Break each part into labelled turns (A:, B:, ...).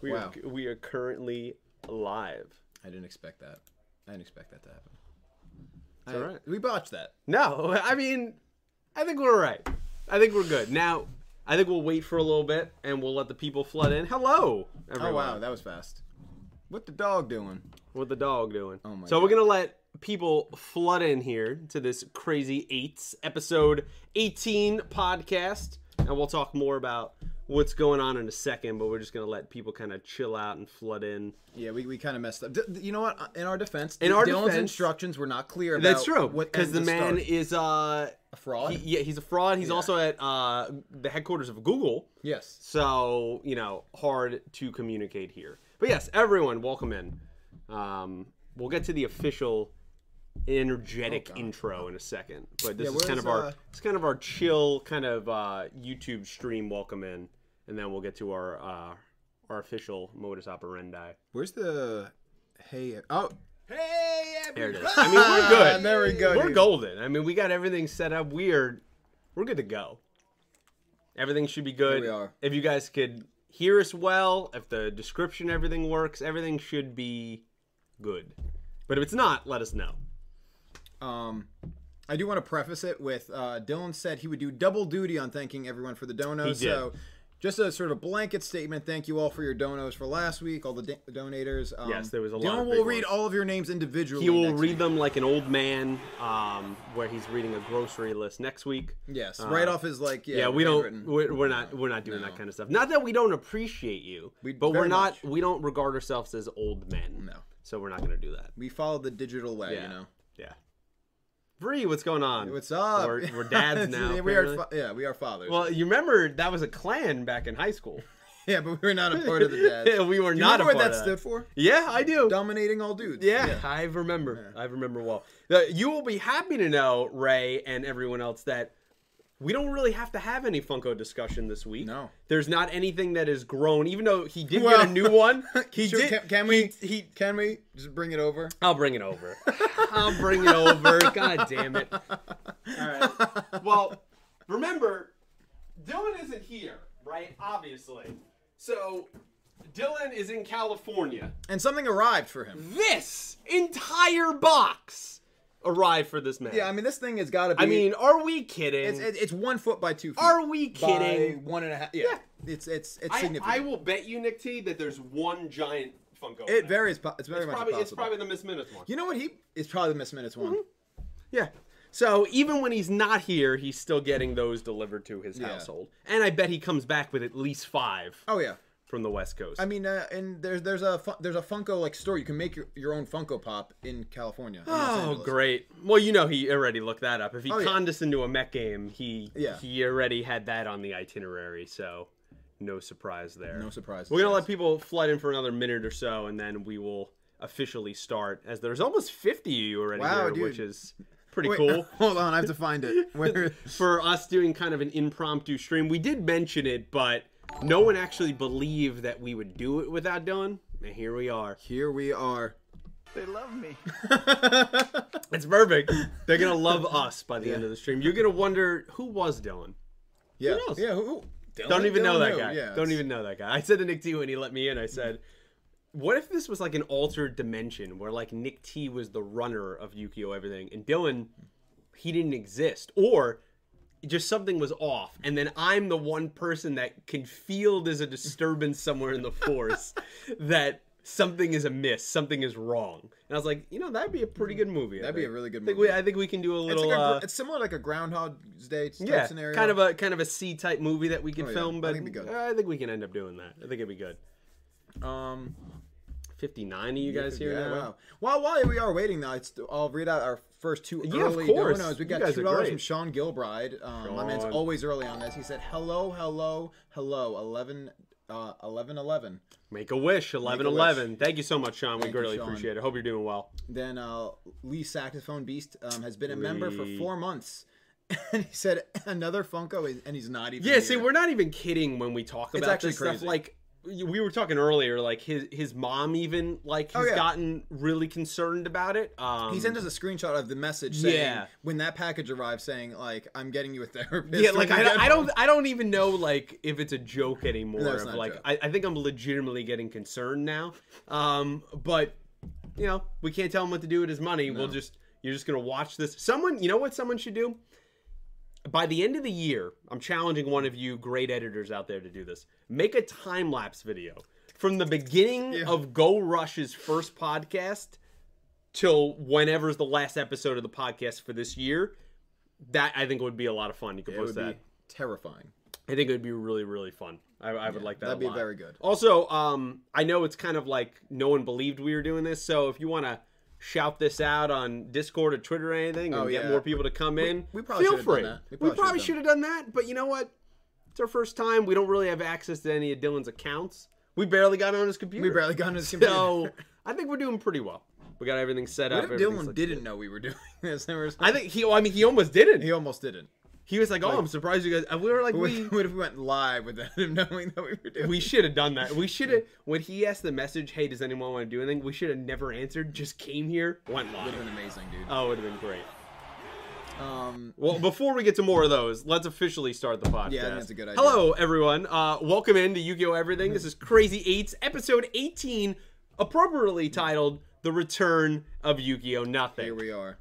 A: We
B: Wow.
A: are we are currently live.
B: I didn't expect that. I didn't expect that to happen.
A: It's all right.
B: We botched that.
A: No, I mean, I think we're all right. I think we're good. Now, I think we'll wait for a little bit and we'll let the people flood in. Hello, everyone.
B: Oh wow, that was fast. What the dog doing?
A: What the dog doing?
B: Oh my
A: so we're
B: God.
A: gonna let people flood in here to this crazy eights episode eighteen podcast, and we'll talk more about what's going on in a second. But we're just gonna let people kind of chill out and flood in.
B: Yeah, we, we kind of messed up. D- d- you know what? In our defense,
A: In our
B: Dylan's
A: defense-
B: instructions were not clear. About
A: That's true.
B: What
A: Because
B: end
A: the
B: to
A: man
B: start.
A: is uh,
B: a fraud.
A: he, yeah, he's a fraud. He's also at uh, the headquarters of Google.
B: yes.
A: So, you know, hard to communicate here. But yes, everyone, welcome in. Um, we'll get to the official energetic intro in a second. But this
B: Yeah,
A: is kind
B: where's,
A: of our
B: uh,
A: it's kind of our chill kind of uh, YouTube stream welcome in, and then we'll get to our uh, our official modus operandi.
B: Where's the hey? Oh, hey!
A: There it is. I mean, we're good.
B: there we go.
A: We're
B: dude.
A: golden. I mean, we got everything set up. Weird. We're good to go. Everything should be good.
B: Here we are.
A: If you guys could hear us well, if the description everything works, everything should be good. But if it's not, let us know.
B: Um, I do want to preface it with uh, Dylan said he would do double duty on thanking everyone for the donos.
A: He did.
B: So, just a sort of blanket statement. Thank you all for your donos for last week. All the da- donators. Um,
A: Yes, there was a lot
B: Dylan
A: of big
B: will read
A: ones.
B: all of your names individually.
A: He will
B: next
A: read
B: week.
A: them like an old man, um, where he's reading a grocery list next week.
B: Yes, right off his like yeah.
A: Uh, Yeah, we don't.
B: handwritten.
A: We're, we're not. We're not doing that kind of stuff. Not that we don't appreciate you,
B: We-
A: but we're
B: very
A: not.
B: much.
A: We don't regard ourselves as old men.
B: No.
A: So we're not going to do that.
B: We follow the digital way,
A: Yeah.
B: you know.
A: Yeah. Bree, what's going on?
B: What's up?
A: We're, we're dads
B: It's-
A: now.
B: we are.
A: apparently.
B: Fa- yeah, we are fathers.
A: well, you remember that was a clan back in high school.
B: yeah, but we're not a part of the dads.
A: Yeah, we were
B: Do you
A: not a
B: remember what
A: part
B: that
A: of
B: stood for?
A: Yeah, I do.
B: Dominating all dudes.
A: Yeah, I remember. I remember well. Uh, You will be happy to know, Ray, and everyone else, that we don't really have to have any Funko discussion this week.
B: No.
A: there's not anything that has grown. Even though he did
B: Well,
A: get a new one, he
B: Sure,
A: did.
B: Can, can we?
A: He, he
B: Can we just bring it over?
A: I'll bring it over. I'll bring it over. God damn it. All right. Well, remember, Dylan isn't here, right? Obviously. So, Dylan is in California.
B: And something arrived for him.
A: This entire box arrived for this man.
B: Yeah, I mean, this thing has got to be.
A: I mean, are we kidding?
B: it's, it- it's one foot by two feet.
A: are we
B: by
A: kidding?
B: one and a half. Yeah,
A: Yeah.
B: it's it's it's
A: I,
B: significant.
A: I will bet you, Nick T, that there's one giant Funko.
B: it
A: left.
B: varies. po- It's very
A: It's
B: much
A: probably,
B: possible.
A: it's probably Mm-hmm. the Miss Minutes one.
B: you know what he? It's probably the Miss Minutes one.
A: Yeah. So even when he's not here, he's still getting those delivered to his
B: Yeah.
A: household. And I bet he comes back with at least five
B: Oh yeah.
A: from the West Coast.
B: I mean, uh, and there's there's a fu- there's a Funko like store you can make your, your own Funko Pop in California. in Los
A: oh,
B: Angeles.
A: great. Well, you know he already looked that up. If he
B: Oh, yeah.
A: conned us into a Met game, he
B: Yeah.
A: he already had that on the itinerary, so no surprise there.
B: No surprise.
A: We're gonna let people flood in for another minute or so, and then we will officially start. As there's almost 50 of you already
B: Wow,
A: here,
B: dude.
A: which is pretty
B: Wait,
A: cool.
B: Hold on, I have to find it. Where?
A: for us doing kind of an impromptu stream. We did mention it, but no one actually believed that we would do it without Dylan. And here we are.
B: Here we are.
C: They love me.
A: It's perfect. They're gonna love us by the end of the stream. You're gonna wonder who was Dylan.
B: Yeah.
A: knows?
B: Yeah. Who? who-
A: Don't
B: Dylan-
A: even know
B: Dylan
A: that
B: knew,
A: guy.
B: Yeah,
A: Don't
B: it's-
A: even know that guy. I said to Nick T when he let me in, I said, What if this was like an altered dimension where like Nick T was the runner of Yukio everything and Dylan he didn't exist? Or just something was off, and then I'm the one person that can feel there's a disturbance somewhere in the force that something is amiss, something is wrong. And I was like, you know, that'd be a pretty good movie. I
B: That'd be a
A: think.
B: really good
A: I think
B: movie.
A: we, I think we can do a
B: It's,
A: little.
B: like a, gr-
A: uh,
B: it's similar to like a Groundhog's Day type
A: yeah,
B: scenario.
A: kind of a kind of a C type movie that we could
B: Oh, yeah.
A: film,
B: I
A: but I
B: think
A: think,
B: it'd be good.
A: I think we can end up doing that. I think it'd be good.
B: Um,
A: Fifty nine of you guys here
B: yeah,
A: now.
B: wow. Well, while we are waiting, though, it's, I'll read out our first two
A: Yeah, of
B: early
A: course.
B: donos. We
A: You
B: got
A: guys are
B: two dollars
A: great.
B: from Sean Gilbride. Um, My man's
A: Sean.
B: always early on this. He said, "Hello, hello, hello, eleven, uh, eleven, eleven."
A: Make a wish. Eleven eleven. Thank you so much, Sean. we
B: Thank you,
A: greatly
B: Sean.
A: appreciate it. Hope you're doing well.
B: Then uh, Lee Saxophone Beast um, has been a member for
A: Lee.
B: four months, and he said another Funko, is, and he's not even.
A: Yeah, see,
B: here."
A: we're not even kidding when we talk about
B: actually
A: this stuff.
B: crazy.
A: Like we were talking earlier, like his his mom even like has
B: Oh, yeah.
A: gotten really concerned about it. Um,
B: He sent us a screenshot of the message saying
A: Yeah.
B: when that package arrived, saying like I'm getting you a therapist.
A: yeah, like I,
B: when you
A: don't-
B: get
A: I
B: home."
A: don't I don't even know like if it's a joke anymore.
B: No, it's
A: of,
B: not a
A: like
B: joke.
A: I, I think I'm legitimately getting concerned now. Um, but you know we can't tell him what to do with his money. We'll just you're just gonna watch this. Someone you know what someone should do. By the end of the year, I'm challenging one of you great editors out there to do this. Make a time lapse video from the beginning of Go Rush's first podcast till whenever's the last episode of the podcast for this year. That I think would be a lot of fun. You could
B: It
A: post
B: would
A: that.
B: be terrifying.
A: I think it would be really, really fun. I, I would like that.
B: That'd
A: a
B: be
A: lot.
B: very good.
A: Also, um, I know it's kind of like no one believed we were doing this, so if you want to shout this out on Discord or Twitter or anything, and
B: Oh,
A: get
B: yeah.
A: more people to come in,
B: we probably
A: feel
B: should've done
A: free.
B: that.
A: We
B: We
A: probably,
B: probably
A: should have
B: should've
A: done that, but you know what? It's our first time. We don't really have access to any of Dylan's accounts. We barely got on his computer.
B: We barely got on his computer.
A: So I think we're doing pretty well. We got everything set
B: What
A: up.
B: if
A: everything's
B: Dylan
A: like-
B: didn't know we were doing this? There was-
A: I think he. well, I mean, he almost didn't.
B: he almost didn't.
A: He was like, "Oh, I'm surprised you guys." And we were like,
B: What
A: "We."
B: if, what if we went live without him knowing that we were doing?
A: We should have done that. We should have when he asked the message, "Hey, does anyone want to do anything?" We should have never answered. Just came here, went
B: would have
A: live.
B: been amazing, dude.
A: Oh, it would have been great. Uh,
B: Um,
A: Well, before we get to more of those, let's officially start the podcast.
B: Yeah, I think that's a good idea.
A: Hello, everyone. Uh, welcome into Yu-Gi-Oh! Everything. This is Crazy Eights, episode 18, appropriately titled "The Return of Yu-Gi-Oh! Nothing."
B: here we are.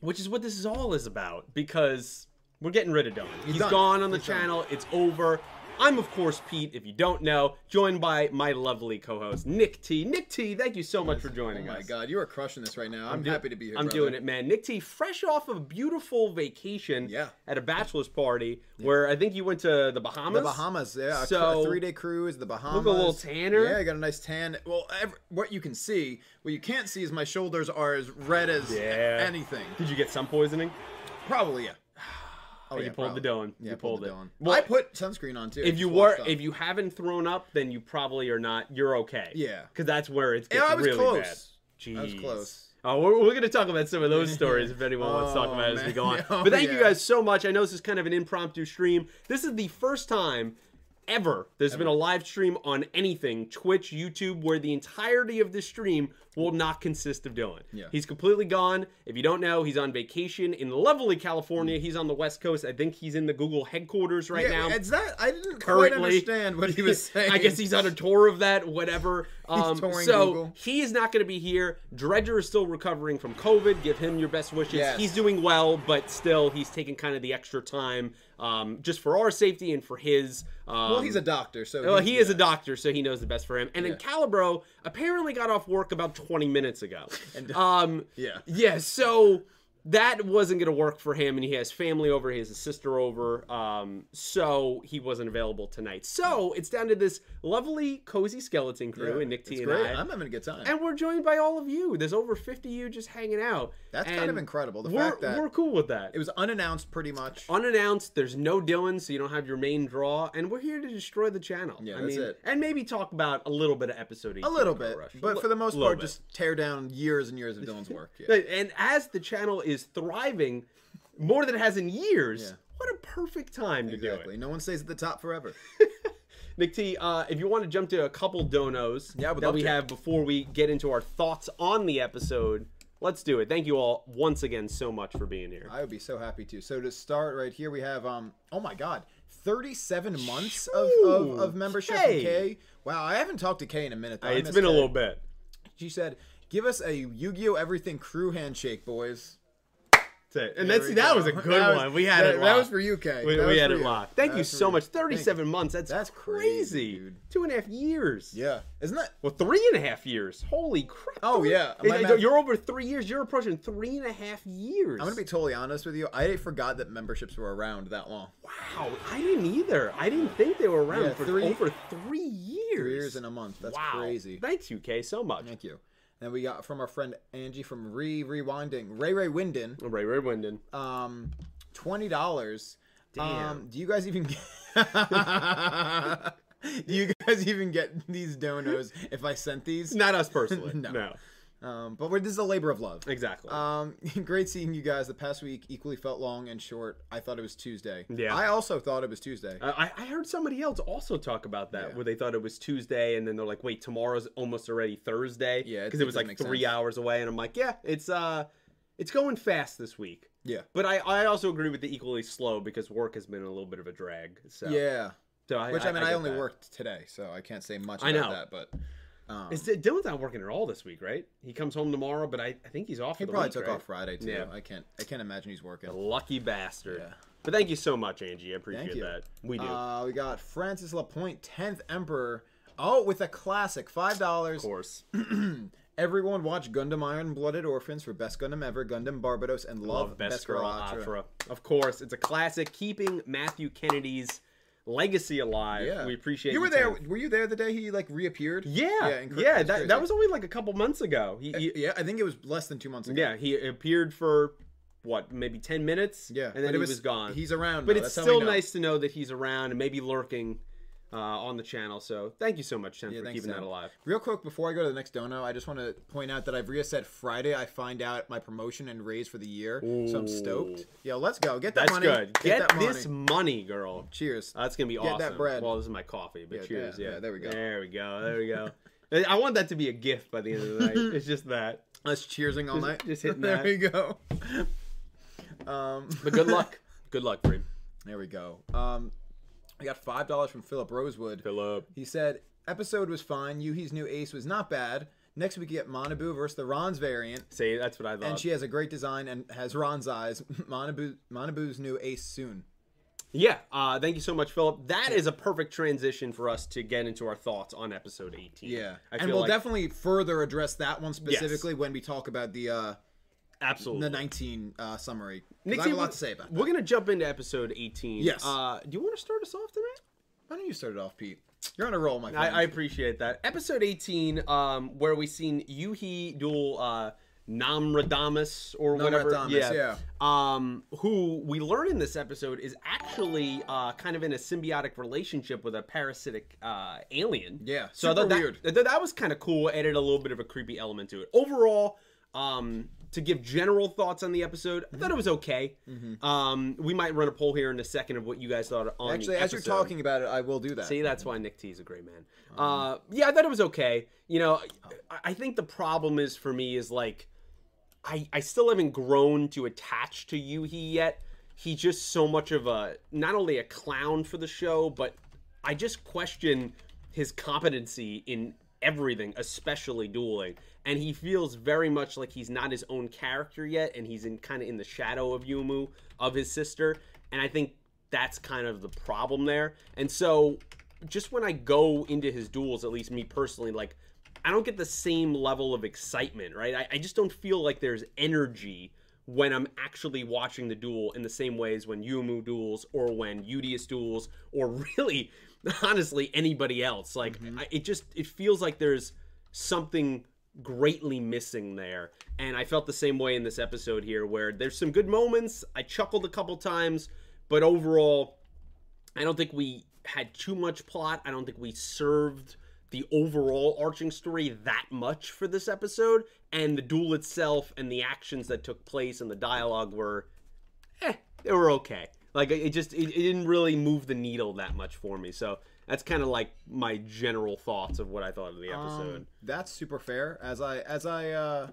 A: which is what this is all is about because we're getting rid of Don. He's
B: done.
A: gone on the
B: He's done.
A: channel. It's over. I'm of course Pete. If you don't know, joined by my lovely co-host Nick T. Nick T, thank you so much for
B: Oh
A: joining
B: my
A: us.
B: god, you are crushing this right now. I'm, happy to be here.
A: I'm
B: brother.
A: doing it, man. Nick T, fresh off of a beautiful vacation
B: Yeah.
A: at a bachelor's party where I think you went to the Bahamas.
B: The Bahamas, yeah. a-
A: So-
B: a three day cruise, the Bahamas.
A: little tanner.
B: Yeah, I got a nice tan. Well, ev what you can see, what you can't see is my shoulders are as red as
A: Yeah.
B: anything.
A: Did you get sun poisoning?
B: Probably, yeah. Oh,
A: you pulled the Doan.
B: Yeah,
A: You
B: I
A: pulled
B: pulled, the
A: it.
B: Doan.
A: Well-
B: I put sunscreen on too.
A: If you
B: before I
A: were,
B: stopped.
A: if you haven't thrown up, then you probably are not. You're okay.
B: Yeah.
A: because that's where it's gets
B: Yeah, I was
A: really
B: close.
A: bad. Jeez.
B: I was close.
A: Oh, we're, we're gonna talk about some of those stories if anyone wants to talk
B: Oh,
A: about it as we
B: man.
A: go on.
B: Oh,
A: but thank you
B: yeah.
A: guys so much. I know this is kind of an impromptu stream. This is the first time ever there's been a live stream on anything Twitch, YouTube, where the entirety of this stream will not consist of Dylan.
B: Yeah.
A: He's completely gone. If you don't know, he's on vacation in lovely California. He's on the West Coast. I think he's in the Google headquarters right now
B: yeah, it's that I didn't quite
A: currently
B: understand what he was saying.
A: I guess he's on a tour of that, whatever. Um,
B: touring
A: so
B: Google.
A: he is not going to be here. Dredger is still recovering from COVID. Give him your best wishes.
B: Yes.
A: He's doing well, but still he's taking kind of the extra time um, just for our safety and for his. Um,
B: Well, he's a doctor, so
A: well, he is a
B: yeah.
A: doctor, so he knows the best for him. And then Calibro apparently got off work about 20 minutes ago. um,
B: Yeah.
A: yeah, so that wasn't going to work for him, and he has family over, he has a sister over, um, so he wasn't available tonight. So it's down to this lovely, cozy skeleton crew, and Nick T
B: It's
A: and
B: great.
A: I.
B: I'm having a good time.
A: and we're joined by all of you. There's over 50 of you just hanging out.
B: That's kind of
A: And
B: incredible. The
A: we're,
B: fact that
A: we're cool with that.
B: it was unannounced, pretty much.
A: unannounced. There's no Dylan, so you don't have your main draw, and we're here to destroy the channel.
B: Yeah,
A: I
B: that's
A: mean,
B: it.
A: and maybe talk about a little bit of episode. 18
B: A little
A: of Go
B: bit,
A: Rush.
B: but
A: Li-
B: for the most
A: little
B: part,
A: bit.
B: just tear down years and years of Dylan's work. Yeah.
A: And as the channel is thriving more than it has in years,
B: Yeah.
A: what a perfect time to do
B: Exactly. No one stays at the top forever.
A: it. Nick T, uh, if you want to jump to a couple donos
B: Yeah, I would
A: that
B: love
A: we
B: to.
A: have before we get into our thoughts on the episode, let's do it. Thank you all once again so much for being here.
B: I would be so happy to. So to start right here, we have um. Oh my God, thirty-seven months of,
A: Shoo,
B: of, of membership.
A: Kay.
B: Kay. Wow, I haven't talked to Kay in a minute. Though. I
A: it's
B: miss
A: been a
B: Kay.
A: little bit.
B: She said, "Give us a Yu-Gi-Oh everything crew handshake, boys."
A: That's it. And
B: There
A: that's
B: we
A: that
B: go.
A: was a good
B: That was-
A: one. We had
B: that-
A: it.
B: That was
A: locked.
B: for you, Kay.
A: We,
B: That
A: we
B: was
A: had
B: for
A: it
B: you.
A: locked. Thank
B: That
A: you
B: was
A: so
B: for
A: much.
B: Thank you.
A: Thirty-seven months. That's
B: That's
A: crazy.
B: crazy, dude.
A: Two and a half years.
B: Yeah, isn't that?
A: Well, three and a half years. Holy crap!
B: Oh,
A: dude.
B: yeah.
A: It-
B: My
A: it-
B: math-
A: you're over three years. You're approaching three and a half years.
B: I'm gonna be totally honest with you. I forgot that memberships were around that long.
A: Wow, I didn't either. I didn't think they were around
B: Yeah,
A: for
B: three-
A: over three years.
B: Three years in a month. That's
A: wow.
B: crazy.
A: Thanks, UK, so much.
B: Thank you. Then we got from our friend Angie from Re Rewinding, Ray Ray Winden,
A: Ray Ray Winden.
B: um, twenty dollars.
A: Damn.
B: Um, do you guys even? Get... do you guys even get these donos if I sent these?
A: Not us personally.
B: No.
A: no.
B: Um, but we're, this is a labor of love.
A: Exactly.
B: Um, great seeing you guys. The past week equally felt long and short. I thought it was Tuesday.
A: Yeah. Uh,
B: I also thought it was Tuesday.
A: I, I heard somebody else also talk about that
B: Yeah.
A: where they thought it was Tuesday and then they're like, wait, tomorrow's almost already Thursday.
B: Yeah, it-
A: Because
B: it
A: it was
B: doesn't
A: like
B: make
A: three
B: sense.
A: hours away. And I'm like, yeah, it's uh, it's going fast this week.
B: yeah.
A: But I, I also agree with the equally slow because work has been a little bit of a drag. So
B: Yeah.
A: So I,
B: Which I, mean, I,
A: get
B: only
A: that.
B: worked today, so I can't say much about
A: I know.
B: that. But um,
A: Is Dylan's not working at all this week, right? He comes home tomorrow, but I, I think he's off.
B: he
A: for the
B: probably
A: week,
B: took
A: right?
B: off Friday too.
A: Yeah.
B: I can't. I can't imagine he's working.
A: Lucky bastard.
B: Yeah.
A: But thank you so much, Angie. I appreciate
B: you.
A: that. We do.
B: Uh, we got Francis Lapointe, tenth Emperor. Oh, with a classic, five
A: of
B: dollars.
A: course.
B: Everyone watch Gundam Iron Blooded Orphans for best Gundam ever, Gundam Barbados, and love,
A: Love
B: best, girl, Atra.
A: Opera. Of course. It's a classic, keeping Matthew Kennedy's legacy alive.
B: Yeah,
A: We appreciate
B: You were
A: your
B: there.
A: time.
B: Were you there the day he like reappeared?
A: Yeah. Yeah,
B: and Chris-
A: that,
B: it crazy.
A: that was only like a couple months ago. He, he-
B: Yeah, I think it was less than two months ago.
A: yeah, he appeared for what, maybe 10 minutes?
B: yeah.
A: And then
B: but it
A: he was, gone.
B: He's around,
A: but
B: though,
A: it's
B: that's how we
A: still
B: know.
A: nice to know that he's around and maybe lurking uh, on the channel. So thank you so much, Tim, for
B: thanks,
A: keeping
B: Tim.
A: that alive.
B: Real quick, before I go to the next dono, I just want to point out that I've reset Friday. I find out my promotion and raise for the year, so I'm stoked. Yo, let's go. Get that
A: That's
B: money.
A: good. Get,
B: that
A: this
B: Money.
A: money, girl.
B: Cheers.
A: That's gonna be awesome.
B: that bread.
A: Well, this is my coffee, but
B: Yeah,
A: cheers.
B: yeah,
A: Yeah,
B: yeah, there we go.
A: There we go. There we go. I want that to be a gift by the end of the night. It's just that.
B: Us cheersing all night.
A: just hitting
B: there
A: that.
B: we go. Um,
A: But good luck. good luck, Freem.
B: there we go. Um, I got five dollars from Philip Rosewood.
A: Philip.
B: He said, "Episode was fine. Yuhi's new ace was not bad. Next we get Monabu versus the Ron's variant,
A: See, that's what I
B: and
A: thought.
B: she has a great design and has Ron's eyes. Monabu, Monabu's new ace soon.
A: yeah. Uh, thank you so much, Philip. That is a perfect transition for us to get into our thoughts on episode 18.
B: Yeah,
A: I
B: and
A: feel
B: we'll
A: like-
B: definitely further address that one specifically when we talk about the uh,
A: absolutely
B: the 19 uh, summary. 'Cause
A: Nick,
B: I have
A: see,
B: a lot
A: we-
B: to say about. That.
A: We're gonna jump into episode 18.
B: Yes.
A: Uh, do you want to start us off tonight?
B: Why don't you start it off, Pete? You're on a roll, my friend.
A: I, I appreciate that. Episode 18, um, where we seen Yuhi duel uh, Namradamus or whatever.
B: Namradamus, yeah.
A: Um, who we learn in this episode is actually uh, kind of in a symbiotic relationship with a parasitic uh, alien.
B: Yeah,
A: So I thought
B: super
A: that,
B: weird.
A: I thought that was kind of cool. Added a little bit of a creepy element to it. Overall, um, to give general thoughts on the episode, I thought it was okay.
B: Mm-hmm.
A: Um, we might run a poll here in a second of what you guys thought on
B: Actually,
A: the
B: as you're
A: episode.
B: talking about it, I will do that.
A: See, that's why Nick T is a great man. Uh, yeah, I thought it was okay. You know, I, I think the problem is for me is like, I I still haven't grown to attach to Yuhi yet. He's just so much of a not only a clown for the show, but I just question his competency in everything, especially dueling. And he feels very much like he's not his own character yet, and he's in kind of in the shadow of Yumu, of his sister. And I think that's kind of the problem there. And so, just when I go into his duels, at least me personally, like I don't get the same level of excitement, right? I, I just don't feel like there's energy when I'm actually watching the duel in the same ways when Yumu duels or when Udius duels or really, honestly, anybody else. Like I, it just it feels like there's something greatly missing there. And I felt the same way in this episode here, where there's some good moments. I chuckled a couple times, but overall, I don't think we had too much plot. I don't think we served the overall arching story that much for this episode. And the duel itself and the actions that took place and the dialogue were, eh, they were okay. Like it it just it, it didn't really move the needle that much for me. So that's kind of like my general thoughts of what I thought of the episode.
B: Um, that's super fair. As I as I uh,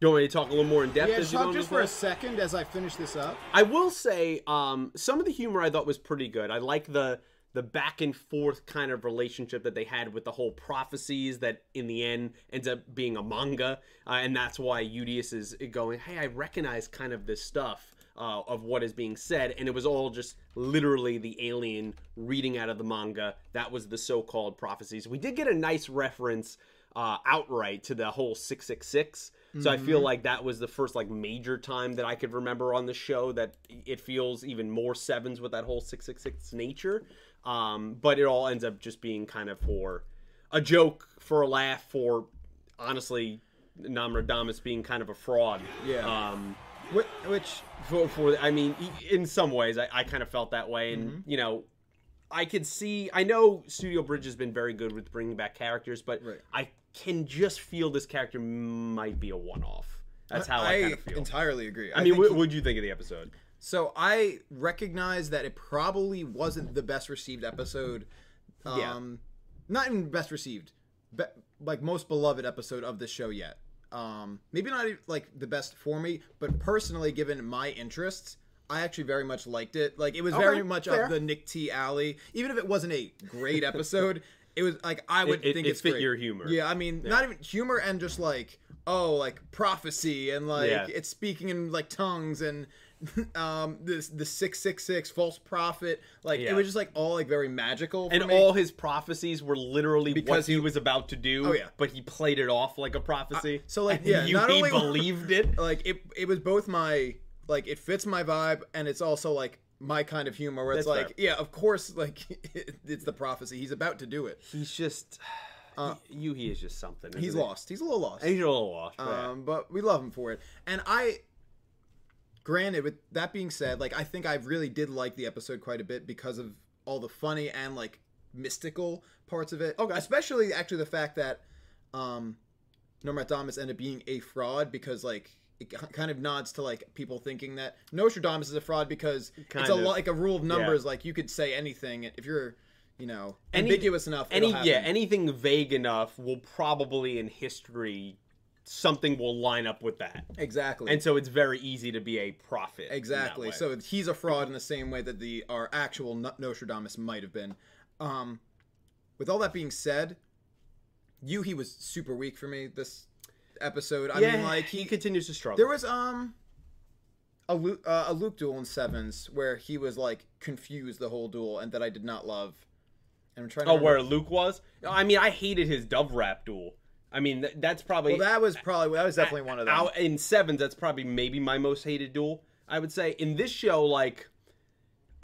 A: you want me to talk a little more in depth?
B: yeah,
A: as you go
B: talk
A: into
B: just
A: the
B: for a
A: plot?
B: second as I finish this up.
A: I will say um, some of the humor I thought was pretty good. I like the the back and forth kind of relationship that they had with the whole prophecies that in the end ends up being a manga, uh, and that's why Udius is going, "Hey, I recognize kind of this stuff." Uh, of what is being said, and it was all just literally the alien reading out of the manga. That was the so-called prophecies. We did get a nice reference uh, outright to the whole 666. So I feel like that was the first like major time that I could remember on the show that it feels even more sevens with that whole 666 nature. Um, but it all ends up just being kind of for a joke, for a laugh, for honestly Namradamus being kind of a fraud.
B: Yeah.
A: Um,
B: Which, which
A: for, for I mean, e- in some ways, I, I kind of felt that way, and
B: Mm-hmm.
A: you know, I could see. I know Studio Bridge has been very good with bringing back characters, but
B: Right.
A: I can just feel this character might be a one off. That's how I, kind of feel.
B: entirely agree.
A: I mean,
B: think
A: what would you think of the episode?
B: So I recognize that it probably wasn't the best received episode. Um,
A: Yeah.
B: Not even best received, be- like most beloved episode of this show yet. Um, maybe not even, like the best for me, but personally, given my interests, I actually very much liked it. Like it was very
A: Okay,
B: much
A: fair.
B: up the Nick T alley. Even if it wasn't a great episode, it was like I would
A: it-
B: think
A: it
B: it's
A: fit
B: great.
A: your humor.
B: Yeah, I mean, not even humor and just like oh, like prophecy and like
A: Yeah.
B: it's speaking in like tongues and um this the 666 false prophet like
A: Yeah.
B: it was just like all like very magical for
A: And
B: me.
A: all his prophecies were literally what
B: Because
A: he,
B: he-
A: was about to do.
B: Oh, yeah.
A: But he played it off like a prophecy.
B: so, like,
A: And
B: yeah,
A: you,
B: not
A: he
B: only-
A: believed it.
B: like it it was both my like it fits my vibe and it's also like my kind of humor where it's
A: That's
B: like yeah of course like it's the prophecy he's about to do it
A: He's just. you, he is just something.
B: he's
A: isn't he?
B: lost he's a little lost
A: He's a little lost. Oh, yeah.
B: um but we love him for it and i granted with that being said like i think i really did like the episode quite a bit because of all the funny and like mystical parts of it okay especially actually the fact that um Nostradamus ended up being a fraud because like it ki- kind of nods to like people thinking that Nostradamus is a fraud because
A: Kind
B: it's a
A: of.
B: lo- like a rule of numbers like you could say anything if you're you know
A: Any-
B: ambiguous enough
A: any
B: it'll happen.
A: yeah anything vague enough will probably in history something will line up with that
B: exactly
A: and so it's very easy to be a prophet in that
B: Exactly.
A: way.
B: So he's a fraud in the same way that the our actual N- Nostradamus might have been. Um, with all that being said, Yuhi was super weak for me this episode. I
A: yeah
B: mean, like he,
A: continues to struggle
B: there was um a Lu- uh, a Luke duel in sevens where he was like confused the whole duel and that I did not love. And I'm trying to
A: oh
B: remember-
A: where luke was i mean i hated his dove rap duel i mean th- that's probably
B: Well, that was probably that was definitely one of them.
A: Out in sevens, that's probably maybe my most hated duel. I would say in this show, like,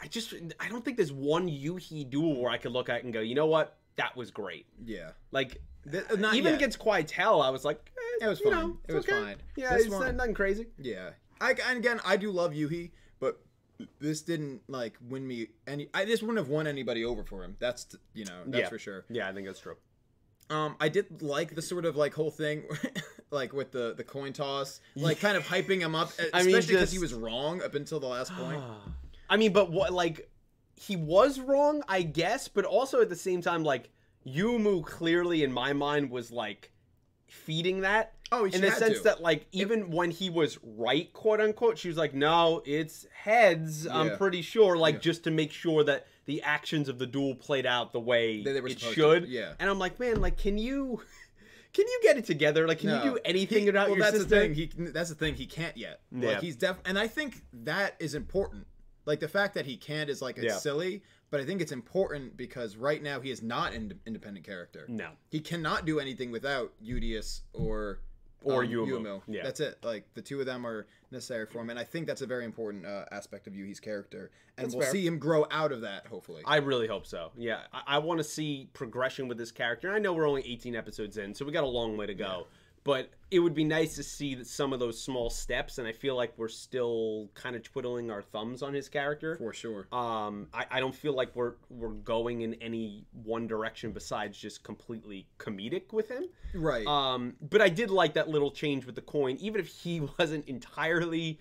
A: I just I don't think there's one Yuhi duel where I could look at and go, you know what, that was great.
B: yeah.
A: Like,
B: Th- not
A: even
B: yet.
A: against Quietel, I was like, eh,
B: It was
A: you
B: fine.
A: know, it's
B: It was
A: okay.
B: fine.
A: Yeah,
B: This
A: it's
B: one-
A: not nothing crazy.
B: Yeah. I and again, I do love Yuhi, but this didn't like win me any. I this wouldn't have won anybody over for him. That's you know that's
A: Yeah.
B: for sure.
A: Yeah, I think that's true.
B: Um, I did like the sort of like whole thing, like with the the coin toss, like kind of hyping him up, e,
A: I mean,
B: especially because he
A: just-
B: was wrong up until the last point.
A: I mean, but what like he was wrong, I guess, but also at the same time, like Yumu clearly in my mind was like feeding that.
B: Oh, she
A: in the
B: had
A: sense
B: to.
A: that like even when he was right, quote unquote, she was like, "No, it's heads." I'm
B: Yeah.
A: pretty sure, like just to make sure that the actions of the duel played out the way
B: That they were
A: it
B: supposed to,
A: should.
B: yeah.
A: and I'm like, man, like can you? Can you get it together? Like, can
B: No.
A: you do anything
B: He-
A: about
B: well,
A: your
B: that's
A: sister?
B: the thing. He that's the thing. He can't yet.
A: Yeah.
B: Like he's def, and I think that is important. Like the fact that he can't is like it's
A: Yeah.
B: silly, but I think it's important because right now he is not an independent character.
A: No.
B: he cannot do anything without Udius or
A: Or
B: um,
A: Yuumu. Yeah.
B: that's it. Like the two of them are necessary for him, and I think that's a very important uh, aspect of Yuhi's character, and we'll
A: fair.
B: see him grow out of that hopefully.
A: I really hope so. Yeah, I, I want to see progression with this character. I know we're only 18 episodes in, so we got a long way to go. But it would be nice to see that some of those small steps, and I feel like we're still kind of twiddling our thumbs on his character.
B: for sure.
A: Um, I, I don't feel like we're we're going in any one direction besides just completely comedic with him.
B: Right.
A: Um, but I did like that little change with the coin, even if he wasn't entirely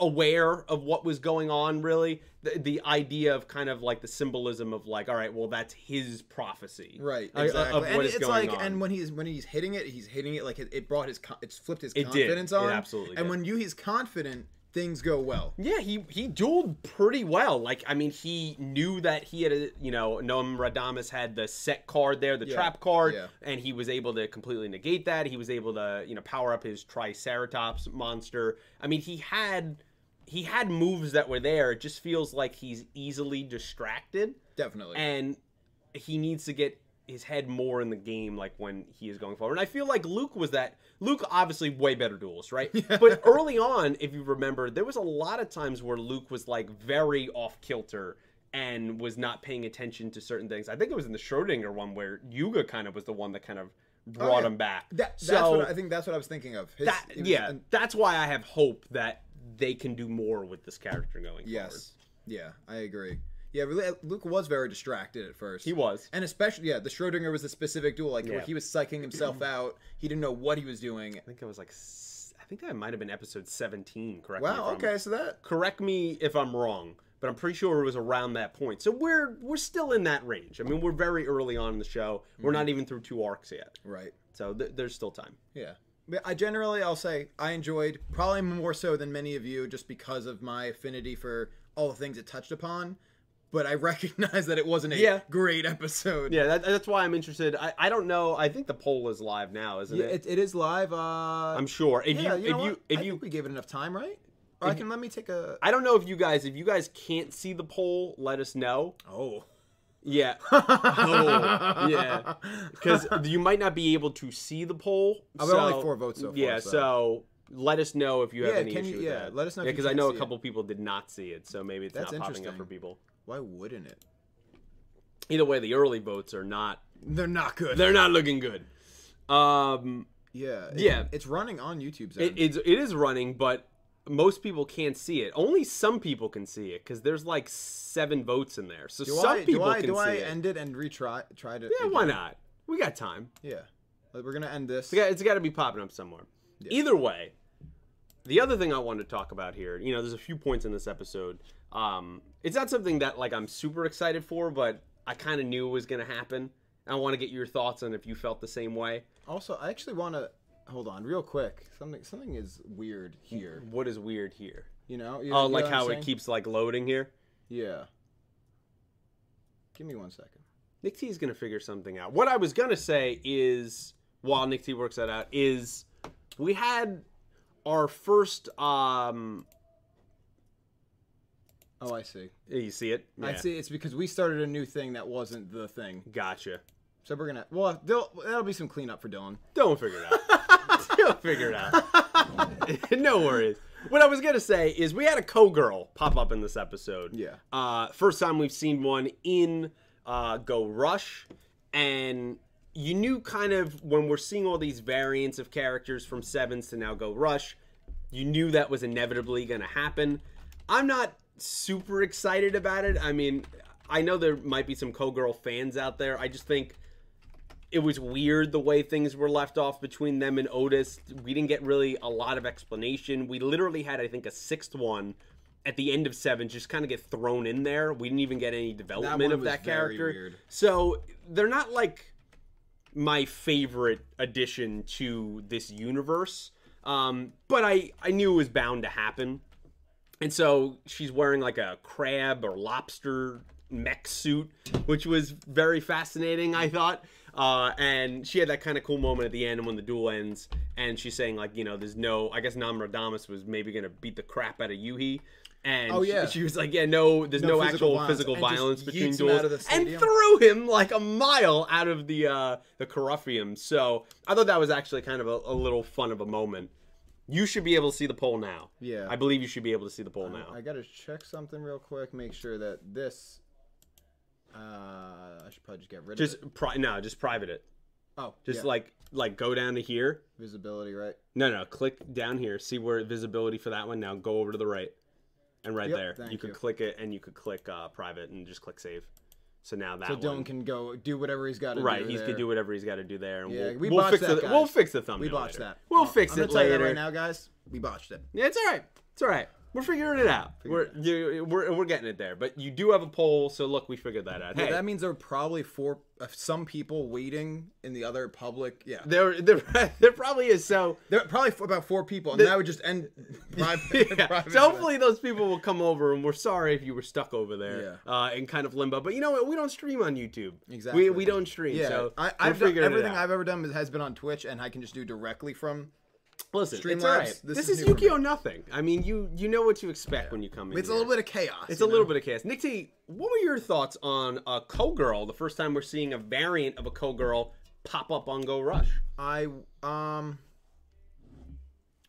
A: aware of what was going on. Really, the, the idea of kind of like the symbolism of like, all right, well, that's his prophecy,
B: Right,
A: uh, uh,
B: exactly.
A: Of,
B: and
A: what is
B: it's
A: going
B: like,
A: on.
B: and when he's when he's hitting it, he's hitting it like it, it brought his con- it's flipped his
A: It did.
B: confidence
A: It
B: on.
A: absolutely
B: And
A: did.
B: when you he's confident, things go well.
A: Yeah, he he dueled pretty well. Like, I mean, he knew that he had, a, you know, Noam Radames had the set card there, the trap card,
B: yeah.
A: and he was able to completely negate that. He was able to, you know, power up his Triceratops monster. I mean, he had he had moves that were there. It just feels like he's easily distracted,
B: Definitely.
A: and he needs to get his head more in the game like when he is going forward and i feel like luke was that luke obviously way better duelist right but early on if you remember there was a lot of times where luke was like very off kilter and was not paying attention to certain things i think it was in the schrodinger one where yuga kind of was the one that kind of brought
B: Oh, yeah.
A: him back
B: that, that's
A: so
B: what I think that's what I was thinking of. His,
A: that,
B: it was-
A: yeah
B: and-
A: that's why i have hope that they can do more with this character going forward
B: yes. Yeah, I agree. Yeah, really, Luke was very distracted at first.
A: He was.
B: And especially, yeah, the Schrodinger was a specific duel. Like, where
A: Yeah.
B: he was psyching himself out. He didn't know what he was doing.
A: I think it was like s- I think that might have been episode 17. Correct. me if
B: Wow.
A: I'm-
B: Okay, so that
A: Correct me if I'm wrong, but I'm pretty sure it was around that point. So we're we're still in that range. I mean, we're very early on in the show. We're
B: Mm-hmm.
A: not even through two arcs yet,
B: right.
A: so th- there's still time.
B: Yeah. But I generally, I'll say I enjoyed probably more so than many of you, just because of my affinity for all the things it touched upon. But I recognize that it wasn't a
A: Yeah.
B: great episode.
A: Yeah, that, that's why I'm interested. I, I don't know. I think the poll is live now, isn't
B: Yeah,
A: it?
B: it, it is live. Uh,
A: I'm sure. If
B: yeah,
A: you,
B: you know
A: if you
B: what?
A: if
B: I
A: you
B: think we gave it enough time, right? Or I can let me take a.
A: I don't know if you guys if you guys can't see the poll, let us know.
B: Oh.
A: Yeah. oh, yeah. Because you might not be able to see the poll.
B: I've got only four votes so far,
A: Yeah,
B: so-
A: so. let us know if you have
B: Yeah,
A: any
B: can
A: issue
B: you-
A: with
B: yeah,
A: that.
B: let us know if you
A: because I
B: can't
A: know a
B: see it.
A: couple people did not see it, so maybe it's
B: That's
A: not popping up for
B: interesting.
A: people.
B: Why wouldn't it?
A: Either way, the early votes are not.
B: They're not good.
A: They're not looking good. Um,
B: yeah. it-
A: Yeah.
B: It's running on YouTube.
A: it, it's it is running, but most people can't see it. Only some people can see it because there's like seven votes in there. So
B: do
A: some
B: I,
A: people
B: do I,
A: can
B: do
A: see
B: I
A: it.
B: end it and retry try to?
A: yeah, why not? We got time.
B: Yeah. Like, we're gonna end this.
A: It's got, it's got to be popping up somewhere. Either way, the other thing I want to talk about here, you know, there's a few points in this episode. Um, it's not something that like I'm super excited for, but I kind of knew it was going to happen. I want to get your thoughts on if you felt the same way.
B: Also, I actually want to hold on real quick. Something something is weird here.
A: What is weird here?
B: You know? You-
A: Oh,
B: you
A: like
B: know what I'm
A: how
B: saying?
A: it keeps like loading here.
B: Yeah. Give me one second.
A: Nick T is going to figure something out. What I was going to say is, while Nick T works that out, is we had our first. um
B: Oh, I see.
A: You see it?
B: I
A: Yeah.
B: see. It's because we started a new thing that wasn't the thing.
A: Gotcha.
B: So we're gonna. Well, there'll- that'll be some cleanup for Dylan.
A: Don't figure it out. Don't figure it out. no worries. What I was gonna say is we had a co-girl pop up in this episode.
B: Yeah.
A: Uh, first time we've seen one in uh, Go Rush, and you knew kind of when we're seeing all these variants of characters from Sevens to now Go Rush, you knew that was inevitably gonna happen. I'm not super excited about it. I mean, I know there might be some co-girl fans out there. I just think it was weird the way things were left off between them and Otis. We didn't get really a lot of explanation. We literally had, I think, a sixth one at the end of seven just kind of get thrown in there. We didn't even get any development
B: one
A: of
B: was
A: that
B: very
A: character.
B: weird.
A: So they're not like my favorite addition to this universe. Um, but I, I knew it was bound to happen. And so she's wearing like a crab or lobster mech suit, which was very fascinating, I thought. Uh, and she had that kind of cool moment at the end when the duel ends, and she's saying like, you know, there's no. I guess Namradamas was maybe gonna beat the crap out of Yuhi, and
B: Oh, yeah.
A: she, she was like, yeah, no, there's no,
B: No physical
A: actual
B: violence,"
A: physical
B: and just
A: violence between
B: yeets him
A: duels,
B: out of the
A: and
B: stadium.
A: threw him like a mile out of the uh, the Corypheum. So I thought that was actually kind of a, a little fun of a moment. You should be able to see the poll now.
B: Yeah.
A: I believe you should be able to see the poll now.
B: I gotta check something real quick. Make sure that this. Uh, I should probably just get rid of it.
A: just pri- no, just private it.
B: Oh,
A: Just
B: yeah.
A: like like go down to here.
B: visibility, right?
A: No, no, click down here. See where visibility for that one. Now go over to the right, and right
B: Yep,
A: there
B: thank
A: you could
B: you.
A: click it, and you could click uh, private, and just click save. So now that
B: So
A: one,
B: Dylan can go do whatever he's got to
A: right,
B: do.
A: he's
B: there.
A: gonna do whatever he's got to do there, and
B: Yeah,
A: we'll,
B: we
A: we'll
B: botched
A: fix
B: that,
A: the
B: guys.
A: we'll fix the thumbnail.
B: We botched
A: later.
B: that.
A: We'll
B: Oh,
A: fix
B: I'm gonna
A: it
B: tell you that
A: later.
B: right now, guys. We botched it.
A: Yeah, it's all right. It's all right. We're figuring it out. we're you, we're we're getting it there. But you do have a poll, so look, we figured that out.
B: Yeah,
A: hey,
B: that means there were probably four, uh, some people waiting in the other public. Yeah,
A: there, there there probably is so.
B: there were probably four, about four people, and that would just end. Private,
A: Yeah.
B: private
A: so hopefully those people will come over, and we're sorry if you were stuck over there uh, in kind of limbo. But you know what? We don't stream on YouTube.
B: Exactly.
A: We, we don't stream.
B: yeah.
A: So
B: I,
A: we're
B: I've done,
A: figuring it
B: everything
A: out.
B: I've ever done has been on Twitch, and I can just do directly from.
A: Listen, it's
B: Streamlabs,
A: all right.
B: this
A: This,
B: is
A: is,
B: new for me.
A: Yukio nothing. I mean, you you know what to expect when you come in.
B: It's a
A: here.
B: little bit of chaos.
A: It's a little bit of chaos. Nick T, what were your thoughts on a co-girl? The first time we're seeing a variant of a co-girl pop up on Go Rush.
B: I um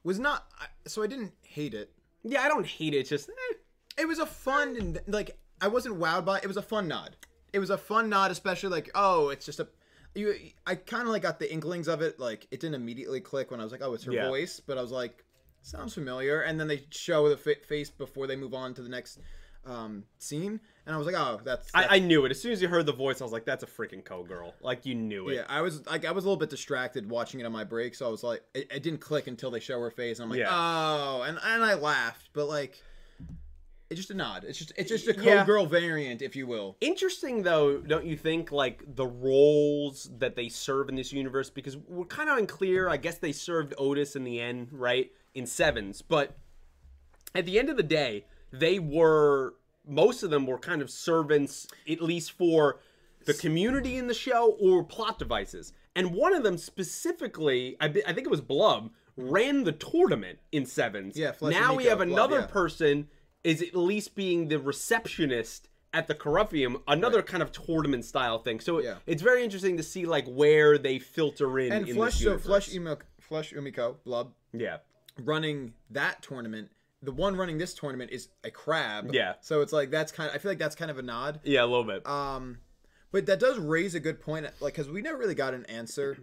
B: was not. I, so I didn't hate it.
A: Yeah, I don't hate it. It's just eh.
B: It was a fun and like I wasn't wowed by. It It was a fun nod. It was a fun nod, especially like oh, it's just a. You, I kind of like got the inklings of it. Like it didn't immediately click when I was like, oh, it's her
A: Yeah.
B: voice, but I was like, sounds familiar. And then they show the fa- face before they move on to the next um, scene, and I was like, oh, that's, that's
A: I, I knew it as soon as you heard the voice. I was like, "That's a freaking co girl!" Like you knew it.
B: yeah. I was like, I was a little bit distracted watching it on my break, so I was like, it, it didn't click until they show her face. And I'm like,
A: Yeah.
B: oh, and and I laughed, but like, it's just a nod. It's just it's just a
A: Yeah.
B: co-girl variant, if you will.
A: Interesting though, don't you think? Like the roles that they serve in this universe, because we're kind of unclear. I guess they served Otis in the end, right? In sevens, but at the end of the day, they were most of them were kind of servants, at least for the community in the show or plot devices. And one of them specifically, I, be- I think it was Blub, ran the tournament in sevens.
B: Yeah, Fletcher
A: now we
B: Nico,
A: have
B: Blub,
A: another
B: yeah.
A: person is at least being the receptionist at the Corruptium, another kind of tournament style thing. So it-
B: Yeah.
A: it's very interesting to see like where they filter in.
B: And
A: in
B: flesh,
A: this
B: so flesh,
A: universe.
B: Umiko, flesh Umiko, blub,
A: yeah,
B: running that tournament. The one running this tournament is a crab.
A: Yeah.
B: So it's like that's kind. Of, I feel like that's kind of a nod.
A: yeah, a little bit.
B: Um, but that does raise a good point, like because we never really got an answer.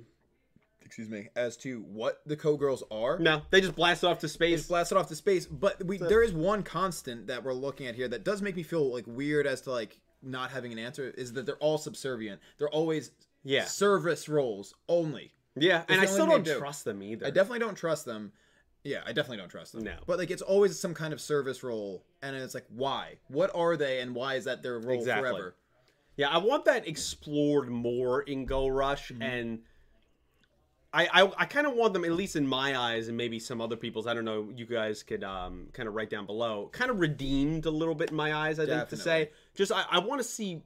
B: excuse me, as to what the co-girls are.
A: no, they just blast off to space.
B: Just blasted off to space, but we there is one constant that we're looking at here that does make me feel like weird as to like not having an answer is that they're all subservient. They're always
A: Yeah.
B: service roles only.
A: yeah, and
B: the
A: I
B: only
A: still
B: thing
A: don't
B: they do.
A: trust them either.
B: I definitely don't trust them. Yeah, I definitely don't trust them.
A: No.
B: But like it's always some kind of service role and it's like why? What are they and why is that their role
A: Exactly.
B: forever?
A: Yeah, I want that explored more in Go Rush,
B: Mm-hmm.
A: and I I, I kind of want them, at least in my eyes, and maybe some other people's. I don't know. You guys could um, kind of write down below. Kind of redeemed a little bit in my eyes. I think to say just I, I want to see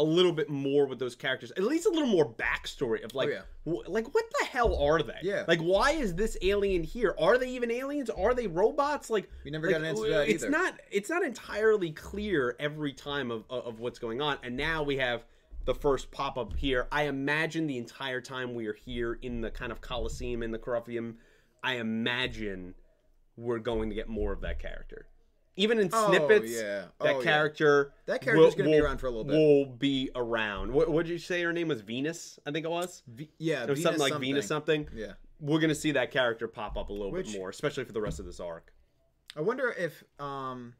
A: a little bit more with those characters, at least a little more backstory of like
B: Oh, yeah.
A: wh- like what the hell are they?
B: Yeah.
A: like why is this alien here? Are they even aliens? Are they robots? Like
B: We never
A: like,
B: got an answer to that
A: it's
B: either.
A: not it's not entirely clear every time of, of of what's going on and now we have the first pop-up here i imagine the entire time we are here in the kind of coliseum in the corruptium i imagine we're going to get more of that character even in
B: Oh,
A: snippets
B: yeah.
A: that
B: Oh, yeah.
A: character
B: That character's gonna be around for a little bit.
A: will be around what would you say her name was venus i think it was
B: V- yeah,
A: it was
B: Venus
A: something like venus something
B: Yeah.
A: we're gonna see that character pop up a little
B: Which-
A: bit more especially for the rest of this arc
B: I wonder if um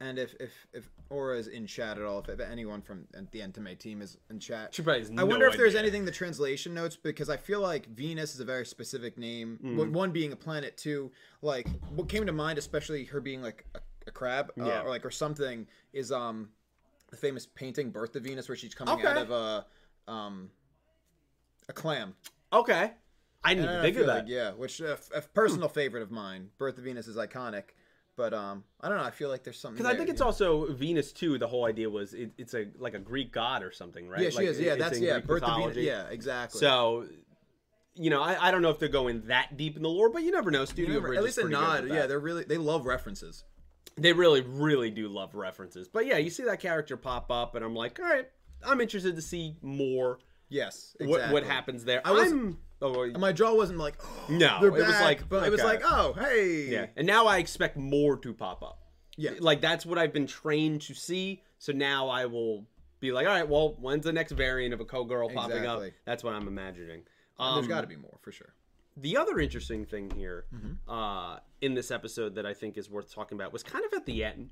B: and if if if Aura is in chat at all, if, if anyone from the Entame team is in chat.
A: She probably has
B: I wonder
A: no
B: if there's
A: idea.
B: anything in the translation notes because I feel like Venus is a very specific name.
A: Mm.
B: One- One being a planet, two like what came to mind, especially her being like a, a crab uh,
A: Yeah.
B: or like or something, is um the famous painting "Birth of Venus" where she's coming out
A: Okay.
B: of a um a clam.
A: okay i didn't
B: And
A: even
B: I
A: think of
B: feel
A: that
B: like- yeah, which uh, f- a personal favorite of mine. Birth of Venus is iconic, but um, I don't know. I feel like there's something.
A: Because I
B: there,
A: think it's
B: you know?
A: also Venus too. The whole idea was it, it's a like a Greek god or something, right?
B: Yeah, she
A: Like,
B: is.
A: it-
B: Yeah,
A: it's
B: that's
A: in
B: yeah.
A: Greek
B: Birth of Venus.
A: mythology.
B: Yeah, exactly.
A: So, you know, I, I don't know if they're going that deep in the lore, but you never know. Studio
B: Remember,
A: Bridge
B: at
A: is
B: least a
A: pretty good
B: nod.
A: with
B: Yeah,
A: that.
B: they're really they love references.
A: they really, really do love references. But yeah, you see that character pop up, and I'm like, all right, I'm interested to see more
B: Yes,
A: what
B: exactly.
A: what happens there. I
B: was-
A: am oh well,
B: My jaw wasn't like
A: No,
B: they're
A: it was
B: back,"
A: like,
B: but it was
A: okay.
B: like oh hey
A: yeah, and now I expect more to pop up.
B: yeah
A: like that's what I've been trained to see. So now I will be like, all right, well, when's the next variant of a co-girl popping up?
B: Exactly.
A: That's what I'm imagining.
B: there's
A: Um,
B: got to be more for sure.
A: the other interesting thing here
B: Mm-hmm.
A: uh, in this episode that I think is worth talking about was kind of at the end.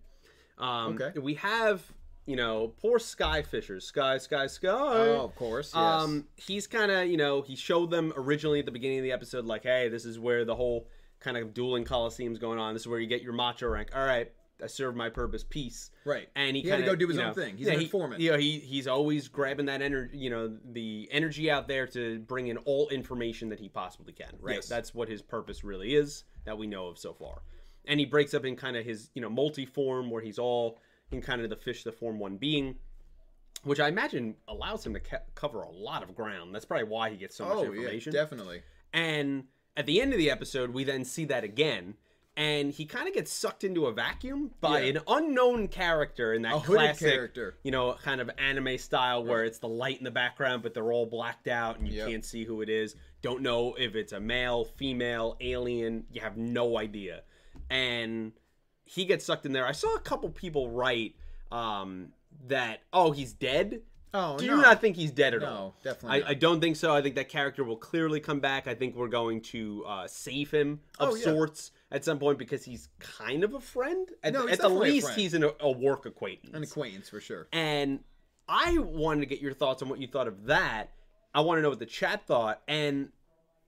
A: Um,
B: Okay.
A: We have, you know, poor Sky Fisher, Sky, Sky, Sky.
B: Oh, of course. Yes.
A: Um, he's kind of, you know, he showed them originally at the beginning of the episode, like, hey, this is where the whole kind of dueling coliseum's going on. This is where you get your macho rank. All right, I served my purpose. Peace.
B: Right.
A: And he,
B: He had to
A: kinda,
B: go do his
A: you
B: own
A: know,
B: thing. He's
A: yeah,
B: an
A: he- uh,
B: informant.
A: You know, he he's always grabbing that energy, you know, the energy out there to bring in all information that he possibly can. Right.
B: Yes.
A: That's what his purpose really is that we know of so far. And he breaks up in kind of his, you know, multi form where he's all in kind of the fish, the form one being which I imagine allows him to ca- cover a lot of ground. That's probably why he gets so much
B: oh yeah,
A: information.
B: definitely.
A: and at the end of the episode, we then see that again, and he kind of gets sucked into a vacuum by
B: Yeah.
A: an unknown character in that
B: A hooded
A: classic,
B: character.
A: you know, kind of anime style where it's the light in the background, but they're all blacked out and you
B: Yep.
A: can't see who it is. Don't know if it's a male, female, alien. You have no idea, and he gets sucked in there. I saw a couple people write um, that oh he's dead,
B: Oh
A: Do
B: no.
A: you not think he's dead at all?
B: no, definitely.
A: I,
B: not.
A: I don't think so. I think that character will clearly come back. I think we're going to uh, save him of
B: Oh, yeah.
A: sorts at some point because he's kind of a friend. At,
B: No, he's
A: at the
B: definitely a
A: least,
B: friend.
A: he's an, a work acquaintance.
B: An acquaintance for sure.
A: And I wanted to get your thoughts on what you thought of that. I want to know what the chat thought. And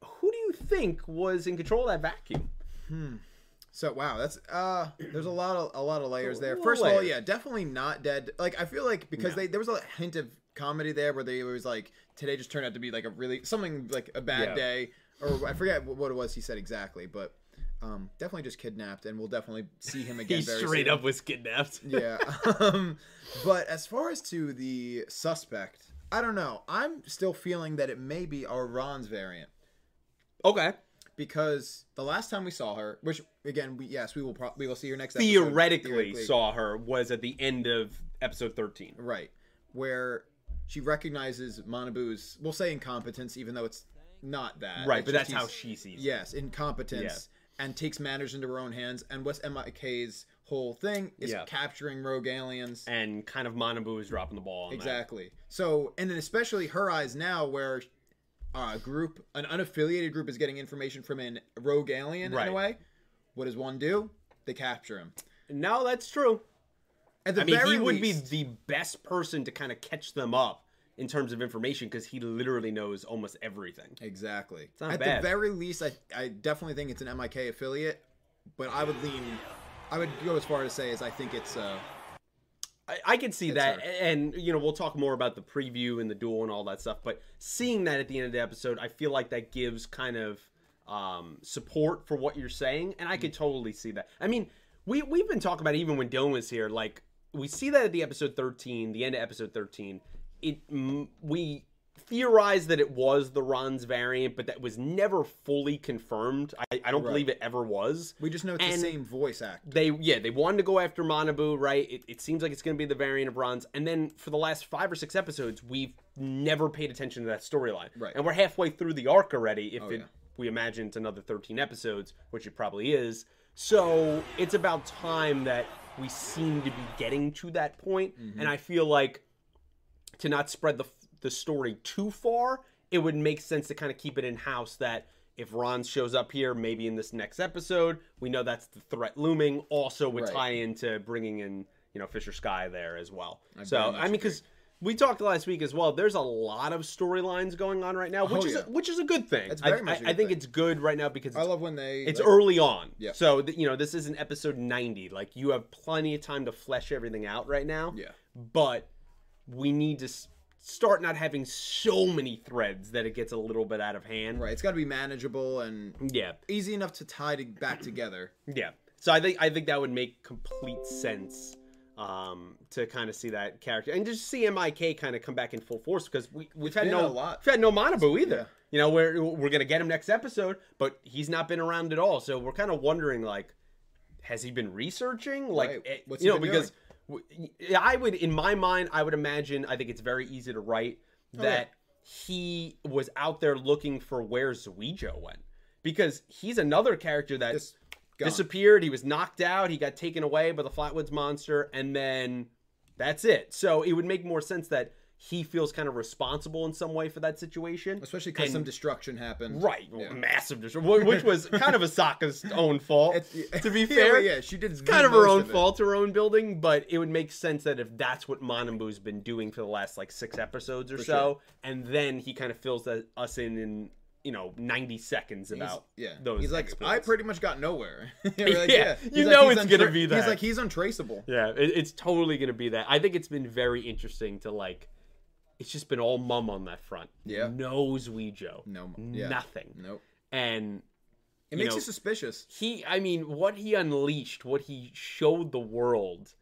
A: who do you think was in control of that vacuum?
B: So wow, that's uh there's a lot of a lot of layers there.
A: Little
B: First of all,
A: layer.
B: yeah, definitely not dead. Like I feel like because they there was a hint of comedy there where they was like today just turned out to be like a really something like a bad
A: Yeah.
B: day or I forget wh- what it was he said exactly, but um definitely just kidnapped and we'll definitely see him again
A: He
B: very
A: straight
B: soon.
A: up was kidnapped.
B: yeah. Um, but as far as to the suspect, I don't know. I'm still feeling that it may be our Ron's variant
A: Okay.
B: because the last time we saw her, which again, we, yes, we will pro- we will see her next episode.
A: Theoretically,
B: Theoretically.
A: saw her was at the end of episode 13.
B: right, where she recognizes Manabu's, we'll say incompetence, even though it's not that.
A: Right,
B: It's
A: but
B: just
A: that's how
B: he's-
A: she sees it.
B: Yes, incompetence, and takes matters into her own hands. And what's MIK's whole thing is
A: Yeah.
B: capturing rogue aliens.
A: And kind of Manabu is dropping the ball on that.
B: Exactly. So, and then especially her eyes now, where uh, a group, an unaffiliated group, is getting information from a rogue alien in
A: Right.
B: a way. What does one do? They capture him.
A: No, that's true.
B: At the
A: I mean,
B: very
A: he would be
B: least,
A: the best person to kind of catch them up in terms of information because he literally knows almost everything.
B: exactly.
A: not
B: At
A: bad.
B: the very least, I, I definitely think it's an MIK affiliate, but I would lean, I would go as far to say as I think it's uh,
A: I, I can see that,
B: her.
A: and you know, we'll talk more about the preview and the duel and all that stuff. But seeing that at the end of the episode, I feel like that gives kind of um, support for what you're saying, and I could totally see that. I mean, we we've been talking about it even when Dylan was here, like we see that at the episode 13, the end of episode 13. It mm, we theorized that it was the Ron's variant, but that was never fully confirmed. I, I don't believe it ever was
B: we just know it's the
A: And-
B: same voice actor.
A: they yeah they wanted to go after Manabu right it, it seems like it's going to be the variant of Ron's and then for the last five or six episodes we've never paid attention to that storyline
B: Right. Oh,
A: and we're halfway through the arc already if it,
B: yeah.
A: we imagine it's another 13 episodes which it probably is so it's about time that we seem to be getting to that point
B: Mm-hmm.
A: and I feel like to not spread the the story too far, it would make sense to kind of keep it in house that if Ron shows up here, maybe in this next episode, we know that's the threat looming. Also, would
B: Right.
A: tie into bringing in you know Fisher Sky there as well.
B: very
A: so
B: much
A: I mean, because we talked last week as well. There's a lot of storylines going on right now, which
B: Oh,
A: is
B: yeah.
A: a, which is a good thing.
B: It's
A: I-
B: very much
A: I,
B: a
A: I
B: good
A: think
B: thing.
A: it's good right now because
B: I
A: it's
B: love when they.
A: it's
B: like,
A: early on.
B: Yeah.
A: So th- you know this isn't episode ninety. Like you have plenty of time to flesh everything out right now.
B: Yeah.
A: But we need to s- start not having so many threads that it gets a little bit out of hand.
B: Right, it's got to be manageable and
A: Yeah.
B: easy enough to tie to, back together.
A: Yeah. So I think I think that would make complete sense um, to kind of see that character and just see Mik kind of come back in full force because we we've had
B: been
A: no
B: a lot.
A: we've had no Monabu either.
B: Yeah.
A: You know we're we're gonna get him next episode, but he's not been around at all. So we're kind of wondering like, has he been researching? Like
B: Right.
A: eh,
B: What's
A: you
B: he
A: know
B: been
A: because w- yeah, I would in my mind I would imagine I think it's very easy to write
B: Oh, yeah.
A: that he was out there looking for where Zuijo went because he's another character that
B: Just gone.
A: disappeared. He was knocked out. He got taken away by the Flatwoods monster, and then that's it. So it would make more sense that he feels kind of responsible in some way for that situation,
B: Especially because
A: And-
B: some destruction happened.
A: Right, massive destruction, which was kind of Asaka's own fault. to be
B: Yeah,
A: fair,
B: yeah, she did
A: kind of her own
B: fault.
A: fault, her own building, but it would make sense that if that's what Manabu's been doing for the last like six episodes or so, and then he kind of fills that, us in in you know ninety seconds about
B: Yeah,
A: those.
B: he's like, I
A: exploits."
B: pretty much got nowhere. We're like,
A: Yeah,
B: yeah.
A: you
B: He's
A: know
B: he's
A: it's gonna
B: untra-
A: be
B: He's
A: that.
B: like he's untraceable.
A: Yeah, it, it's totally gonna be that. I think it's been very interesting to like. It's just been all mum on that front.
B: Yeah.
A: no Zuijo.
B: No mum, yeah.
A: nothing.
B: Nope.
A: And You
B: It makes
A: know-
B: you suspicious.
A: he, I mean, what he unleashed, what he showed the world,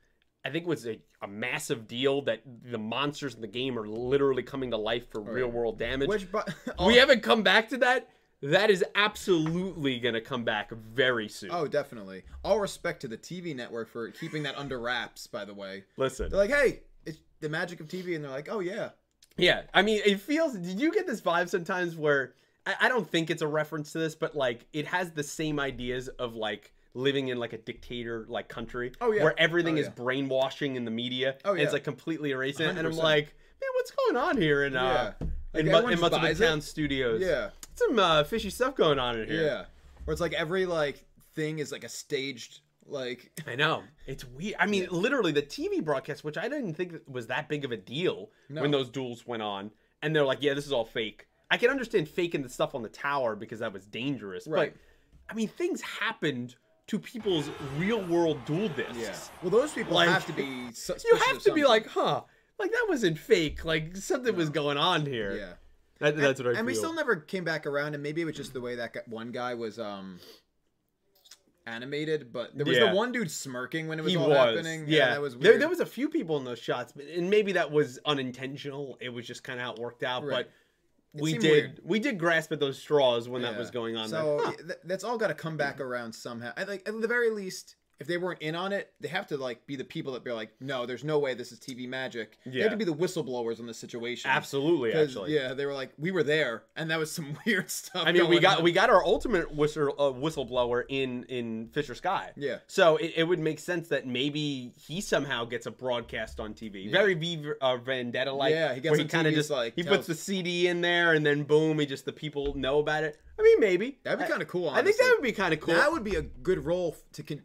A: I think was a, a massive deal that the monsters in the game are literally coming to life for real world damage.
B: Oh, Which, but
A: we haven't come back to that. That is absolutely gonna come back very soon.
B: oh, definitely. All respect to the TV network for keeping that under wraps. By the way,
A: Listen,
B: they're like, hey, it's the magic of TV, and they're like, oh yeah,
A: Yeah, I mean, it feels. Did you get this vibe sometimes where I, I don't think it's a reference to this, but like it has the same ideas of like living in like a dictator like country.
B: Oh, yeah.
A: where everything
B: Oh,
A: is
B: yeah.
A: brainwashing in the media.
B: Oh,
A: and it's
B: yeah.
A: like completely erasing. it. And I'm
B: 100%.
A: like, man, what's going on here in uh,
B: Yeah. Like,
A: in, Mu-
B: everyone
A: in
B: just
A: Muscle
B: buys
A: Town
B: it.
A: Studios?
B: Yeah.
A: some uh, fishy stuff going on in here.
B: Yeah. Or it's like every like thing is like a staged like
A: I know. It's weird. I mean, literally the TV broadcast, which I didn't think was that big of a deal when those duels went on, and they're like, "Yeah, this is all fake." I can understand faking the stuff on the tower because that was dangerous,
B: Right.
A: but I mean, things happened to people's real-world duel discs.
B: yeah. Well, those people
A: Like-
B: have to be. su-
A: You
B: suspicious
A: have
B: of
A: to be
B: something.
A: like, "Huh." Like that wasn't fake. Like something was going on here.
B: yeah.
A: That, that's what I feel.
B: and we still never came back around, and maybe it was just the way that guy, one guy was um animated, but there was
A: Yeah.
B: the one dude smirking when it was
A: he
B: all
A: was.
B: happening.
A: Yeah,
B: that was
A: There,
B: weird.
A: there was a few people in those shots, but, and maybe that was unintentional. It was just kind of how it worked out.
B: Right.
A: But we
B: seemed
A: did
B: weird.
A: we did grasp at those straws when that
B: Yeah.
A: was going on.
B: So
A: Like, huh,
B: th- that's all got to come back around somehow. I, like at the very least, if they weren't in on it, they have to like be the people that be like, no, there's no way this is TV magic. They
A: Yeah.
B: have to be the whistleblowers on the situation.
A: absolutely,
B: 'Cause,
A: actually.
B: yeah, they were like, we were there, and that was some weird stuff.
A: I mean, we
B: going
A: got
B: on.
A: we got our ultimate whistle uh, whistleblower in in Fisher Sky.
B: Yeah.
A: So it, it would make sense that maybe he somehow gets a broadcast on TV. Very V uh, Vendetta like.
B: Yeah, he gets
A: where he
B: on
A: kind of
B: TV 's
A: just
B: like,
A: he
B: tells-
A: puts the CD in there and then boom, he just the people know about it. I mean, maybe
B: That'd be
A: I-
B: kinda cool,
A: I think that
B: honestly.
A: would be kind of cool.
B: That would be a good role f- to con-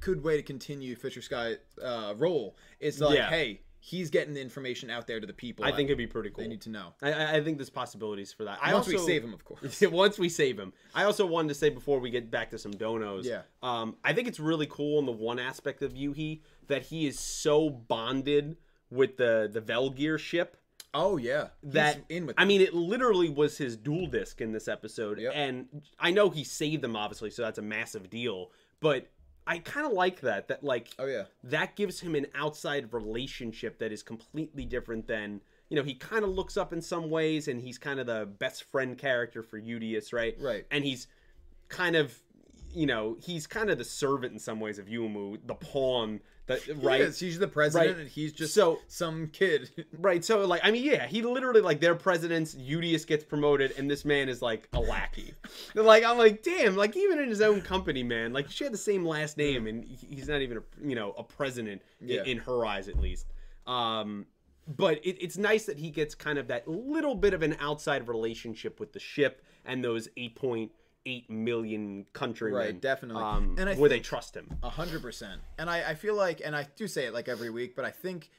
B: good way to continue Fisher Sky uh, role. It's like,
A: Yeah.
B: hey, he's getting the information out there to the people.
A: I think it'd be pretty cool.
B: they need to know.
A: I- I, I think there's possibilities for that. I
B: Once we
A: also-
B: save him, of course.
A: once we save him. I also wanted to say before we get back to some donos.
B: Yeah.
A: Um, I think it's really cool in the one aspect of Yuhi that he is so bonded with the the Velgear ship
B: Oh yeah,
A: that
B: he's in with.
A: I mean, it literally was his dual disc in this episode,
B: Yep.
A: and I know he saved them obviously, so that's a massive deal. But I kind of like that. That like
B: oh yeah,
A: that gives him an outside relationship that is completely different than you know he kind of looks up in some ways and he's kind of the best friend character for Udius, right
B: Right.
A: and he's kind of you know he's kind of the servant in some ways of Yumu the pawn that right
B: He is. He's the president,
A: Right.
B: and he's just
A: So-
B: some kid.
A: right so like I mean yeah he literally like their president's Udius gets promoted and this man is like a lackey like I'm like damn like even in his own company man like she had the same last name and he- he's not even a you know a president i-
B: Yeah.
A: in her eyes at least um but it, it's nice that he gets kind of that little bit of an outside relationship with the ship and those 8.8 million countrymen
B: Right, definitely.
A: um,
B: And I
A: where they trust him
B: A hundred percent. And I, I feel like, and I do say it like every week, but I think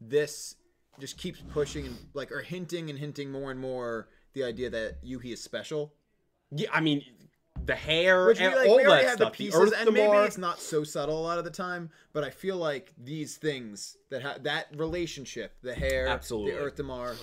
B: this just keeps pushing and like or hinting and hinting more and more the idea that Yuhi is special.
A: yeah I mean the hair
B: Which we,
A: and
B: like,
A: all
B: we already
A: that
B: have
A: stuff
B: the
A: the
B: pieces, and maybe
A: Earthamar.
B: it's not so subtle a lot of the time. But I feel like these things that ha- that relationship, the hair,
A: Absolutely.
B: the Earthamar,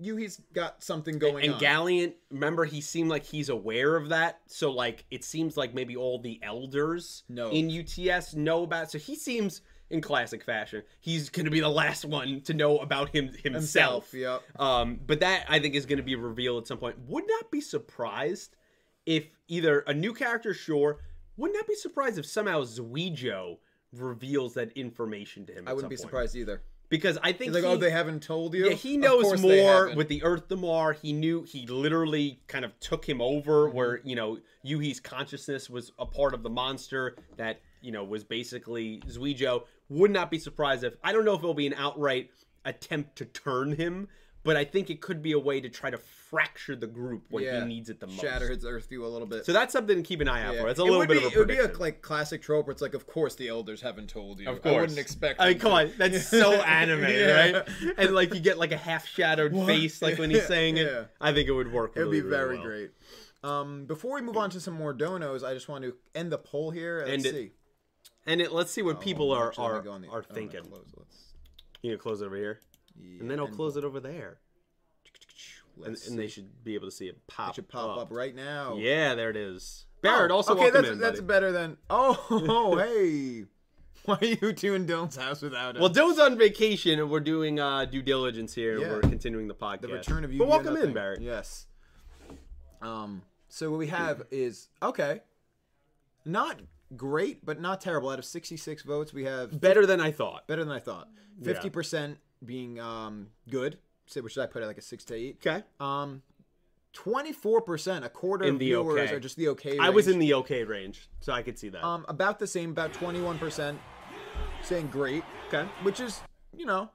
B: Yuhi's got something going
A: And
B: on.
A: Galliant, remember, he seemed like he's aware of that. So, like, it seems like maybe all the elders
B: No.
A: in UTS know about. So he seems, in classic fashion, he's going to be the last one to know about him himself.
B: Himself, yep.
A: Um, but that I think is going to be revealed at some point. Would not be surprised if either a new character, sure. Would not be surprised if somehow Zuijo reveals that information to him.
B: I wouldn't be surprised either.
A: because I think
B: Like,
A: he-
B: oh, they haven't told you.
A: yeah, he
B: Of
A: knows
B: course they
A: more
B: haven't.
A: with the Earth Damar. He knew he literally kind of took him over
B: Mm-hmm.
A: where, you know, Yuhi's consciousness was a part of the monster that, you know, was basically Zuijo. Would not be surprised if I don't know if it'll be an outright attempt to turn him, but I think it could be a way to try to fracture the group when
B: Yeah.
A: he needs it the most.
B: shatter his Earth view a little bit.
A: So that's something to keep an eye out
B: Yeah.
A: for. That's a
B: It
A: little
B: would
A: bit
B: be-
A: of a
B: It would
A: prediction.
B: be a like classic trope where it's like, of course the elders haven't told you.
A: Of course.
B: I wouldn't expect.
A: I mean,
B: them
A: come
B: to.
A: on, that's so anime,
B: Yeah.
A: right? And like you get like a half shadowed face, like when he's saying
B: Yeah.
A: it. I think it would work.
B: It would be
A: really, really
B: very
A: well.
B: great. Um, before we move on to some more donos, I just want to end the poll here. Let's
A: End it.
B: see.
A: And it, let's see what people are
B: Oh, Actually, let me
A: are,
B: go on the-
A: are
B: oh, no,
A: thinking.
B: close, let's-
A: you know, close it over here, and then I'll close it over there, and,
B: Let's
A: and they should be able to see it pop.
B: It should pop up right now.
A: Yeah, there it is.
B: Oh,
A: Barrett, also
B: okay.
A: welcome
B: That's
A: in,
B: that's
A: buddy.
B: better than. Oh, oh, hey. Why are you doing Dylan's house without us?
A: Well, Doe's on vacation, and we're doing uh, due diligence here, and
B: Yeah.
A: we're continuing the podcast.
B: the return of you.
A: But welcome
B: Nothing.
A: in, Barrett.
B: Yes. Um. So what we have is okay. Not great, but not terrible. Out of sixty-six votes, we have
A: Better than I thought.
B: better than I thought. Fifty percent being um good, so which I put at like a six to eight.
A: Okay.
B: Um, twenty-four percent, a quarter
A: In
B: of
A: the
B: viewers
A: okay.
B: are just the okay.
A: I was
B: range.
A: in the okay range, so I could see that.
B: um about the same, about twenty-one percent saying great,
A: okay.
B: which is you know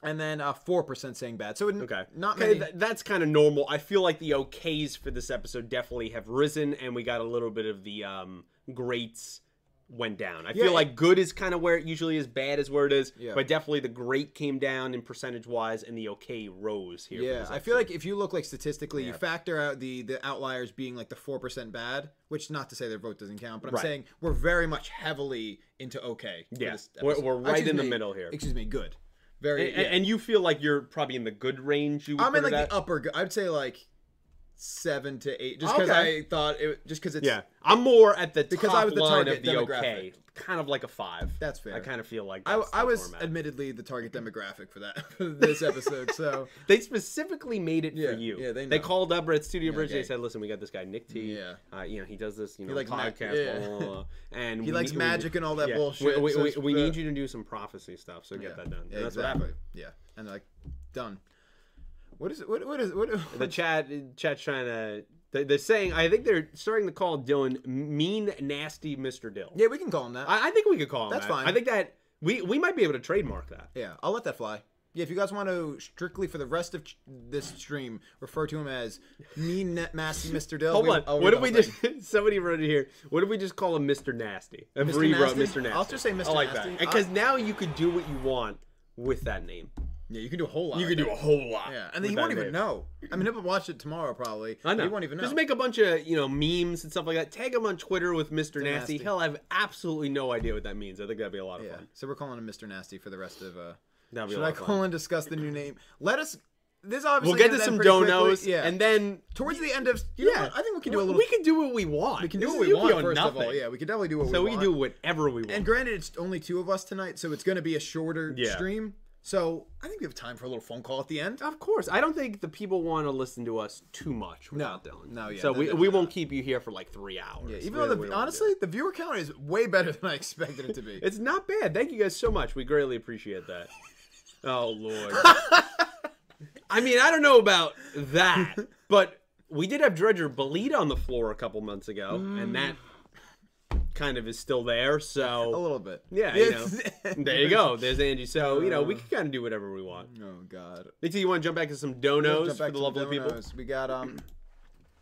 B: and then uh, 4% saying bad. So it,
A: Okay.
B: not
A: okay,
B: many.
A: th- that's kind of normal. I feel like the okays for this episode definitely have risen, and we got a little bit of the um, greats went down. I
B: Yeah.
A: feel like good is kind of where it usually is, bad is where it is,
B: Yeah.
A: but definitely the great came down in percentage wise, and the okay rose here. for
B: Yeah,
A: this
B: I feel
A: episode.
B: like if you look like statistically, you
A: Yeah.
B: factor out the the outliers being like the four percent bad, which not to say their vote doesn't count, but I'm
A: Right.
B: saying we're very much heavily into okay. for
A: Yeah,
B: this
A: we're-
B: episode.
A: we're right
B: Excuse
A: in the
B: me,
A: middle here.
B: Excuse me, good. Very.
A: A-
B: yeah.
A: and you feel like you're probably in the good range. You would
B: I'm in
A: put
B: like
A: it
B: the
A: at?
B: upper. good- I'd say like seven to eight, just because
A: Okay.
B: I thought it just because it's
A: yeah. I'm more at the
B: Because
A: top
B: I was the
A: line
B: target
A: of the okay,
B: demographic.
A: kind of like a five.
B: That's fair.
A: I kind of feel like
B: I,
A: that's the
B: I was
A: format.
B: admittedly the target demographic for that for this episode, so
A: They specifically made it
B: Yeah,
A: for you.
B: yeah, they
A: They
B: know.
A: called up at Studio Bridge.
B: okay.
A: They said, "Listen, we got this guy Nick T.
B: Yeah.
A: uh, you know he does this. You know,
B: likes ma-
A: podcast.
B: yeah.
A: blah, blah, blah, blah. And
B: he
A: we
B: likes
A: need- we
B: magic
A: need-
B: and all that
A: yeah,
B: bullshit.
A: We,
B: so
A: we,
B: it's
A: we
B: the-
A: need you to do some prophecy stuff. So get that done. And
B: Yeah,
A: that's what
B: exactly.
A: happened.
B: Yeah, and they're like done. What is it? What what is what?
A: The chat, chat's trying to. They're, they're saying. I think they're starting to call Dylan mean, nasty Mr. Dill.
B: yeah, we can call him that.
A: I, I think we could call him.
B: That's
A: that.
B: fine.
A: I think that we we might be able to trademark that.
B: yeah, I'll let that fly. Yeah, if you guys want to strictly for the rest of ch- this stream refer to him as mean net nasty Mr. Dill.
A: Hold
B: we-
A: on.
B: I'll
A: what
B: read the
A: if we
B: whole
A: just
B: thing.
A: somebody wrote it here? What if we just call him Mr. Nasty? And Bree wrote
B: Nasty?
A: Mr. Nasty.
B: I'll just say Mr.
A: I like
B: Nasty.
A: that because now you could do what you want with that name.
B: Yeah, you can do a whole lot.
A: You
B: with
A: could
B: that.
A: do a whole lot.
B: Yeah, and
A: with
B: then he won't
A: that
B: even
A: name.
B: know. I mean, he'll watch it tomorrow probably.
A: I know.
B: He won't even know.
A: Just make a bunch of you know memes and stuff like that. Tag him on Twitter with Mr. Nasty.
B: Nasty.
A: He'll have absolutely no idea what that means. I think that'd be a lot of
B: yeah.
A: fun.
B: So we're calling him Mr. Nasty for the rest of. uh
A: That'd be
B: Should
A: a lot
B: I
A: of fun.
B: call and discuss the new name? Let us. This obviously
A: We'll get
B: gonna
A: to
B: end
A: some
B: pretty quickly.
A: donos,
B: Yeah.
A: and then
B: towards the end of you
A: yeah,
B: know what? I think we can do a little.
A: We can do what we want.
B: We can do what we want. First of all, yeah, we can definitely do what
A: So we
B: we want.
A: can do whatever we want.
B: And granted, it's only two of us tonight, so it's going to be a shorter
A: Yeah.
B: stream. So I think we have time for a little phone call at the end.
A: Of course, I don't think the people want to listen to us too much. Without
B: No.
A: Dylan.
B: No, yeah,
A: So we,
B: no,
A: we
B: definitely
A: won't keep you here for like three hours. We-
B: Even though,
A: we
B: the,
A: don't wanna do
B: honestly, the viewer count is way better than I expected it to be.
A: that. it's not bad. Thank you guys so much. We greatly appreciate that. oh lord. I mean, I don't know about that, but we did have Dredger Belita on the floor a couple months ago, and that kind of is still there. So
B: a little bit.
A: yeah, you know. there you go. Oh, There's Uh, Angie. So you know, we can kind of do whatever we want.
B: Oh God.
A: Nicky, you want to jump back to some
B: Jump
A: donos
B: back
A: for the
B: to
A: love of the people?
B: donos. We got um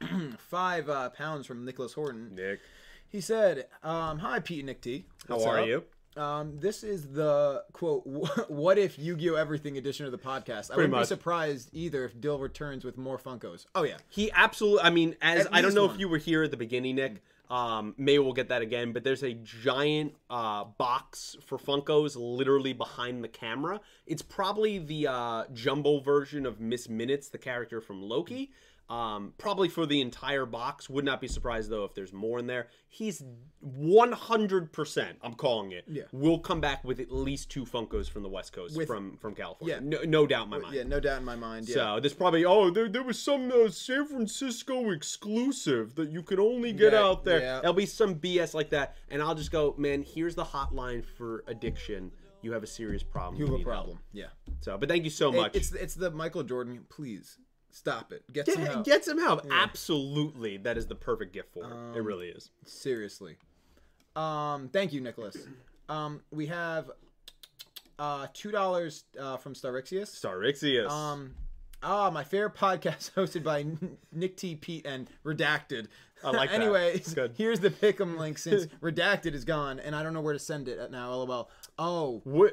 B: five uh, pounds from Nicholas Horton.
A: Nick,
B: He said, um, "Hi, Pete and Nick T.
A: how
B: What's
A: are
B: up?
A: you?
B: Um, this is the quote, what if Yu Gi Oh! Everything edition of the podcast? I wouldn't be
A: much.
B: surprised either if Dill returns with more Funkos. Oh, yeah.
A: He absolutely. I mean, as
B: At
A: I don't
B: least
A: know
B: one.
A: if you were here at the beginning, Nick. Um, maybe we'll get that again. But there's a giant uh, box for Funkos literally behind the camera. It's probably the uh, jumbo version of Miss Minutes, the character from Loki. Um, probably for the entire box. Would not be surprised though if there's more in there. He's 100%. I'm calling it.
B: Yeah.
A: We'll come back with at least two Funkos from the West Coast
B: With-
A: from from California.
B: Yeah.
A: No, no doubt in my mind.
B: Yeah, no doubt in my mind. Yeah.
A: So there's probably oh there, there was some uh, San Francisco exclusive that you could only get
B: Yeah,
A: out there.
B: yeah.
A: There'll be some BS like that, and I'll just go, man. Here's the hotline for addiction. You have a serious problem.
B: you have a
A: need
B: problem. Yeah.
A: help." So, but thank you so much.
B: It's, it's the Michael Jordan, please stop it. Get some
A: get,
B: help.
A: get some help. Absolutely, that is the perfect gift for
B: Um,
A: it. It really is.
B: Seriously. Um, thank you, Nicholas. Um, we have uh, $2 uh, from Starixius.
A: Starixius.
B: Um, ah, my favorite podcast hosted by Nick T, Pete, and Redacted.
A: I like that. It's
B: Anyways,
A: good.
B: here's the pick'em link since Redacted is gone, and I don't know where to send it at now. LOL. Oh,
A: we're,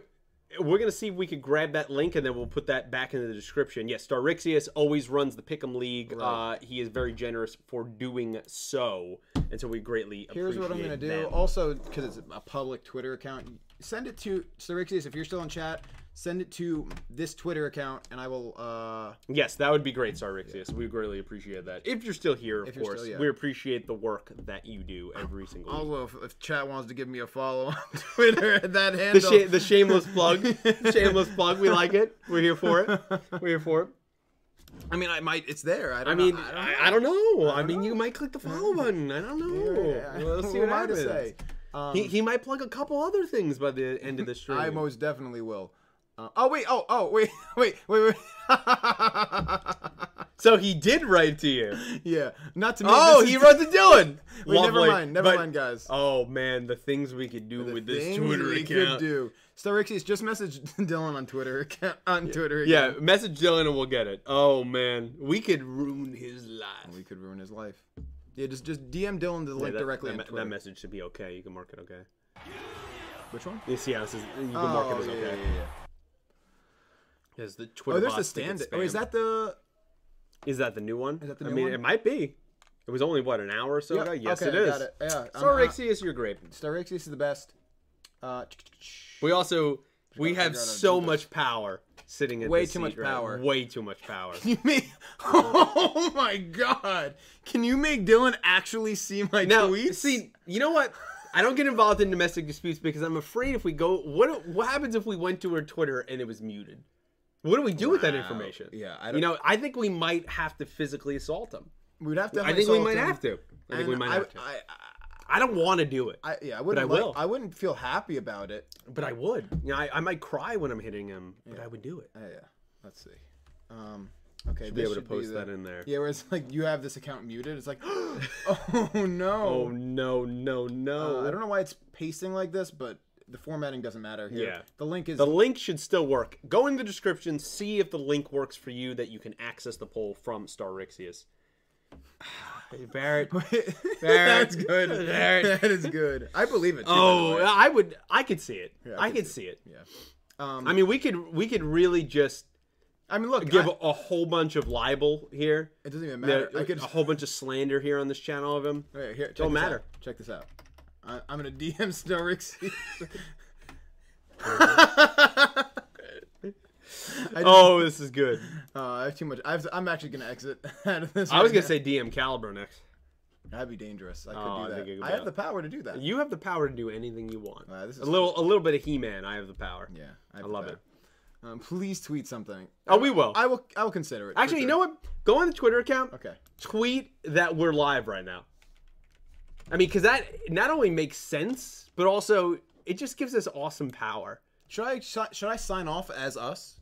A: we're gonna see if we can grab that link and then we'll put that back into the description. Yes, Starixius always runs the Pick'em League. Uh, he is very generous for doing so, and so we greatly
B: here's
A: appreciate
B: what I'm gonna do.
A: them.
B: Also, because it's a public Twitter account, send it to Sirixius if you're still in chat. Send it to this Twitter account, and I will. uh
A: Yes, that would be great, Starixius. We greatly appreciate that. If you're still here, of
B: you're
A: course,
B: still- yeah.
A: we appreciate the work that you do every single week.
B: Also, if, if chat wants to give me a follow on Twitter at that handle,
A: the, sha- the shameless plug, shameless plug. We like it. We're here for it. We're here for it.
B: I mean, I might. It's there. I, don't
A: I mean,
B: know. I don't
A: I, I don't know. I, mean, you might click the follow button. I don't know. Let's see what,
B: am I to
A: happens.
B: say?
A: he, he might plug a couple other things by the end of the stream.
B: I most definitely will. Uh, oh wait, oh oh wait, wait, wait, wait.
A: So he did write to you.
B: yeah, not to me.
A: Oh,
B: this
A: he
B: is-
A: wrote to Dylan.
B: Wait, never
A: Lovely,
B: mind, never
A: but-
B: mind, guys.
A: Oh man, the things we could do
B: The
A: with this
B: things
A: Twitter
B: we could
A: account.
B: do. Styrixius just messaged Dylan on Twitter account, on Twitter.
A: Yeah,
B: again.
A: message Dylan and we'll get it. Oh man, we could ruin his life.
B: we could ruin his life. Yeah, just just DM Dylan the
A: Yeah,
B: link
A: that-
B: directly
A: that,
B: on
A: me-
B: Twitter.
A: that message should be okay. You can mark it okay.
B: Which one?
A: You see how this is, you can mark it as
B: Oh, yeah,
A: okay.
B: yeah, yeah, yeah.
A: There's the Twitter
B: Oh, there's the
A: bots that get
B: stand. Oh, is
A: spammed.
B: that the?
A: Is that the new one?
B: that the
A: I
B: new
A: mean,
B: one?
A: it might be. It was only what an hour or so
B: Yep,
A: ago. Yes,
B: okay,
A: it
B: I
A: is.
B: Got it. Yeah. I'm, uh,
A: Sorrixius, you're great.
B: Styrixius is the best. Uh,
A: We also we have
B: gotta figure out how to
A: so
B: do this.
A: much power sitting in
B: Way
A: this
B: too much
A: seat right now.
B: power.
A: Way too much power.
B: you make. Oh my God! Can you make Dylan actually see my
A: now,
B: tweets?
A: see, you know what? I don't get involved in domestic disputes because I'm afraid if we go, what what happens if we went to her Twitter and it was muted? What do we do with that
B: Wow.
A: information?
B: Yeah, I
A: you
B: don't-
A: know, I think we might have to physically assault him.
B: we'd have to.
A: I think we might have to. I think we might
B: I,
A: have to.
B: I,
A: I don't want to do it,
B: I, I, yeah, I wouldn't.
A: I
B: like,
A: will.
B: I wouldn't feel happy about it.
A: but I would. You know, I, I might cry when I'm hitting him, but I would do it.
B: Uh, yeah. Let's see. Um. Okay.
A: Be
B: this
A: able to
B: should
A: post
B: the-
A: that in there.
B: Yeah, where it's like you have this account muted. It's like, oh
A: Oh
B: no.
A: no, no, no!
B: Uh, I don't know why it's pasting like this, but the formatting doesn't matter here.
A: Yeah.
B: The link is
A: The link should still work. Go in the description, see if the link works for you that you can access the poll from Starixius. Barrett.
B: That's good.
A: There it-
B: That is good. I believe it. Too,
A: Oh,
B: by the way.
A: I would I could see it.
B: Yeah,
A: I, could see it.
B: yeah. Um,
A: I mean, we could we could really just
B: I mean, look,
A: give
B: I-
A: a whole bunch of libel here.
B: it doesn't even matter.
A: There- uh,
B: I could
A: a whole bunch of slander here on this channel of him.
B: Wait, here, check
A: Don't
B: this
A: matter.
B: out. Check this out. I, I'm gonna DM Starix.
A: Oh, this is good.
B: Uh, I have too much. I've, I'm actually gonna exit out of this.
A: I was
B: right
A: gonna say DM Caliber next.
B: now. that'd be dangerous. I could
A: Oh, I
B: do that. I,
A: think it could be
B: have
A: out.
B: the power to do that.
A: You have the power to do anything you want.
B: Uh, this is
A: a little a little bit of He-Man. I have the power.
B: yeah,
A: I love it.
B: Um, please tweet something.
A: Oh, we will.
B: I will. I will consider it. for
A: Actually, you
B: sure.
A: know what? Go on the Twitter account.
B: Okay.
A: Tweet that we're live right now. I mean, because that not only makes sense, but also it just gives us awesome power.
B: Should I si- should I sign off as us?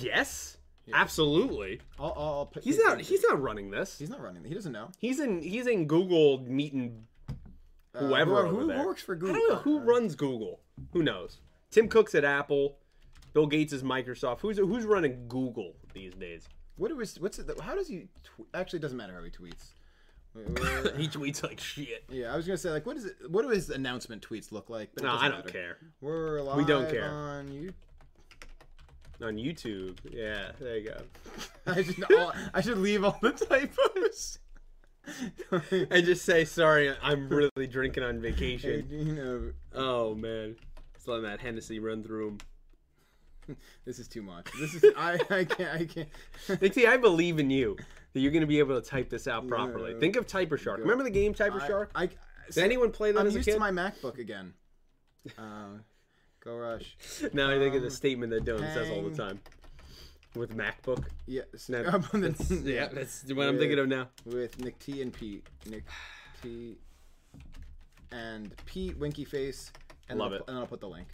A: Yes, absolutely.
B: I'll, I'll, I'll pick,
A: He's not. He's not running this.
B: he's not running. He doesn't know.
A: He's in. He's in Google meeting
B: Uh,
A: whoever
B: who,
A: over
B: who
A: there.
B: works for
A: I
B: Google? Uh,
A: don't know who runs Google. Who knows? Tim Cook's at Apple. Bill Gates is Microsoft. Who's who's running Google these days?
B: What was what's it? How does he? Tw- actually, it doesn't matter how he tweets. Wait, wait, wait.
A: He tweets like shit.
B: yeah, I was gonna say like, what is it? What do his announcement tweets look like? But it
A: No,
B: doesn't
A: I don't
B: matter.
A: care.
B: We're live
A: don't care.
B: on you.
A: On YouTube. Yeah, there you go.
B: I should all, I should leave all the typos.
A: and just say sorry i'm really drinking on
B: Hey,
A: vacation
B: you know,
A: oh man just letting that hennessy run through him
B: this is too much. This is I I can't I can't.
A: Nixie, i believe in you that you're gonna be able to type this out properly
B: Yeah.
A: think of typer shark remember the game typer
B: I,
A: shark
B: I,
A: did anyone play that
B: I'm
A: as a
B: used
A: kid
B: to my MacBook again. Uh, go rush.
A: now i think of the statement that dylan says all the
B: Um, hang.
A: time with macbook
B: Yeah, s-
A: No,
B: up on the-
A: that's, yeah that's what i'm thinking of now
B: with Nick T and Pete. Nick T and Pete Winky Face. And
A: Love
B: I'll,
A: it.
B: And I'll put the link.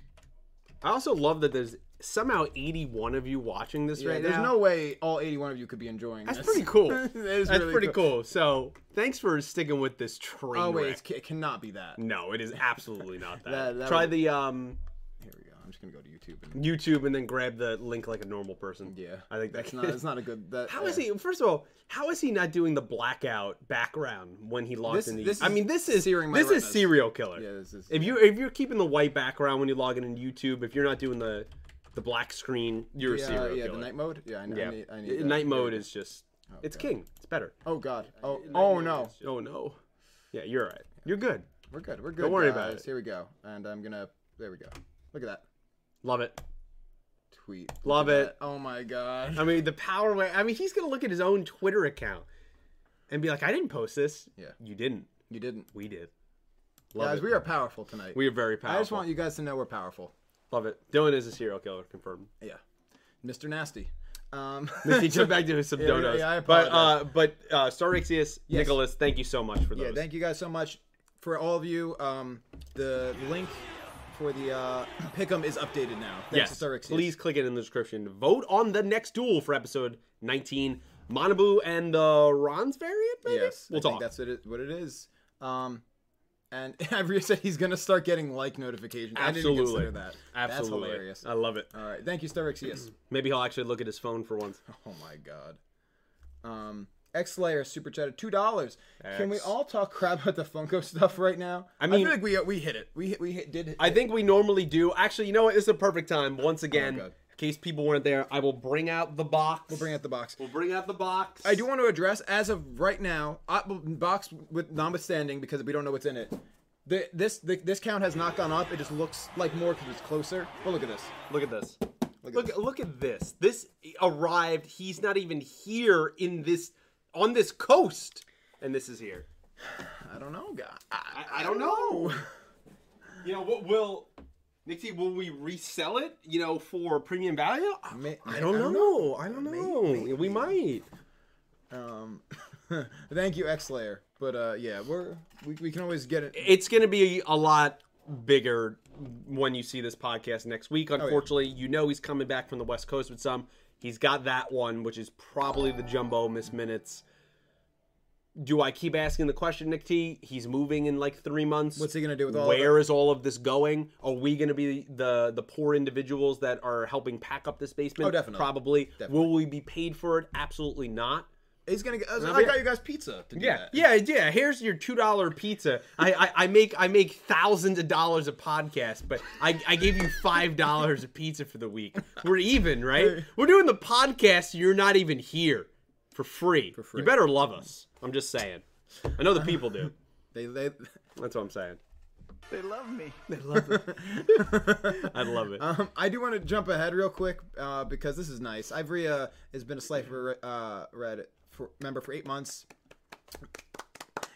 A: i also love that there's somehow 81 of you watching this
B: Yeah,
A: right
B: there's
A: now
B: no way all 81 of you could be enjoying
A: that's
B: this.
A: pretty cool
B: That is
A: that's
B: really
A: pretty cool. so thanks for sticking with this train
B: Oh
A: wreck.
B: wait, it's, it cannot be that.
A: No, it is absolutely not that.
B: That- that
A: Try
B: would-
A: the um
B: Here we go. I'm just gonna go to YouTube and
A: YouTube and then grab the link like a normal person.
B: yeah.
A: I think
B: that's
A: that-
B: not. That's not a good. That,
A: How is
B: yeah.
A: he? First of all, how is he not doing the blackout background when he logs
B: This-
A: into?
B: this
A: I
B: is
A: mean, this is
B: searing my
A: this is
B: retinas.
A: serial killer.
B: Yeah, this is.
A: If you if you're keeping the white background when you log in in YouTube, if you're not doing the the black screen, you're a
B: yeah,
A: serial
B: yeah,
A: killer.
B: the night mode. Yeah, I, I
A: yeah,
B: need. I need that.
A: night mode is just it's
B: God.
A: king. It's better.
B: Oh god. Oh.
A: Night
B: Oh
A: mode
B: no.
A: is just- oh no. Yeah, you're all right. You're good.
B: We're good. We're good.
A: worry about
B: guys.
A: it.
B: Here we go. And I'm gonna. There we go. Look at that
A: Love it.
B: tweet. Look
A: Love
B: at
A: it.
B: that. Oh my god.
A: I mean, the power. wa- I mean, he's gonna look at his own Twitter account and be like, "I didn't post this.
B: Yeah.
A: you didn't.
B: You didn't.
A: We did. Love
B: Guys,
A: it.
B: we are powerful tonight.
A: We are very powerful.
B: I just want you guys to know we're powerful.
A: Love it. Dylan is a serial killer, confirmed.
B: Yeah. Mr. Nasty. Um.
A: He jumped back to his some
B: Yeah, yeah,
A: donuts.
B: yeah, I
A: but uh,
B: apologize.
A: but uh, Starixius, Nicholas, thank you so much for those.
B: Yeah, thank you guys so much for all of you. Um, the link for the uh, pick'em is updated now. Thanks
A: Yes,
B: to Styrexius.
A: please click it in the description. Vote on the next duel for episode 19. Manabu and the Ron's variant, maybe?
B: Yes,
A: We'll
B: I think
A: talk.
B: that's what it, what it is. Um, and Avery said he's gonna start getting like notifications. I didn't
A: Absolutely.
B: even consider that.
A: Absolutely.
B: That's hilarious.
A: I love it.
B: All right, thank you, Styrexius.
A: Maybe he'll actually look at his phone for once.
B: Oh my god. Um, X Layer super chatted two dollars. Can we
A: X.
B: all talk crap about the Funko stuff right now? I
A: mean-
B: feel like we we hit it. We hit, we hit, did. Hit
A: I think we normally do. Actually, you know what? This is a perfect time. Once again,
B: Oh, God.
A: in case people weren't there, I will bring out the box. We'll
B: bring out the box.
A: We'll bring out the box.
B: I do want to address as of right now, I, box with notwithstanding because we don't know what's in it. The, this the, this count has not gone up. It just looks like more because it's closer. But look at this.
A: Look at this. Look,
B: at
A: look,
B: this.
A: at this. This arrived. He's not even here in this on this coast, and this is here.
B: I don't know, guy. I-
A: I, I don't know. you know what will Nick T, will we resell it? You know for premium value? I,
B: May-
A: I don't, know. I don't know. we might.
B: Um, thank you, X Layer. But uh, yeah, we're we, we can always get it.
A: It's going to be a lot bigger when you see this podcast next week.
B: Oh,
A: Unfortunately, you know he's coming back from the West Coast with some. He's got that one, which is probably the jumbo miss minutes. Do I keep asking the question, Nick T? He's moving in like three months.
B: What's he gonna do with all? of it?
A: Where is all of this going? Are we going to be the the poor individuals that are helping pack up this basement?
B: Oh, definitely.
A: Probably. Will we be paid for it? Absolutely not.
B: He's gonna. Get, I,
A: be-
B: got you guys pizza to do that.
A: yeah, yeah. Here's your two dollar pizza. I, I I make I make thousands of dollars a podcast, but I I gave you five dollars a pizza for the week. We're even, right? We're doing the podcast. You're not even here for free. For
B: free.
A: You better love us. I'm just saying. I know the people do.
B: They they.
A: That's what I'm saying.
B: They love me.
A: I love it.
B: Um, I do want to jump ahead real quick uh, because this is nice. Ivory uh, has been a Slifer uh, Reddit for, member for eight months,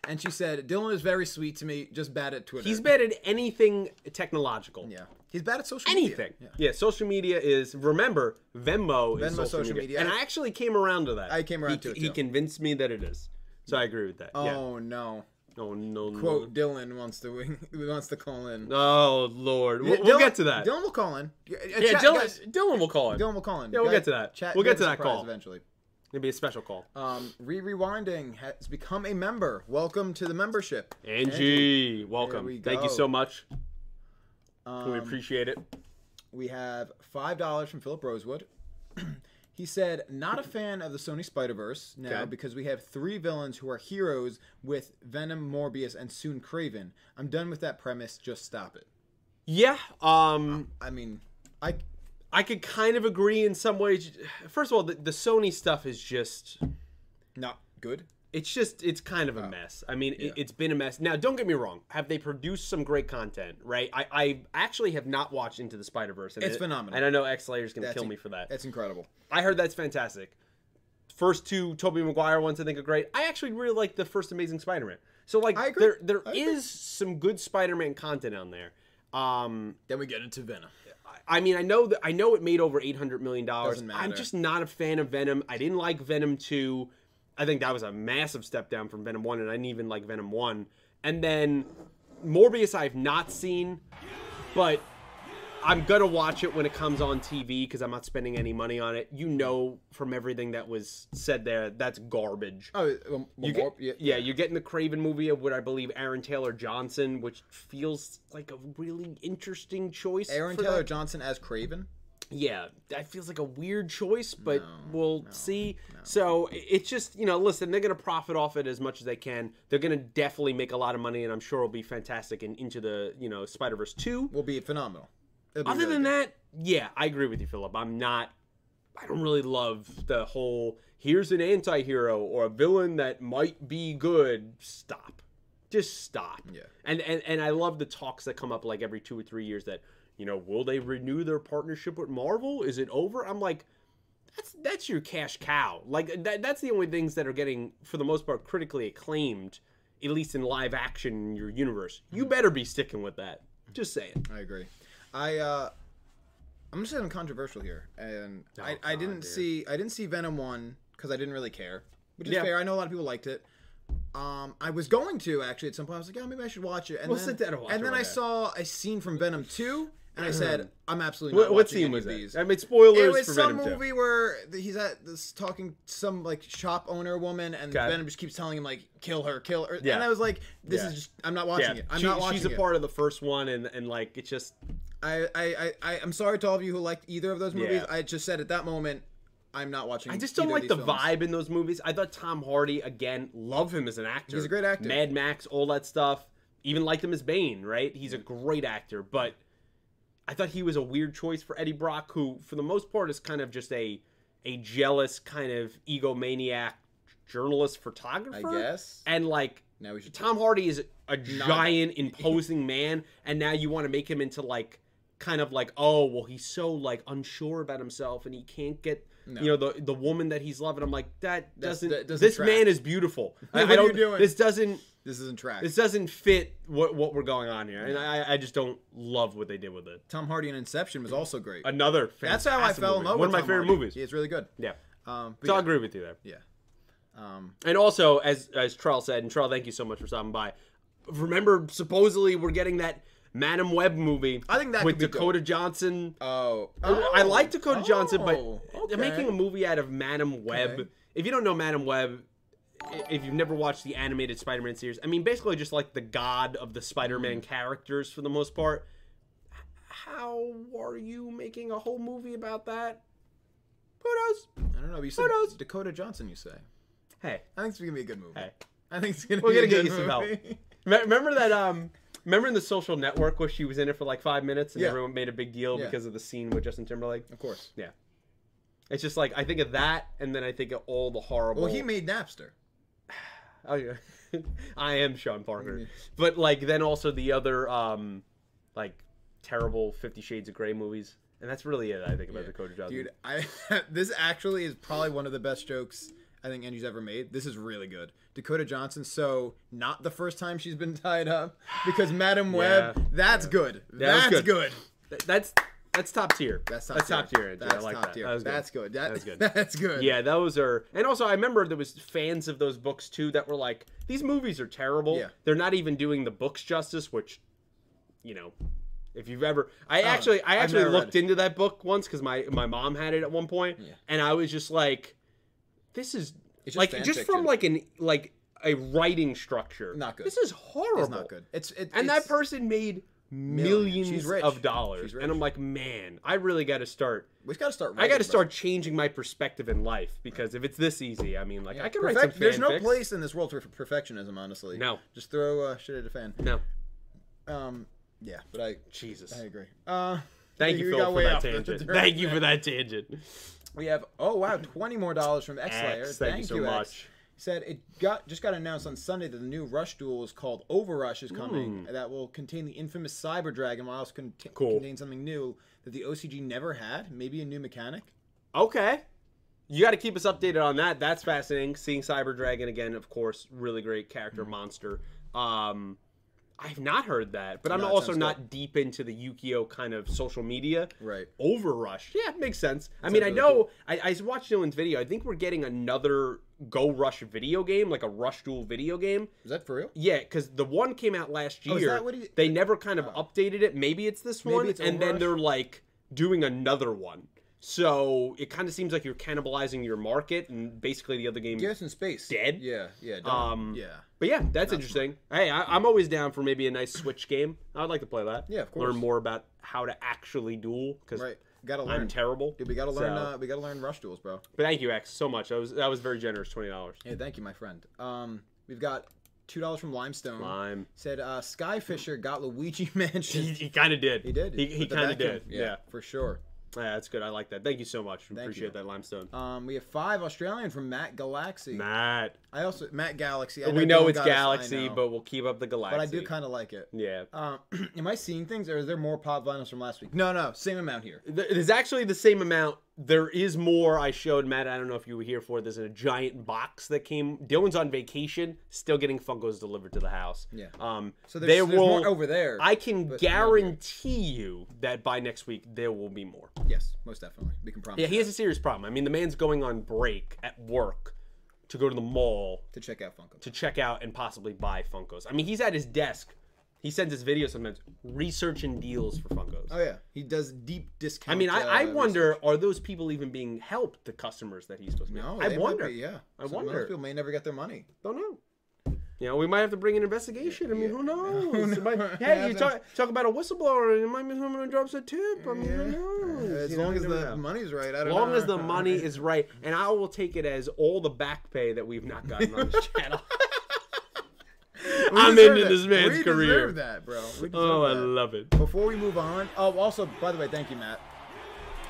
B: and she said Dylan is very sweet to me, just bad at Twitter.
A: He's bad at anything technological.
B: yeah, he's bad at social media.
A: Anything. Yeah. social media is remember Venmo, is
B: Venmo
A: social,
B: social
A: media.
B: media.
A: And I actually came around to that.
B: I came around
A: He-
B: to it,
A: He
B: too.
A: convinced me that it is. So I agree with that. yeah.
B: Oh no!
A: Oh no. no.
B: Quote Dylan wants to wing, wants to call in.
A: Oh lord. We'll, we'll
B: Dylan-
A: get to that.
B: Dylan will call in. Yeah,
A: yeah,
B: chat-
A: Dylan.
B: guys,
A: Dylan will call in.
B: Dylan will call in.
A: Yeah, we'll
B: Guys,
A: get to that.
B: Chat,
A: We'll get
B: give
A: to
B: us a
A: that
B: prize
A: call.
B: eventually.
A: It'll be a special call.
B: Um, Re Rewinding has become a member. Welcome to the membership.
A: Angie, welcome.
B: we
A: Thank you
B: go.
A: so much. we
B: Um,
A: appreciate it.
B: We have five dollars from Philip Rosewood. he said, "Not a fan of the Sony Spider Verse now
A: Okay.
B: because we have three villains who are heroes with Venom, Morbius, and soon Craven. I'm done with that premise. Just stop it.
A: Yeah. Um.
B: I mean, I
A: I could kind of agree in some ways. First of all, the, the Sony stuff is just
B: not good.
A: it's just it's kind
B: Oh.
A: of a mess i mean it, it's been a mess now don't get me wrong have they produced some great content right i, I actually have not watched into the spider-verse and
B: It's
A: it-
B: phenomenal.
A: and i know x layer's gonna
B: That's
A: kill
B: in-
A: me for that
B: That's incredible.
A: i heard that's fantastic first two toby maguire ones i think are great i actually really like the first amazing spider-man so like
B: I agree.
A: there there is
B: I agree.
A: some good spider-man content on there um
B: Then we get into Venom.
A: I mean, I know that I know it made over eight hundred million dollars.
B: Doesn't matter.
A: I'm just not a fan of Venom. I didn't like Venom two. I think that was a massive step down from Venom one, and I didn't even like Venom one. And then Morbius, I've not seen, but I'm gonna watch it when it comes on TV because I'm not spending any money on it. You know, from everything that was said there, that's garbage.
B: Oh, well,
A: You
B: Mor-
A: get, yeah, you're getting the Craven movie of what I believe Aaron Taylor Johnson, which feels like a really interesting choice.
B: Aaron
A: for
B: Taylor
A: that.
B: Johnson as Craven.
A: Yeah, that feels like a weird choice, but we'll see. So i- it's just, you know, listen, they're going to profit off it as much as they can. They're going to definitely make a lot of money, and I'm sure it'll be fantastic and into the, you know, Spider Verse 2.
B: will be phenomenal. It'll be
A: Other
B: really
A: than
B: good.
A: that, yeah, I agree with you, Philip. I'm not, I don't really love the whole here's an anti hero or a villain that might be good. Stop. Just stop.
B: Yeah.
A: And, and and I love the talks that come up like every two or three years that, you know, will they renew their partnership with Marvel? Is it over? I'm like, that's that's your cash cow. Like that, that's the only things that are getting, for the most part, critically acclaimed, at least in live action in your universe. You better be sticking with that. Just saying.
B: I agree. I uh I'm just saying I'm controversial here, and I, I
A: Oh, God,
B: didn't
A: dude.
B: see I didn't see Venom one because I didn't really care, which is
A: Yeah.
B: fair. I know a lot of people liked it. Um, I was going to actually at some point. I was like, yeah, maybe I should watch it. And
A: We'll
B: then,
A: sit down and watch
B: and
A: it
B: then
A: one
B: I
A: day. Mm-hmm.
B: saw a scene from Venom Two, and I said, I'm absolutely not
A: What, what
B: watching
A: scene
B: any
A: was
B: of
A: that?
B: these.
A: I mean, spoilers
B: It was
A: for
B: some
A: Venom 2.
B: movie where th- he's at this talking some like shop owner woman, and
A: Okay.
B: Venom just keeps telling him like kill her, kill her.
A: Yeah.
B: And I was like, this
A: Yeah.
B: is just I'm not watching
A: yeah,
B: it. I'm
A: she-
B: not watching
A: she's a
B: it.
A: part of the first one, and and like it's just
B: I, I I I I'm sorry to all of you who liked either of those movies.
A: Yeah.
B: I just said at that moment, I'm not watching.
A: I just don't
B: either
A: like
B: of these
A: the
B: films.
A: vibe in those movies. I thought Tom Hardy again, love him as an actor.
B: He's a great actor.
A: Mad Max, all that stuff. Even liked him as Bane, right? He's a great actor, but I thought he was a weird choice for Eddie Brock, who for the most part is kind of just a a jealous kind of egomaniac journalist
B: I
A: photographer.
B: guess.
A: And like
B: Now we should.
A: Tom Hardy is a giant, imposing man, and now you want to make him into like kind of like oh well he's so like unsure about himself and he can't get you know the the woman that he's loving. I'm like that
B: That's-
A: doesn't,
B: that doesn't
A: this
B: track.
A: man is beautiful. I, I
B: What are you
A: don't
B: doing?
A: this doesn't
B: This isn't track.
A: this doesn't fit what what we're going on here, and I I just don't love what they did with it.
B: Tom Hardy in Inception was also great.
A: Another
B: That's how I
A: fantastic
B: fell in
A: movie.
B: love.
A: One
B: with
A: of my
B: Tom
A: favorite
B: Hardy.
A: movies.
B: He is really good.
A: Yeah,
B: Um, but
A: so I
B: yeah,
A: agree with you there.
B: yeah. Um,
A: And also, as as Charles said, and Charles, thank you so much for stopping by. Remember, supposedly we're getting that Madam Web movie.
B: I think that
A: with
B: could be
A: Dakota Johnson.
B: oh,
A: I like Dakota
B: Oh,
A: Johnson, but
B: okay.
A: they're making a movie out of Madam Web.
B: Okay.
A: If you don't know Madam Web, i- if you've never watched the animated Spider-Man series, I mean, basically just like the god of the Spider-Man
B: Mm-hmm.
A: characters for the most part. H- How are you making a whole movie about that? Who knows?
B: I don't know. You said
A: knows?
B: Dakota Johnson. You say.
A: Hey,
B: I think it's gonna be a good movie.
A: Hey.
B: I think it's gonna.
A: We're
B: be a
A: gonna get
B: good
A: you some help.
B: movie.
A: Me- Remember that? Um, remember in the Social Network where she was in it for like five minutes and
B: Yeah.
A: everyone made a big deal
B: Yeah.
A: because of the scene with Justin Timberlake.
B: Of course.
A: Yeah, it's just like I think of that, and then I think of all the horrible.
B: Well, he made Napster.
A: Oh yeah, I am Sean Parker, but like then also the other um, like terrible Fifty Shades of Grey movies, and that's really it. I think about Dakota Johnson.
B: Dude, I this actually is probably one of the best jokes I think Angie's ever made. This is really good. Dakota Johnson, so not the first time she's been tied up because Madam
A: Yeah.
B: Web, that's good.
A: Yeah, that's
B: that's
A: good.
B: good.
A: Th- that's that's top tier.
B: That's top
A: that's
B: tier.
A: top tier. Andrew.
B: That's
A: I like
B: top
A: that.
B: tier.
A: That was good.
B: that's good. That-
A: That's good.
B: That's good.
A: Yeah, those are, and also I remember there was fans of those books too that were like, these movies are terrible.
B: Yeah.
A: They're not even doing the books justice, which, you know, if you've ever, I actually, I
B: Oh, I've
A: actually
B: never read
A: looked
B: it.
A: into that book once because my my mom had it at one point, and I was just like, this is
B: just
A: like
B: fan
A: just
B: fiction.
A: from like an like a writing structure.
B: Not good.
A: This is horrible.
B: It's not good. It's it,
A: And
B: it's,
A: that person made.
B: Millions.
A: Millions
B: She's rich.
A: of dollars,
B: She's rich.
A: and I'm like, man, I really got to start
B: We've got to start.
A: I
B: writing
A: got to
B: about
A: start changing my perspective in life because if it's this easy, I mean, like
B: it.
A: I can
B: Perfect-
A: write some.
B: There's no
A: fanfics.
B: place in this world for for perfectionism, honestly.
A: No.
B: Just throw uh, shit at a fan.
A: No,
B: Um. Yeah, but I.
A: Jesus.
B: I agree. Uh.
A: Thank you,
B: we
A: Phil,
B: got
A: for
B: way
A: that
B: off the
A: tangent.
B: dirt.
A: Thank you for that tangent.
B: We have oh wow, twenty more dollars from X Layer.
A: X, thank you so much.
B: Said it got just got announced on Sunday that the new Rush duel is called Overrush is coming. That will contain the infamous Cyber Dragon, while also cont-
A: Hmm. Cool.
B: contain something new that the OCG never had. Maybe a new mechanic.
A: Okay, you got to keep us updated on that. That's fascinating. Seeing Cyber Dragon again, of course, really great character monster. Um, I've not heard that, but I'm
B: No, it
A: also
B: sounds
A: not deep into the Yukio kind of social media.
B: Right.
A: Overrush. Yeah, it makes sense. I mean, I
B: really
A: know I, I watched Dylan's video. I think we're getting another Go Rush video game, like a Rush Duel video game.
B: Is that for real?
A: Yeah, because the one came out last year.
B: Oh, is that what he- Oh.
A: They never kind of updated it. Maybe it's this one,
B: it's
A: and then
B: Overrush?
A: they're like doing another one. So it kind of seems like you're cannibalizing your market, and basically the other game.
B: Yes, in space.
A: Dead?
B: Yeah, yeah. Don't,
A: Um,
B: yeah.
A: But yeah, that's interesting. Hey, I, I'm always down for maybe a nice Switch game. I'd like to play that.
B: Yeah, of course.
A: Learn more about how to actually duel because
B: Right. Gotta learn.
A: I'm terrible.
B: Dude, we gotta learn.
A: So-
B: Uh, we gotta learn Rush duels, bro.
A: But thank you, X, so much. That was that was very generous. Twenty dollars.
B: Hey, thank you, my friend. Um, we've got two dollars from Limestone.
A: Lime.
B: Said uh, Skyfisher got Luigi Mansion.
A: He, he kind of did.
B: He did.
A: He, he
B: with the
A: kind of
B: vacuum.
A: did. Yeah. yeah.
B: for sure.
A: That's good. I like that. Thank you so much. Appreciate
B: you.
A: that limestone.
B: Um, we have five Australian from Matt Galaxy.
A: Matt.
B: I also Matt Galaxy. I
A: we know
B: Dylan
A: it's
B: got us- I
A: Galaxy,
B: know.
A: but we'll keep up the Galaxy.
B: but I do kind of like it.
A: yeah.
B: Um, am I seeing things, or is there more pop vinyls from last week? No, no, same amount here.
A: Uh, Th- There's actually the same amount. There is more. I showed Matt. I don't know if you were here for. it. There's a giant box that came. Dylan's on vacation, still getting Funkos delivered to the house.
B: Yeah.
A: Um.
B: So
A: they
B: there's, there's
A: will.
B: more over there.
A: I can
B: but not here.
A: guarantee you that by next week there will be more.
B: yes, most definitely. We can promise.
A: Yeah, he has a serious problem. I mean, the man's going on break at work to go to the mall
B: to check out Funko.
A: to check out and possibly buy Funkos. I mean, he's at his desk. He sends his videos sometimes researching deals for Funkos.
B: Oh yeah, he does deep
A: I
B: discount.
A: mean, I,
B: uh,
A: I wonder
B: research.
A: are those people even being helped, the customers that he's supposed to be?
B: No,
A: I
B: they might
A: wonder.
B: be, yeah,
A: I
B: Some of
A: wonder.
B: Those people may never get their money.
A: Don't know. You know, we might have to bring an investigation. I mean, who
B: Yeah.
A: knows?
B: Who
A: It might-
B: knows?
A: hey, you talk, talk about a whistleblower, and it might be someone who drops a tip. I mean,
B: Yeah.
A: who knows?
B: Uh, As
A: You know,
B: long
A: you
B: as
A: never
B: the
A: know.
B: money's right, I
A: As
B: don't
A: long
B: know.
A: as the money is right, and I will take it as all the back pay that we've not gotten on this channel.
B: We
A: I'm
B: deserve
A: into
B: that.
A: this man's
B: we
A: career.
B: Deserve that, bro. We deserve
A: Oh, I
B: that.
A: love it.
B: Before we move on, oh, also, by the way, thank you, Matt.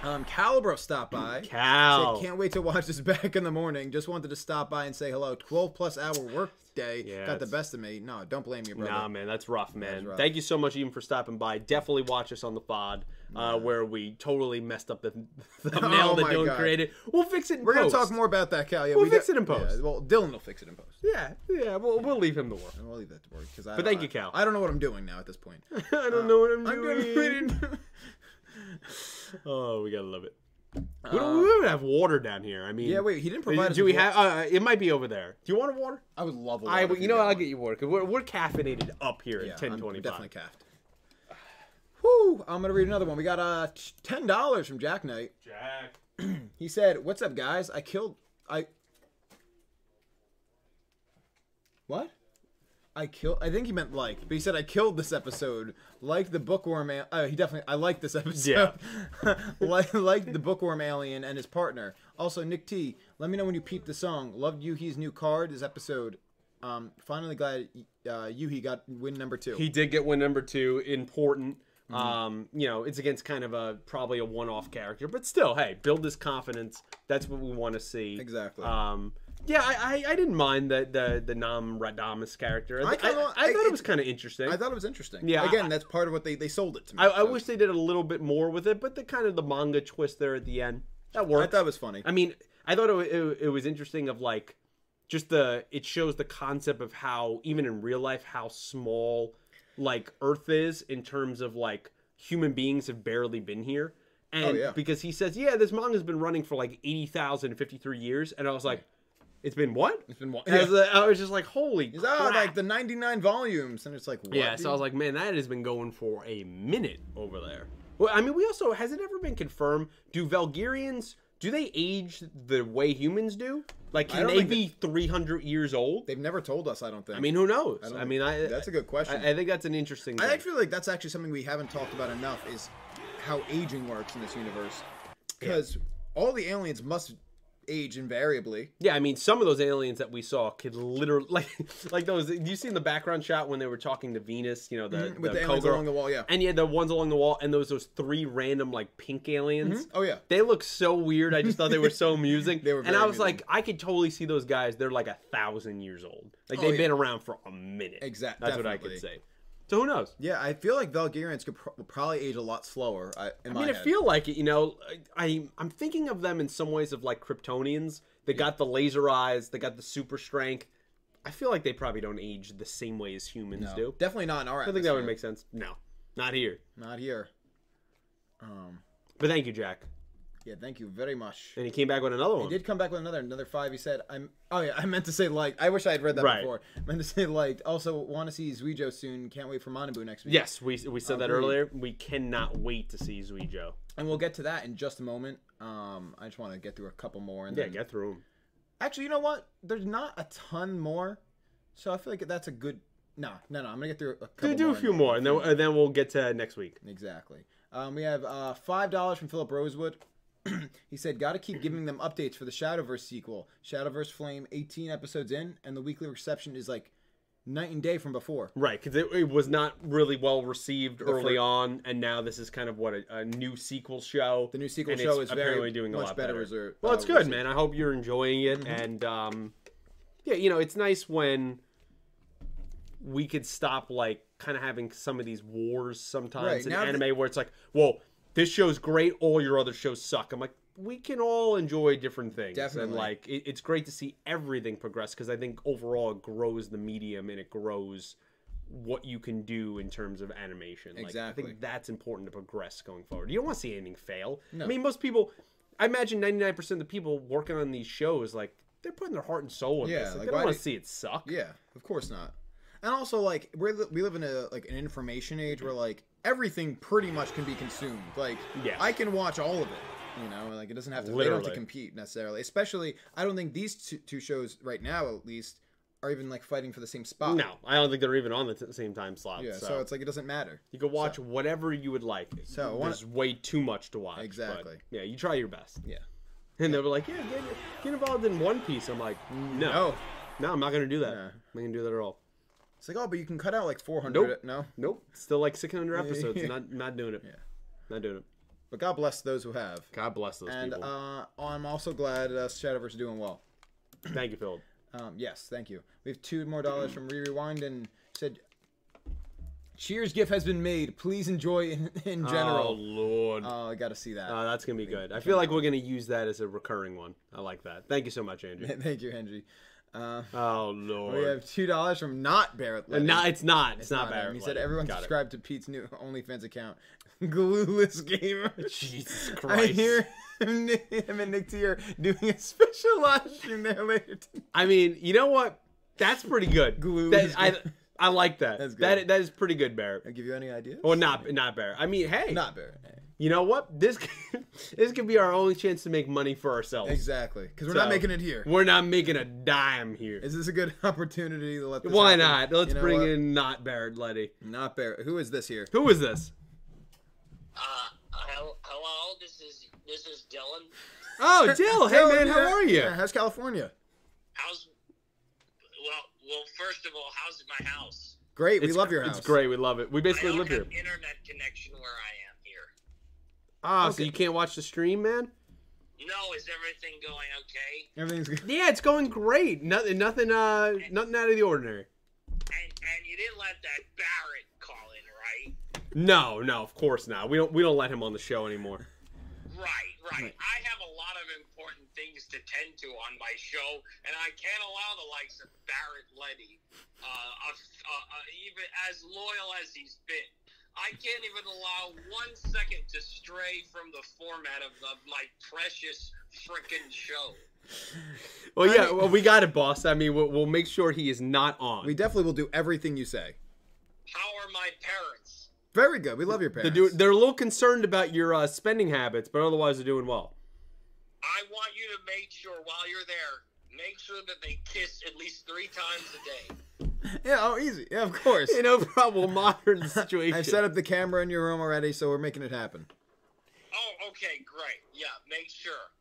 B: Um, Calibro stopped by.
A: Cal.
B: Said, Can't wait to watch this back in the morning. Just wanted to stop by and say hello. Twelve plus hour work day
A: Yeah,
B: got the
A: it's-
B: best of me. No, don't blame your brother.
A: Nah, man, that's rough, man.
B: rough.
A: Thank you so much even for stopping by. Definitely watch us on the pod, uh, where we totally messed up the thumbnail
B: Oh
A: that
B: my
A: Dylan
B: God.
A: created. We'll fix it. In
B: We're
A: post.
B: gonna talk more about that, Cal. Yeah,
A: We'll
B: we
A: fix
B: do-
A: it in post.
B: Yeah, well, Dylan will fix it in post.
A: Yeah, yeah. We'll, we'll leave him the work.
B: I'll leave that to work because I.
A: But
B: don't-
A: thank you, Cal.
B: I don't know what I'm doing now at this point.
A: I don't know what I'm,
B: I'm
A: doing.
B: doing.
A: oh, we gotta love it. we don't we don't have water down here. I mean,
B: Uh, yeah, wait. He didn't
A: Do,
B: provide. us
A: do
B: with
A: we
B: water.
A: have? Uh, it might be over there. Do you want a water?
B: I would love. A
A: I,
B: water if
A: you know,
B: got
A: what, I'll
B: one.
A: get you water because we're, we're caffeinated up here
B: Yeah,
A: at
B: I'm
A: ten twenty
B: Definitely
A: five.
B: capped. Whew! I'm gonna read another one. We got uh t- ten dollars from Jack Knight.
A: Jack.
B: He said, "What's up, guys? I killed I. What? I killed. I think he meant like, but he said I killed this episode. Like the bookworm. Al- uh, he definitely. I like this episode. Yeah. like like the bookworm alien and his partner. Also, Nick T. Let me know when you peep the song. Loved Yuhi's new card. This episode. Um, finally glad uh, Yuhi got win number two.
A: He did get win number two, important.
B: Mm-hmm.
A: Um, you know, it's against kind of a probably a one-off character, but still, hey, build this confidence. That's what we want to see.
B: Exactly.
A: Um, yeah, I, I, I didn't mind the the, the Nam Radamas character. I,
B: I kinda-
A: I- I
B: I-
A: thought it
B: it-
A: was kind of interesting.
B: I thought it was interesting.
A: Yeah,
B: Again,
A: I-
B: that's part of what they they sold it to me.
A: I, I
B: so.
A: wish they did a little bit more with it, but the kind of the manga twist there at the end that
B: I
A: worked.
B: thought it was funny.
A: I mean, I thought it, wa- it, it was interesting of like just the it shows the concept of how even in real life how small like Earth is in terms of like human beings have barely been here. And
B: Oh, yeah.
A: because he says, yeah, this manga's been running for like 80,053 years. And I was like, it's been what? It's
B: been what?
A: I was, like- I was just like, holy
B: He's, oh,
A: crap.
B: like the 99 volumes. And it's like, what?
A: Yeah, so I
B: dude?
A: was like, man, that has been going for a minute over there. Well, I mean, we also has it ever been confirmed? Do Valgirians do they age the way humans do? Like, can
B: don't
A: they
B: think
A: be three hundred years old?
B: They've never told us, I don't think.
A: I mean, who knows? I,
B: don't
A: mean,
B: think-
A: I
B: that's a good question.
A: I, I think that's an interesting.
B: I
A: thing.
B: actually feel like that's actually something we haven't talked about enough is how aging works in this universe. Because all the aliens must age invariably.
A: Yeah, I mean, some of those aliens that we saw could literally, like, like those. Do you see in the background shot when they were talking to Venus? You know, the
B: Mm-hmm, with the aliens
A: Kogor-
B: along the wall, yeah.
A: and yeah, the ones along the wall, and those those three random like pink aliens.
B: Oh, yeah.
A: they look so weird. I just thought they were so amusing.
B: They were
A: and
B: very
A: I was
B: amusing.
A: like, I could totally see those guys. They're like a thousand years old. Like
B: Oh,
A: they've
B: yeah.
A: been around for a minute.
B: Exact-
A: That's what I
B: definitely.
A: could say. So who knows?
B: Yeah, I feel like Valgarians could pro- would probably age a lot slower. I, in
A: I mean, I feel like it. You know, I I- I'm thinking of them in some ways of like Kryptonians. They got the laser eyes. They got the super strength. I feel like they probably don't age the same way as humans do.
B: Definitely not in our
A: I think that would make sense. No, not here.
B: Not here. Um,
A: But thank you, Jack.
B: yeah, thank you very much.
A: And he came back with another one.
B: He did come back with another another five. He said, "I'm oh yeah, I meant to say liked. I wish I had read that
A: Right.
B: before. I meant to say liked. Also, want to see Zuijo soon. Can't wait for Manabu next week.
A: Yes, we, we said that
B: Agreed.
A: earlier. We cannot wait to see Zuijo.
B: and we'll get to that in just a moment. Um, I just want to get through a couple more. And
A: Yeah,
B: then...
A: get through him.
B: actually, you know what? There's not a ton more, so I feel like that's a good. No, no, no. I'm gonna get through a couple.
A: Do, do
B: more
A: a few more, and then, and then we'll get to next week.
B: Exactly. Um, we have uh, five dollars from Philip Rosewood. he said, "Got to keep giving them updates for the Shadowverse sequel. Shadowverse Flame, 18 episodes in, and the weekly reception is like night and day from before.
A: Right, because it, it was not really well received early
B: fir-
A: on, and now this is kind of what a, a new sequel show.
B: The new sequel
A: and
B: show
A: it's
B: is very
A: apparently doing a
B: much
A: lot
B: better
A: better.
B: reser-
A: well,
B: uh,
A: it's good,
B: received.
A: man. I hope you're enjoying it,
B: Mm-hmm.
A: and um, yeah, you know, it's nice when we could stop like kind of having some of these wars
B: Right,
A: sometimes in
B: now that-
A: anime where it's like, well, this show's great, all your other shows suck. I'm like. We can all enjoy different things, and
B: Definitely.
A: like it, it's great to see everything progress because I think overall it grows the medium and it grows what you can do in terms of animation. Like, I
B: Exactly.
A: think that's important to progress going forward. You don't want to see anything fail. I mean, most people, I imagine 99% of the people working on these shows, like, they're putting their heart and soul in
B: Yeah,
A: this. Like,
B: like,
A: they don't
B: why
A: want
B: do-
A: to see it suck.
B: Yeah, of course not. And also, like we we live in a like an information age where like everything pretty much can be consumed. Like
A: Yeah.
B: I can watch all of it. You know, like it doesn't have to. They don't have
A: Literally.
B: to compete necessarily. Especially, I don't think these two, two shows right now, at least, are even like fighting for the same spot.
A: No, I don't think they're even on the t- same time slot.
B: Yeah,
A: so,
B: so. it's like it doesn't matter.
A: you can watch whatever you would like.
B: So I wanna-
A: there's way too much to watch. but,
B: Exactly.
A: yeah, you try your best.
B: Yeah.
A: And they were like, "Yeah, get, get involved in One Piece." I'm like, "No, no,
B: No.
A: I'm not gonna do that.
B: Nah.
A: I'm not gonna do that at all."
B: It's like oh, but you can cut out like four hundred.
A: Nope.
B: No.
A: Nope. Still like 600 episodes. not not doing it. Yeah. Not doing it.
B: But God bless those who have.
A: God bless those
B: And
A: people.
B: uh, I'm also glad uh, Shadowverse is doing well.
A: uh, Thank you, Phil.
B: Um, yes, thank you. We have two more dollars from Rewind and said, "Cheers gift has been made. Please enjoy in, in
A: Oh
B: general."
A: Lord.
B: Oh, I gotta see that.
A: Uh, that's gonna be good. I feel like we're gonna use that as a recurring one. I like that. Thank you so much, Andrew.
B: thank you, Henry. Uh,
A: Oh
B: we
A: Lord.
B: have two dollars from not Barrett. Letty.
A: No, it's Uh, not. It's, not,
B: Not him.
A: bad.
B: He said everyone
A: Got it.
B: subscribe to Pete's new OnlyFans account, Glueless Gamer.
A: Jesus
B: I
A: Christ.
B: hear him, him and Nick T are doing a special live stream there later. Today.
A: I mean, you know what? That's pretty good.
B: Glue
A: That-
B: is
A: I,
B: good.
A: I like that.
B: That's
A: That
B: good.
A: that is pretty good, Barrett.
B: Give you any ideas?
A: Or not not Barrett. I mean, hey,
B: Not Barrett.
A: you know what? This this could be our only chance to make money for ourselves.
B: Exactly, because we're
A: So,
B: not making it here.
A: We're not making a dime here.
B: Is this a good opportunity to let this
A: Why
B: happen?
A: not? Let's
B: You know
A: bring
B: what?
A: in not Barrett Letty.
B: Not Barrett. Who is this here?
A: Who is this?
C: Uh, hel- hello, this is this is Dylan.
A: Oh, Dill. hey
B: Hello,
A: man, how
B: yeah.
A: are you?
B: Yeah, how's California?
C: How's well? Well, first of all, how's my house?
B: Great. We
A: It's-
B: love your house.
A: It's great. We love it. We
C: I
A: basically
C: don't
A: live
C: have
A: here.
C: internet connection where I am here.
A: Ah, so
B: Okay.
A: you can't watch the stream, man?
C: No, is everything going okay?
B: Everything's good.
A: Yeah, it's going great. Nothing, nothing, uh, nothing out of the ordinary.
C: And and you didn't let that Barrett call in, right?
A: No, no, of course not. We don't, we don't let him on the show anymore.
C: Right, right. I have a lot of important things to tend to on my show, and I can't allow the likes of Barrett Letty, uh, uh, uh, uh, even as loyal as he's been. I can't even allow one second to stray from the format of, of my precious frickin' show.
A: Well,
B: I
A: yeah,
B: mean-
A: well, we got it, boss. I mean, we'll, we'll make sure he is not on.
B: We definitely will do everything you say.
C: How are my parents?
B: Very good. We love your
A: they're,
B: parents.
A: do, they're a little concerned about your uh, spending habits, but otherwise they're doing well.
C: I want you to make sure while you're there, make sure that they kiss at least three times a day.
B: yeah. Oh, easy. Yeah, of course.
A: You know, problem we'll monitor the situation.
B: I've set up the camera in your room already, so we're making it happen.
C: Oh, okay, great. Yeah, make sure,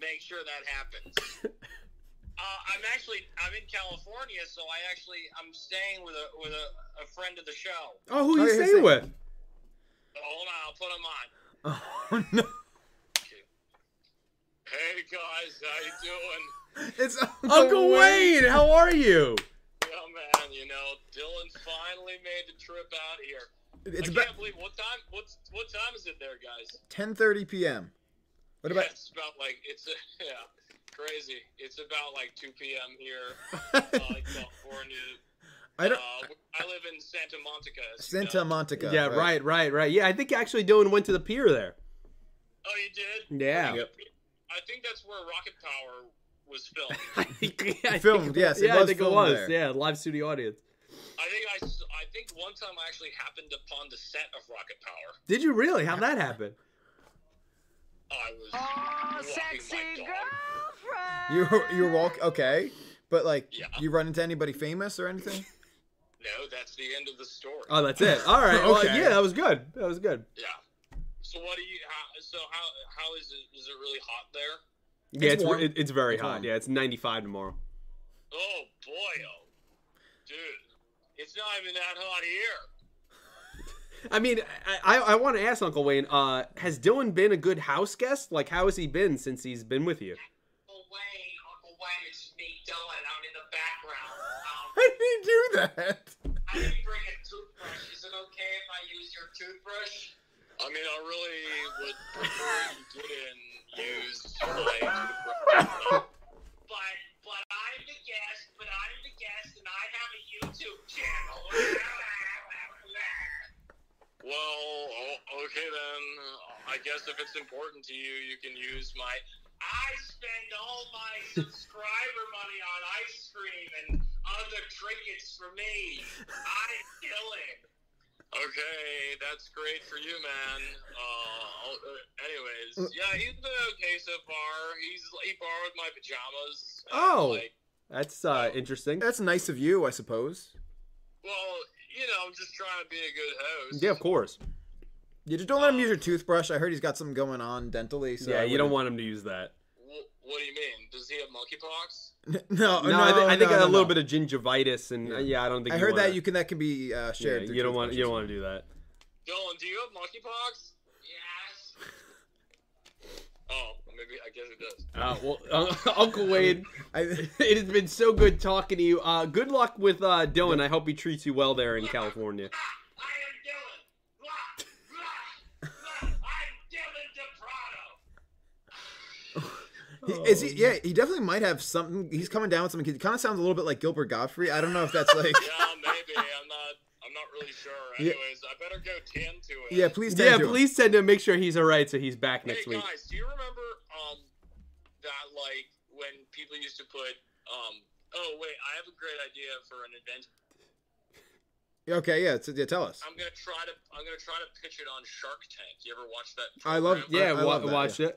C: make sure that happens. uh, I'm actually I'm in California, so I actually I'm staying with a with a, a friend of the show.
A: Oh, who
B: Oh,
A: you
B: yeah,
A: staying
B: say-
A: with?
C: Hold on, I'll put
B: Oh
C: him on.
B: no!
C: Hey guys, how you doing?
B: It's Uncle,
A: Uncle Wayne, how are you?
C: Yeah, man. You know, Dylan finally made the trip out here.
B: It's
C: I
B: about
C: can't believe what time what's what time is it there, guys?
B: 10:30 p.m. What about?
C: Yeah, it's about like it's a, yeah, crazy. It's about like 2 p.m. here, uh, in California.
B: I don't.
C: Uh, I live in Santa Monica. so-
B: Santa Monica.
A: Yeah, right, right, right. Yeah, I think actually Dylan went to the pier there.
C: Oh, you did?
A: Yeah.
B: Yep.
C: I think that's where Rocket Power was filmed.
A: I think, yeah, I
B: Filmed,
A: think-
B: yes, it
A: yeah, I
B: was
A: think it
B: filmed
A: was.
B: there.
A: Yeah, live studio audience.
C: I think I, s- I think one time I actually happened upon the set of Rocket Power.
A: Did you really? How'd that happen?
C: I was
D: Oh,
C: walking
D: sexy
C: my dog.
D: girlfriend.
B: You you walk okay, but like
C: Yeah.
B: you run into anybody famous or anything?
C: No, that's the end of the story.
B: Uh,
A: Oh, that's it. All right. Well,
B: Okay.
A: yeah, that was good. That was good.
C: yeah. So what do you? How, so how how is it? Is it really hot there?
A: Yeah, it's
B: warm.
A: it's, it's very
B: It's
A: hot.
B: warm.
A: Yeah, it's 95 tomorrow.
C: Oh boy, oh, dude, it's not even that hot here.
A: I mean, I, I, I want to ask Uncle Wayne, uh, has Dylan been a good house guest? Like, how has he been since he's been with you?
C: Uncle Wayne, Uncle Wayne, it's me, Dylan. I'm in the background. Um,
B: How did he do that?
C: I didn't bring a toothbrush. Is it okay if I use your toothbrush? I mean, I really would prefer you didn't use my toothbrush. But, but I'm the guest, but I'm the guest, and I have a YouTube channel. Well, o- okay then. I guess if it's important to you, you can use my. I I spend all my subscriber money on ice cream and other trinkets for me. I'm killing. Okay, that's great for you, man. Uh, I'll- uh, anyways, yeah, he's been okay so far. He's he borrowed my pajamas. and,
A: Oh.
C: like,
A: That's uh, interesting.
B: That's nice of you, I suppose.
C: well, you know, I'm just trying to be a good host.
A: Yeah, of course.
B: Yeah, just don't let him use your toothbrush. I heard he's got something going on dentally. So
A: yeah,
B: I
A: you don't want
B: wouldn't-
A: him to use that.
C: Wh- what do you mean? Does he have monkeypox?
B: No,
A: Oh, No, I, thi- I think
B: no,
A: a
B: no,
A: little
B: no.
A: bit of gingivitis, and yeah, yeah I don't think
B: I
A: you
B: heard
A: wanna,
B: that you can that can be uh,
A: Yeah,
B: shared. through
A: you don't want you don't
B: toothbrushes.
A: want to do that.
C: Dylan, do you have monkeypox? Yes. Oh, maybe I guess it does.
A: Uh, well, uh, Uncle Wade,
B: I,
A: it has been so good talking to you. Uh, good luck with uh, Dylan. I hope he treats you well there in California.
C: I am Dylan. Blah, blah, blah. I'm Dylan DePrado.
B: He- Is he?
A: Oh.
B: Yeah, he definitely might have something. He's coming down with something. He kind of sounds a little bit like Gilbert Godfrey. I don't know if that's like.
C: Yeah, maybe. I'm not. I'm not really sure.
B: Yeah.
C: Anyways, I better go tend to it.
B: yeah, please.
A: Yeah,
B: tend to him.
A: please send him. Make sure he's all right, so he's back next
C: hey
A: week.
C: guys, do you remember um that like when people used to put um oh wait I have a great idea for an invention.
B: Okay, yeah, t- yeah. Tell us.
C: I'm gonna try to I'm gonna try to pitch it on Shark Tank. You ever watch that?
B: I love-
C: program?
A: Yeah,
B: I
A: wa-
B: love that,
A: watch it.
B: yeah.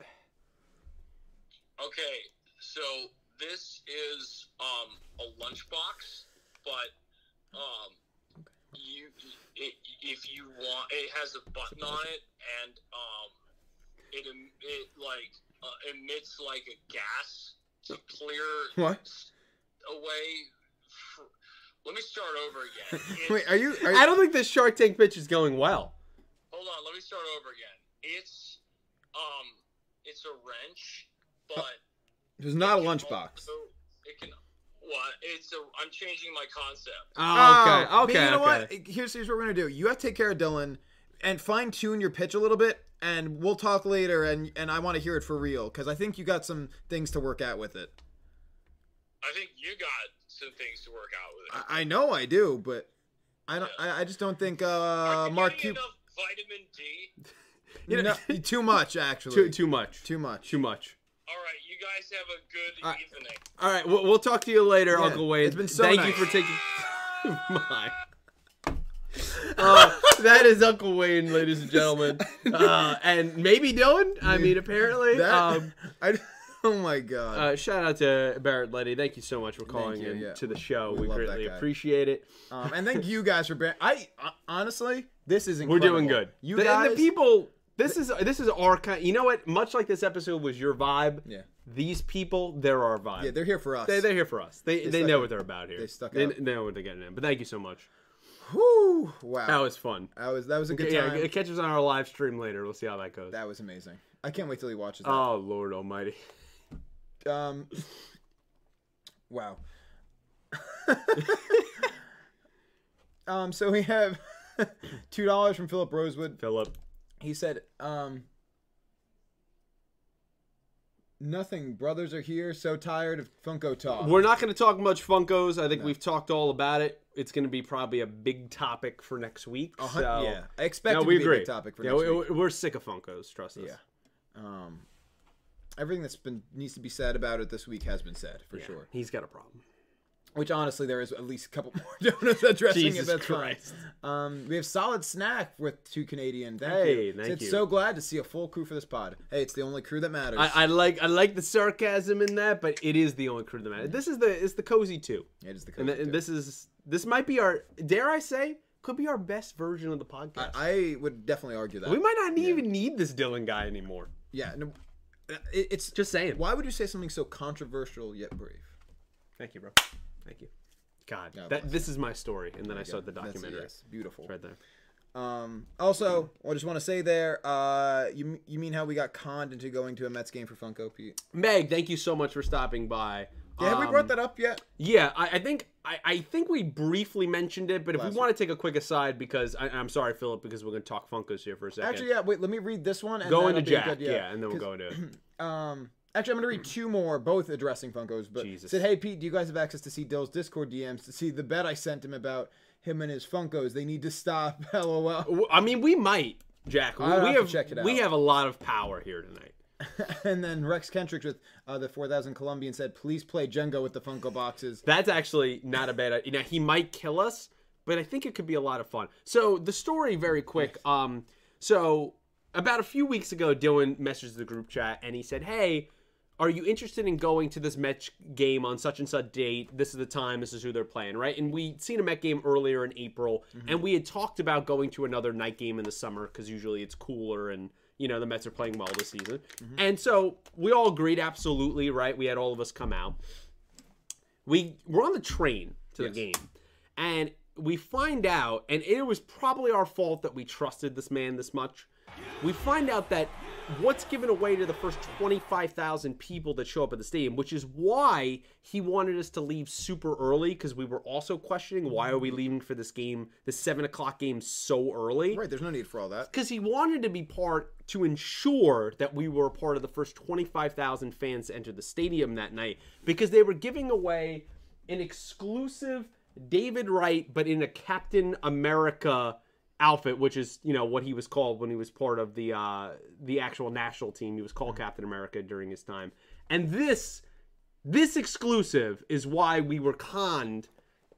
C: Okay, so this is um a lunchbox, but um you it, if you want it has a button on it and um it em- it like uh, emits like a gas to clear
B: What?
C: s- away. fr- Let me start over again. It's-
B: Wait, are you? Are
A: I don't think this Shark Tank pitch is going well.
C: Hold on, let me start over again. It's um it's a wrench, but
B: There's not a
C: can
B: lunchbox.
C: also- It can. What? It's a. I'm changing my concept.
A: Oh, okay,
B: Oh,
A: okay,
B: man, you know
A: okay.
B: what? Here's here's what we're gonna do. You have to take care of Dylan, and fine tune your pitch a little bit, and we'll talk later. And and I want to hear it for real because I think you got some things to work out with it.
C: I think you got some things to work out with.
B: I, I know I do, but I don't. I, I just don't think
C: Are
B: uh,
C: you
B: Mark
C: getting
B: Cuban.
C: enough vitamin D.
A: You know-
B: no, too much actually.
A: Too too much.
B: Too much.
A: Too much.
C: All right, you guys have a good
A: I-
C: evening.
A: All right, we'll, we'll talk to you later,
B: Yeah,
A: Uncle Wade.
B: it's been so
A: Thank
B: nice.
A: you for taking my.
B: Oh,
A: Uh, that is Uncle Wayne, ladies and gentlemen, uh, and maybe Dylan. I mean, apparently.
B: That,
A: Um,
B: I, oh my god.
A: uh, shout out to Barrett Letty. Thank you so much for calling
B: you,
A: in
B: yeah.
A: to the show.
B: We
A: We,
B: love that
A: greatly
B: guy.
A: appreciate it.
B: Um, and thank you guys for bearing. I uh, honestly, this is
A: We're
B: incredible.
A: doing good.
B: You
A: The-
B: guys,
A: and the people. This is this is our kind. You know what? Much like this episode was your vibe.
B: Yeah.
A: These people, they're our vibe.
B: yeah, they're here for us.
A: They, they're here for us. They, they
B: stuck
A: know
B: it-
A: what they're about here.
B: they stuck
A: They,
B: it out.
A: they know what they're getting in. But thank you so much.
B: Whew,
A: That
B: wow,
A: was fun.
B: that was that was a good
A: yeah,
B: time.
A: it catches on our live stream later. We'll see how that goes.
B: that was amazing. I can't wait till he watches that.
A: oh Lord Almighty!
B: Um, wow. um, so we have two dollars from Philip Rosewood.
A: Philip,
B: He said, um, "Nothing. Brothers are here. So tired of Funko talk."
A: we're not going to talk much Funkos. I think we've talked all about it. It's going to be probably a big topic for next week.
B: Uh-huh,
A: so
B: yeah, I expect
A: no,
B: it to
A: we
B: be
A: agree.
B: a big topic for
A: yeah,
B: next
A: we,
B: week.
A: we- we're sick of Funkos. Trust us.
B: Yeah. um, everything that's been needs to be said about it this week has been said for
A: Yeah,
B: sure.
A: He's got a problem.
B: Which honestly, there is at least a couple more donuts addressing
A: Jesus
B: it. That's fine.
A: Christ.
B: Um, we have solid snack with two Canadian. Thank
A: Hey,
B: you.
A: thank
B: it's
A: you.
B: so glad to see a full crew for this pod. Hey, it's the only crew that matters.
A: I, I like I like the sarcasm in that, but it is the only crew that matters. This is the it's the cozy two.
B: it is the crew.
A: And, th- and this is this might be our dare I say could be our best version of the podcast.
B: I would definitely argue that.
A: we might not even need this Dylan guy anymore.
B: yeah. No, uh, it, it's
A: Just saying.
B: Why would you say something so controversial yet brief?
A: Thank you, bro. Thank you. God,
B: God
A: that
B: bless
A: this is my story, and then I saw the
B: That's-
A: documentary
B: yes, beautiful.
A: right there.
B: Um, also, I just want to say there, uh, you you mean how we got conned into going to a Mets game for Funko Pete?
A: Meg, thank you so much for stopping by.
B: Yeah, have we
A: Um,
B: brought that up yet?
A: Yeah, I, I think I, I think we briefly mentioned it, but if we
B: Last
A: want to take a quick aside, because I, I'm sorry, Philip, because we're going to talk Funkos here for a second.
B: Actually, yeah. Wait, let me read this one. And
A: go
B: that'll
A: into
B: be a
A: Jack,
B: good-
A: yeah. and then we'll go into.
B: Um, actually, I'm gonna read two more, both addressing Funkos. But
A: Jesus.
B: said, hey Pete, do you guys have access to see Dill's Discord DMs to see the bet I sent him about him and his Funkos? They need to stop. LOL.
A: W- I mean, we might, Jack. We,
B: I'll
A: we
B: have to
A: have
B: check it
A: we
B: out.
A: have a lot of power here tonight.
B: and then Rex Kentrick with uh, the 4000 Colombian said, please play Jenga with the Funko boxes.
A: That's actually not a bad idea. Now he might kill us, but I think it could be a lot of fun. So the story, very quick. Um, so about a few weeks ago, Dylan messaged the group chat and he said, "Hey, are you interested in going to this Met game on such and such date? This is the time. This is who they're playing, right?" And we'd seen a Met game earlier in April, and we had talked about going to another night game in the summer because usually it's cooler and you know the Mets are playing well this season. And so we all agreed, absolutely, right? We had all of us come out we were on the train to the game and we find out and it was probably our fault that we trusted this man this much we find out that what's given away to the first 25,000 people that show up at the stadium which is why he wanted us to leave super early because we were also questioning why are we leaving for this game the 7 o'clock game so early
B: Right, there's no need for all that.
A: because he wanted to be part to ensure that we were a part of the first 25,000 fans to enter the stadium that night because they were giving away an exclusive David Wright, but in a Captain America outfit, which is you know what he was called when he was part of the uh, the actual national team. He was called Captain America during his time, and this this exclusive is why we were conned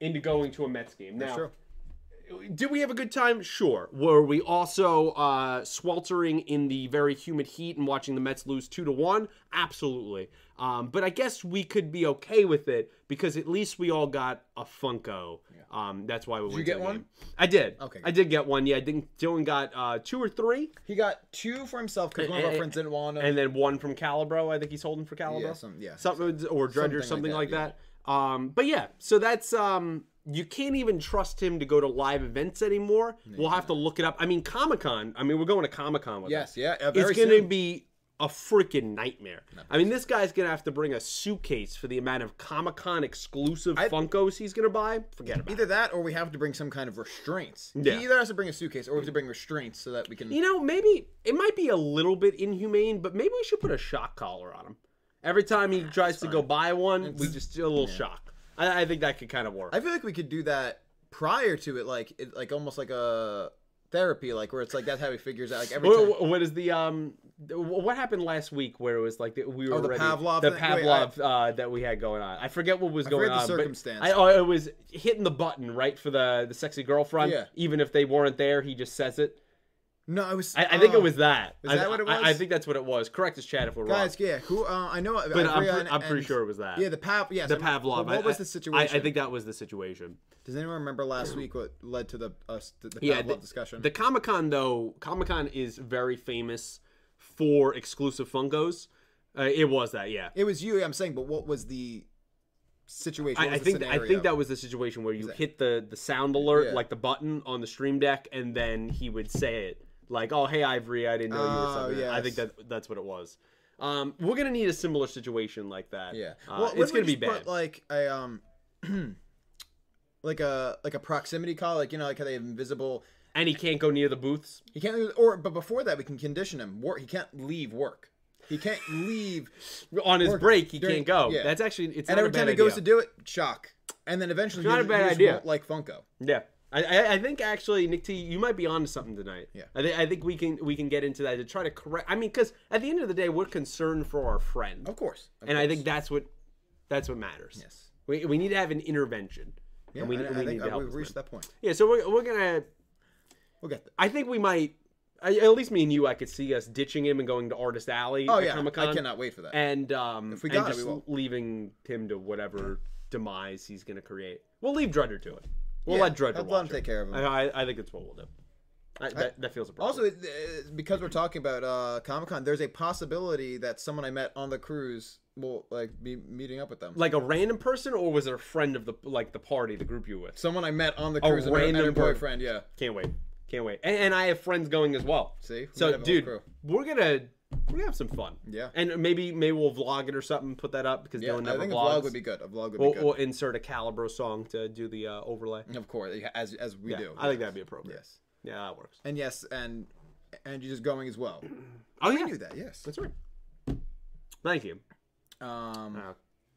A: into going to a Mets game. Now,
B: Sure.
A: did we have a good time? Sure. Were we also uh, sweltering in the very humid heat and watching the Mets lose two to one? Absolutely. Um, but I guess we could be okay with it because at least we all got a Funko. Um, that's why we did went.
B: you
A: to
B: get
A: the
B: one?
A: game. I did.
B: Okay,
A: I did get one. Yeah, I think Dylan got uh, two or three,
B: He got two for himself because one of our
A: and-
B: friends didn't want him.
A: and then one from Calibro. I think he's holding for Calibro.
B: Yeah, some, yeah.
A: something or Dredger, something
B: Something like
A: like
B: that,
A: that. Um, but yeah, so that's um, you can't even trust him to go to live events anymore. we'll have to look it up. I mean, Comic Con. I mean, we're going to Comic Con with
B: yes,
A: him.
B: yeah. Uh,
A: it's
B: very
A: going
B: soon.
A: to be a freaking nightmare. I mean, this guy's going to have to bring a suitcase for the amount of Comic Con exclusive Funkos he's going to buy. Forget about it.
B: Either that, or we have to bring some kind of restraints.
A: Yeah.
B: He either has to bring a suitcase, or we have to bring restraints so that we can.
A: You know, maybe it might be a little bit inhumane, but maybe we should put a shock collar on him. Every time he tries to go buy one, we just do a little shock. I, I think that could kind of work.
B: I feel like we could do that prior to it, like it, like almost like a therapy, like where it's like that's how he figures out. Like every
A: Wha-
B: time.
A: wha- what is the um? wh- What happened last week where it was like that we were
B: Oh, the
A: ready,
B: Pavlov
A: the
B: thing? Wait,
A: Pavlov uh, that we had going on. I forget what was going
B: forget the
A: on. but
B: circumstance.
A: I, oh, it was hitting the button right for the the sexy girlfriend.
B: Yeah.
A: Even if they weren't there, he just says it.
B: No, I was.
A: I, I think
B: uh,
A: it was that.
B: is
A: I-
B: that what it
A: I- I,
B: was?
A: think that's what it was. Correct us, Chad, if we're wrong.
B: Guys, yeah. Who? Uh, I know.
A: But I'm, pre- I'm pretty sure it was that.
B: Yeah, the Pav. Yes,
A: the
B: I remember-
A: Pavlov.
B: What
A: I-
B: was
A: I-
B: the situation?
A: I, I think that was the situation.
B: Does anyone remember last week what led to the uh, the, the Pavlov
A: Yeah, the-
B: discussion?
A: The Comic Con though, Comic Con is very famous for exclusive Funkos. Uh, it was that, yeah.
B: it was you. I'm saying, but what was the situation?
A: I,
B: What
A: I
B: was the
A: think I
B: scenario?
A: think that was the situation where you hit the the sound alert
B: Yeah.
A: like the button on the stream deck, and then he would say it like, "Oh, hey Ivory, I didn't know you were
B: Oh,
A: something." I think
B: yes.
A: that that's what it was. Um, we're gonna need a similar situation like that.
B: Yeah,
A: Uh,
B: well,
A: it's
B: wouldn't we
A: gonna be
B: just
A: bad.
B: Put, like a um, like a like a proximity call, like you know, like how they have invisible.
A: and he can't go near the booths.
B: He can't, or but before that, we can condition him. Work. He can't leave work. He can't leave.
A: On his
B: Or
A: break, he
B: during-
A: can't go.
B: yeah.
A: That's actually it's
B: and
A: not
B: every
A: a bad
B: time he
A: idea.
B: goes to do it, shock. And then eventually,
A: Not
B: he
A: a
B: just-
A: bad
B: he just
A: idea.
B: won't like Funko.
A: Yeah. I, I, I think actually, Nick T, you might be onto something tonight.
B: Yeah.
A: I, th- I think we can we can get into that to try to correct. I mean, because at the end of the day, we're concerned for our friend,
B: Of course. Of
A: and I
B: course.
A: think that's what that's what matters.
B: yes.
A: We, we need to have an intervention,
B: Yeah,
A: and we,
B: I,
A: we
B: I
A: need
B: think
A: to
B: uh,
A: help.
B: we've
A: this
B: reached
A: man.
B: that point.
A: Yeah. So we're, we're gonna.
B: We'll get there.
A: I think we might. I, at least me and you, I could see us ditching him and going to Artist Alley.
B: Oh
A: at
B: yeah,
A: Comic-Con
B: I cannot wait for that.
A: and um
B: we
A: and
B: got it,
A: just
B: we will.
A: leaving him to whatever demise he's gonna create. We'll leave Drudger to it. We'll
B: Yeah,
A: let Drudger
B: let
A: watch
B: him take care of him.
A: I, I- I think that's what we'll do. I, that, that feels appropriate.
B: Also, it- uh, because we're talking about uh, Comic Con, there's a possibility that someone I met on the cruise will like be meeting up with them.
A: like a random person, or was it a friend of the like the party, the group you were with?
B: someone I met on the cruise and her- and her
A: random per-
B: boyfriend. Yeah,
A: Can't wait, can't wait. And, and I have friends going as well.
B: See? We
A: so
B: have a whole
A: dude,
B: crew.
A: we're gonna we're gonna have some fun.
B: Yeah.
A: and maybe maybe we'll vlog it or something, put that up because
B: yeah.
A: no one
B: I
A: never
B: think
A: vlogs.
B: a vlog would be good. A vlog would
A: we'll,
B: be good.
A: we'll insert a Calibro song to do the uh, overlay.
B: of course, yeah, as as we
A: Yeah,
B: do.
A: I think that'd be appropriate.
B: yes,
A: Yeah, that works.
B: and yes, and and you just going as well.
A: Oh yeah,
B: Do that. Yes.
A: That's right. Thank you.
B: Um.
A: Uh,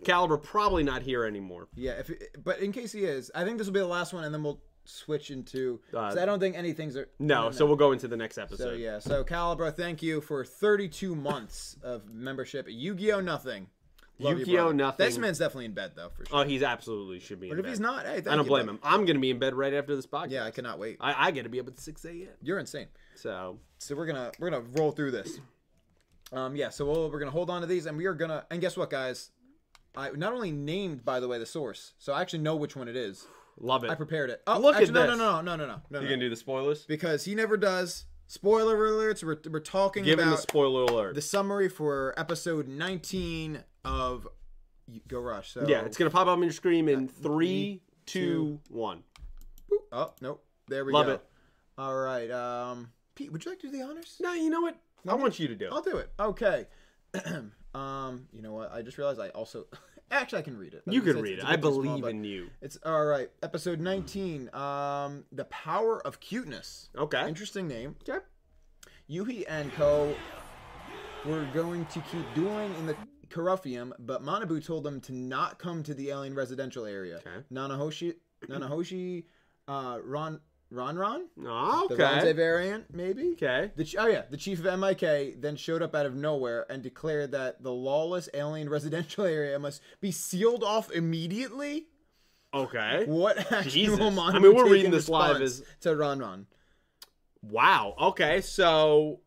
A: Caliber probably not here anymore.
B: Yeah. If it, but in case he is, I think this will be the last one, and then we'll switch into.
A: Uh,
B: 'cause I don't think anything's. Are,
A: No, so we'll go into the next episode.
B: So yeah, so Calibra, thank you for 32 months of membership. at Yu-Gi-Oh! Nothing. you,
A: Yu-Gi-Oh!
B: brother.
A: Nothing.
B: This man's definitely in bed though, for sure.
A: Oh, he's absolutely should be.
B: but if he's not, hey, thank
A: I don't
B: you,
A: blame
B: bud.
A: him. I'm gonna be in bed right after this podcast.
B: Yeah, I cannot wait.
A: I, I got to be up at six a.m.
B: You're insane.
A: So
B: So we're gonna we're gonna roll through this. Um, yeah. So we'll, we're gonna hold on to these, and we are gonna. And guess what, guys? I not only named by the way the source, so I actually know which one it is.
A: love it.
B: I prepared it. Oh,
A: Look at
B: actually, no,
A: this.
B: no, no, no, no, no, no,
A: you
B: no.
A: gonna do the spoilers?
B: Because he never does. Spoiler alerts. We're, we're talking
A: Give him the
B: about
A: spoiler alert.
B: the summary for episode 19 of Go Rush. So
A: yeah, it's gonna pop up on your screen in three, two,
B: Uh, two,
A: one.
B: oh nope, there we
A: Love
B: go.
A: it.
B: All right, um, Pete, would you like to do the honors?
A: No, you know what? I want you to do
B: I'll
A: it.
B: do it. Okay. um, you know what? I just realized I also actually I can read it.
A: You can
B: was gonna say
A: read
B: it's
A: it.
B: a
A: I
B: bit too small,
A: believe
B: but
A: in Hmm. you.
B: It's all right. Episode 19. Um, the power of cuteness.
A: Okay.
B: Interesting name.
A: Okay.
B: Yuhi and Co. were going to keep dueling in the Corypheum, but Manabu told them to not come to the alien residential area.
A: Okay.
B: Nanahoshi, Nanahoshi, uh, Ron, Ron, Ron,
A: Oh,
B: the Ronze
A: okay.
B: variant, maybe.
A: Okay.
B: The ch- oh yeah, the chief of MIK then showed up out of nowhere and declared that the lawless alien residential area must be sealed off immediately.
A: Okay.
B: What action will
A: Jesus. I
B: Manabu
A: mean, we're
B: take
A: reading
B: in
A: this live
B: response
A: as-
B: to Ron Ron.
A: Wow. Okay. So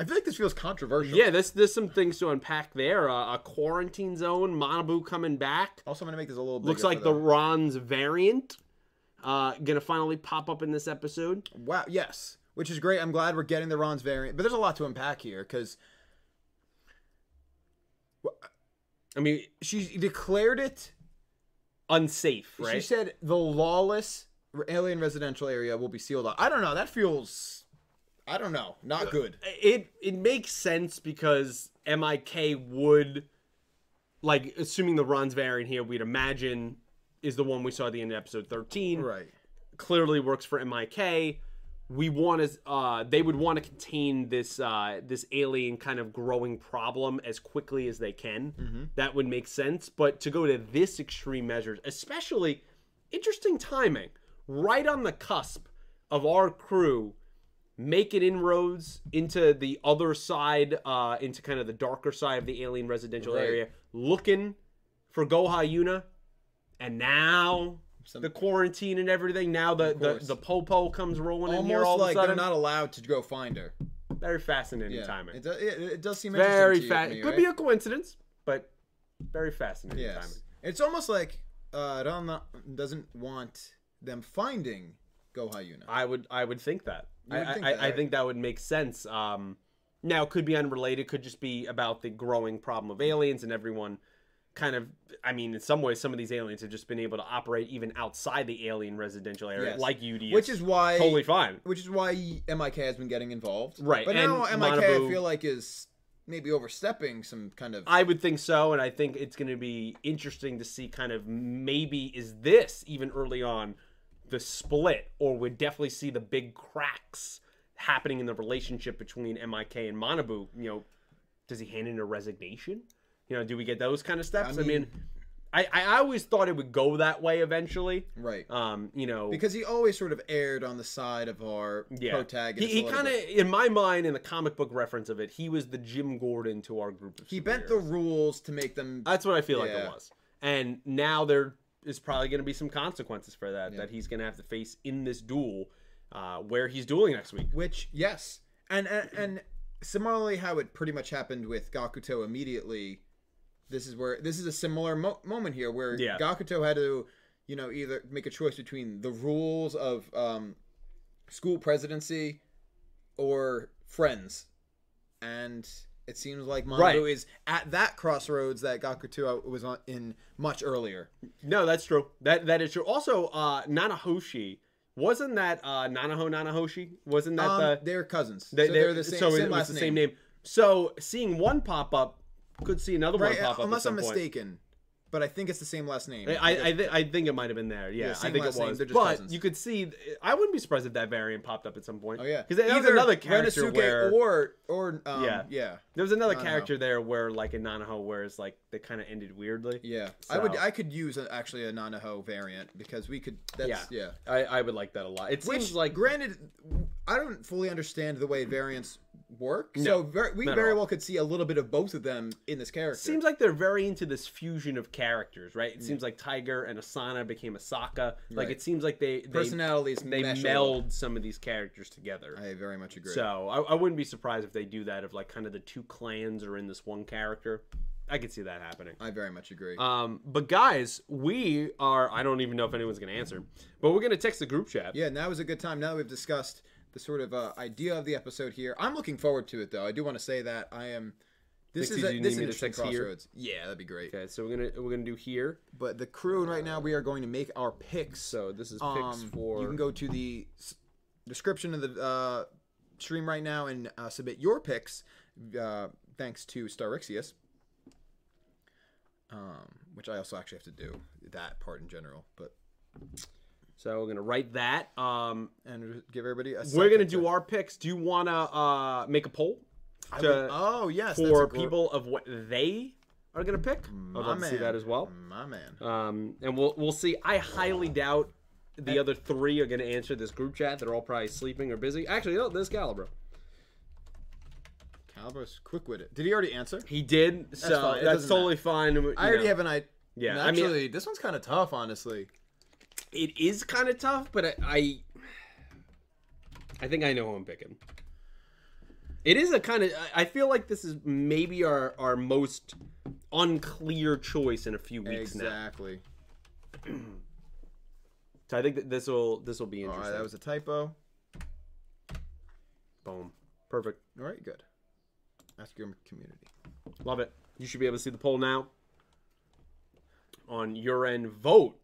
B: I feel like this feels controversial.
A: yeah, there's there's some things to unpack there. Uh, a quarantine zone. Manabu coming back.
B: Also, I'm gonna make this a little.
A: Looks
B: bigger
A: like
B: for
A: the
B: them.
A: Ron's variant. Uh, gonna finally pop up in this episode.
B: Wow. Yes, which is great. I'm glad we're getting the Ron's variant, but there's a lot to unpack here because
A: I mean,
B: she declared it.
A: unsafe,
B: She
A: right?
B: said the lawless alien residential area will be sealed off. I don't know. That feels. I don't know. Not good.
A: it it makes sense because MIK would like assuming the Ron's variant here, we'd imagine is the one we saw at the end of episode thirteen.
B: Right.
A: Clearly works for MIK. We want to uh they would want to contain this uh this alien kind of growing problem as quickly as they can. That would make sense. But to go to this extreme measures, especially interesting timing. Right on the cusp of our crew making inroads into the other side, uh, into kind of the darker side of the alien residential
B: Right.
A: area, looking for Goha Yuna, and now
B: Some-
A: the quarantine and everything. Now the the,
B: course.
A: the popo comes rolling in here
B: Almost
A: all
B: like
A: of a
B: they're
A: sudden.
B: not allowed to go find her.
A: Very fascinating
B: Yeah.
A: timing.
B: It, do- it, it does seem
A: very
B: interesting to you,
A: fast.
B: to me,
A: Could
B: right?
A: be a coincidence, but very fascinating
B: Yes.
A: timing.
B: It's almost like uh, Rana doesn't want them finding Gohayuna.
A: I would I would think that.
B: You
A: I,
B: would think
A: I,
B: that,
A: I
B: right?
A: think that would make sense. Um, now it could be unrelated, could just be about the growing problem of aliens and everyone kind of I mean in some ways some of these aliens have just been able to operate even outside the alien residential area
B: Yes.
A: like UDS.
B: Which is why
A: totally fine.
B: which is why MIK has been getting involved.
A: Right,
B: But
A: and
B: now MIK
A: Manabu-
B: I feel like is maybe overstepping some kind of
A: I would think so, and I think it's going to be interesting to see kind of maybe is this even early on the split, or would definitely see the big cracks happening in the relationship between MIK and Manabu. You know, does he hand in a resignation? You know, do we get those kind of steps? I
B: mean-
A: mean, I, I, always thought it would go that way eventually.
B: right.
A: Um, you know,
B: because he always sort of erred on the side of our
A: yeah.
B: protagonist.
A: He,
B: a little
A: kind of,
B: bit.
A: in my mind, in the comic book reference of it, he was the Jim Gordon to our group. Of
B: he bent
A: superheroes.
B: the rules to make them
A: That's what I feel like it
B: Yeah.
A: was. And now there is probably going to be some consequences for that
B: Yeah.
A: that he's going to have to face in this duel, uh, where he's dueling next week.
B: Which yes, and and, and similarly, how it pretty much happened with Gakuto immediately. This is where this is a similar mo- moment here where
A: Yeah.
B: Gakuto had to, you know, either make a choice between the rules of um, school presidency or friends, and it seems like Manabu
A: Right.
B: is at that crossroads that Gakuto was on in much earlier.
A: No, that's true. That that is true. Also, uh, Nanahoshi wasn't that uh, Nanaho Nanahoshi? Wasn't that
B: Um,
A: the
B: they're cousins,
A: they,
B: so
A: they-
B: they're the same,
A: so
B: same
A: it was
B: last
A: the same name? So seeing one pop up, could see another
B: Right,
A: one pop up. at
B: unless
A: some
B: I'm
A: point.
B: mistaken. but I think it's the same last name.
A: I I, th- I think it might have been there. Yeah,
B: Yeah,
A: I
B: same
A: think it
B: last name,
A: was.
B: they're just
A: but
B: cousins.
A: you could see. I wouldn't be surprised if that variant popped up at some point.
B: oh yeah,
A: because that was
B: Either
A: another character
B: Renosuke
A: where
B: or or um,
A: Yeah.
B: yeah, yeah,
A: there was another
B: Nanaho.
A: character there where like in Nanaho where it's like they kind of ended weirdly.
B: I would
A: So-
B: I could use a, actually a Nanaho variant because we could. That's, yeah, yeah.
A: I, I would like that a lot. It
B: Which,
A: seems like
B: granted, I don't fully understand the way variants work.
A: No,
B: so ver- we
A: not at
B: very
A: all.
B: well could see a little bit of both of them in this character.
A: seems like they're very into this fusion of characters, right? It seems like Tiger and Asana became Asaka. Like
B: Right.
A: it seems like they they,
B: personalities
A: they
B: mesh a little.
A: meld some of these characters together.
B: I very much agree.
A: So I, I wouldn't be surprised if they do that. If like kind of the two clans are in this one character, I could see that happening.
B: I very much agree.
A: Um, but guys, we are. I don't even know if anyone's gonna answer, but we're gonna text the group chat.
B: yeah, now is a good time. Now that we've discussed the sort of uh, idea of the episode here, I'm looking forward to it. Though I do want to say that I am. This
A: Dixie,
B: is
A: do
B: a,
A: you
B: this
A: need me
B: is
A: to
B: an interesting
A: text here?
B: crossroads. Yeah, that'd be great.
A: Okay, so we're gonna we're gonna do here.
B: But the crew and right now we are going to make our picks.
A: So this is picks
B: Um,
A: for.
B: you can go to the s- description of the uh, stream right now and uh, submit your picks. Uh, thanks to Starixius, um, which I also actually have to do that part in general, but
A: So we're gonna write that. Um,
B: and give everybody a.
A: we're gonna
B: second
A: do our picks. Do you wanna uh make a poll
B: I
A: to,
B: would- oh yes, that's
A: uh, for
B: a gr-
A: people of what they are gonna pick? I'd
B: My
A: love to see
B: man.
A: that as well.
B: My man.
A: Um, and we'll we'll see. I highly doubt the other three are going to answer this group chat. They're all probably sleeping or busy. Actually, no, there's Calibro.
B: Calibro's quick with it. Did he already answer?
A: He did, so
B: fine. It
A: that's
B: doesn't
A: totally fine. you
B: I already
A: know.
B: have an idea.
A: Yeah, I mean-
B: actually, this one's kind of tough, honestly.
A: It is kind of tough, but I, I, I think I know who I'm picking. It is a kind of. I feel like this is maybe our our most unclear choice in a few weeks now.
B: Exactly.
A: So I think that this will this will be
B: All
A: interesting.
B: right, that was a typo.
A: Boom, perfect.
B: All right, good. Ask your community.
A: Love it. You should be able to see the poll now. On your end, vote.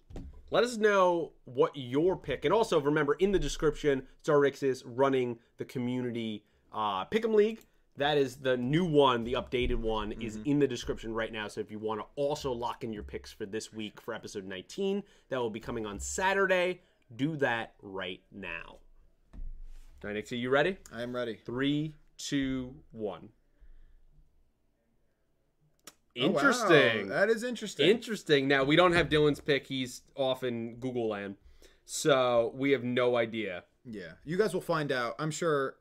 A: Let us know what your pick. And also remember in the description, Starrix is running the community uh, Pick'em League. That is the new one, the updated one is in the description right now. So if you want to also lock in your picks for this week for episode 19, that will be coming on Saturday. Do that right now. All right, Nixie, you ready?
B: I am ready.
A: Three, two, one. Interesting.
B: Oh, wow. That is interesting.
A: Interesting. Now we don't have Dylan's pick. He's off in Google land. So we have no idea.
B: yeah. You guys will find out. I'm sure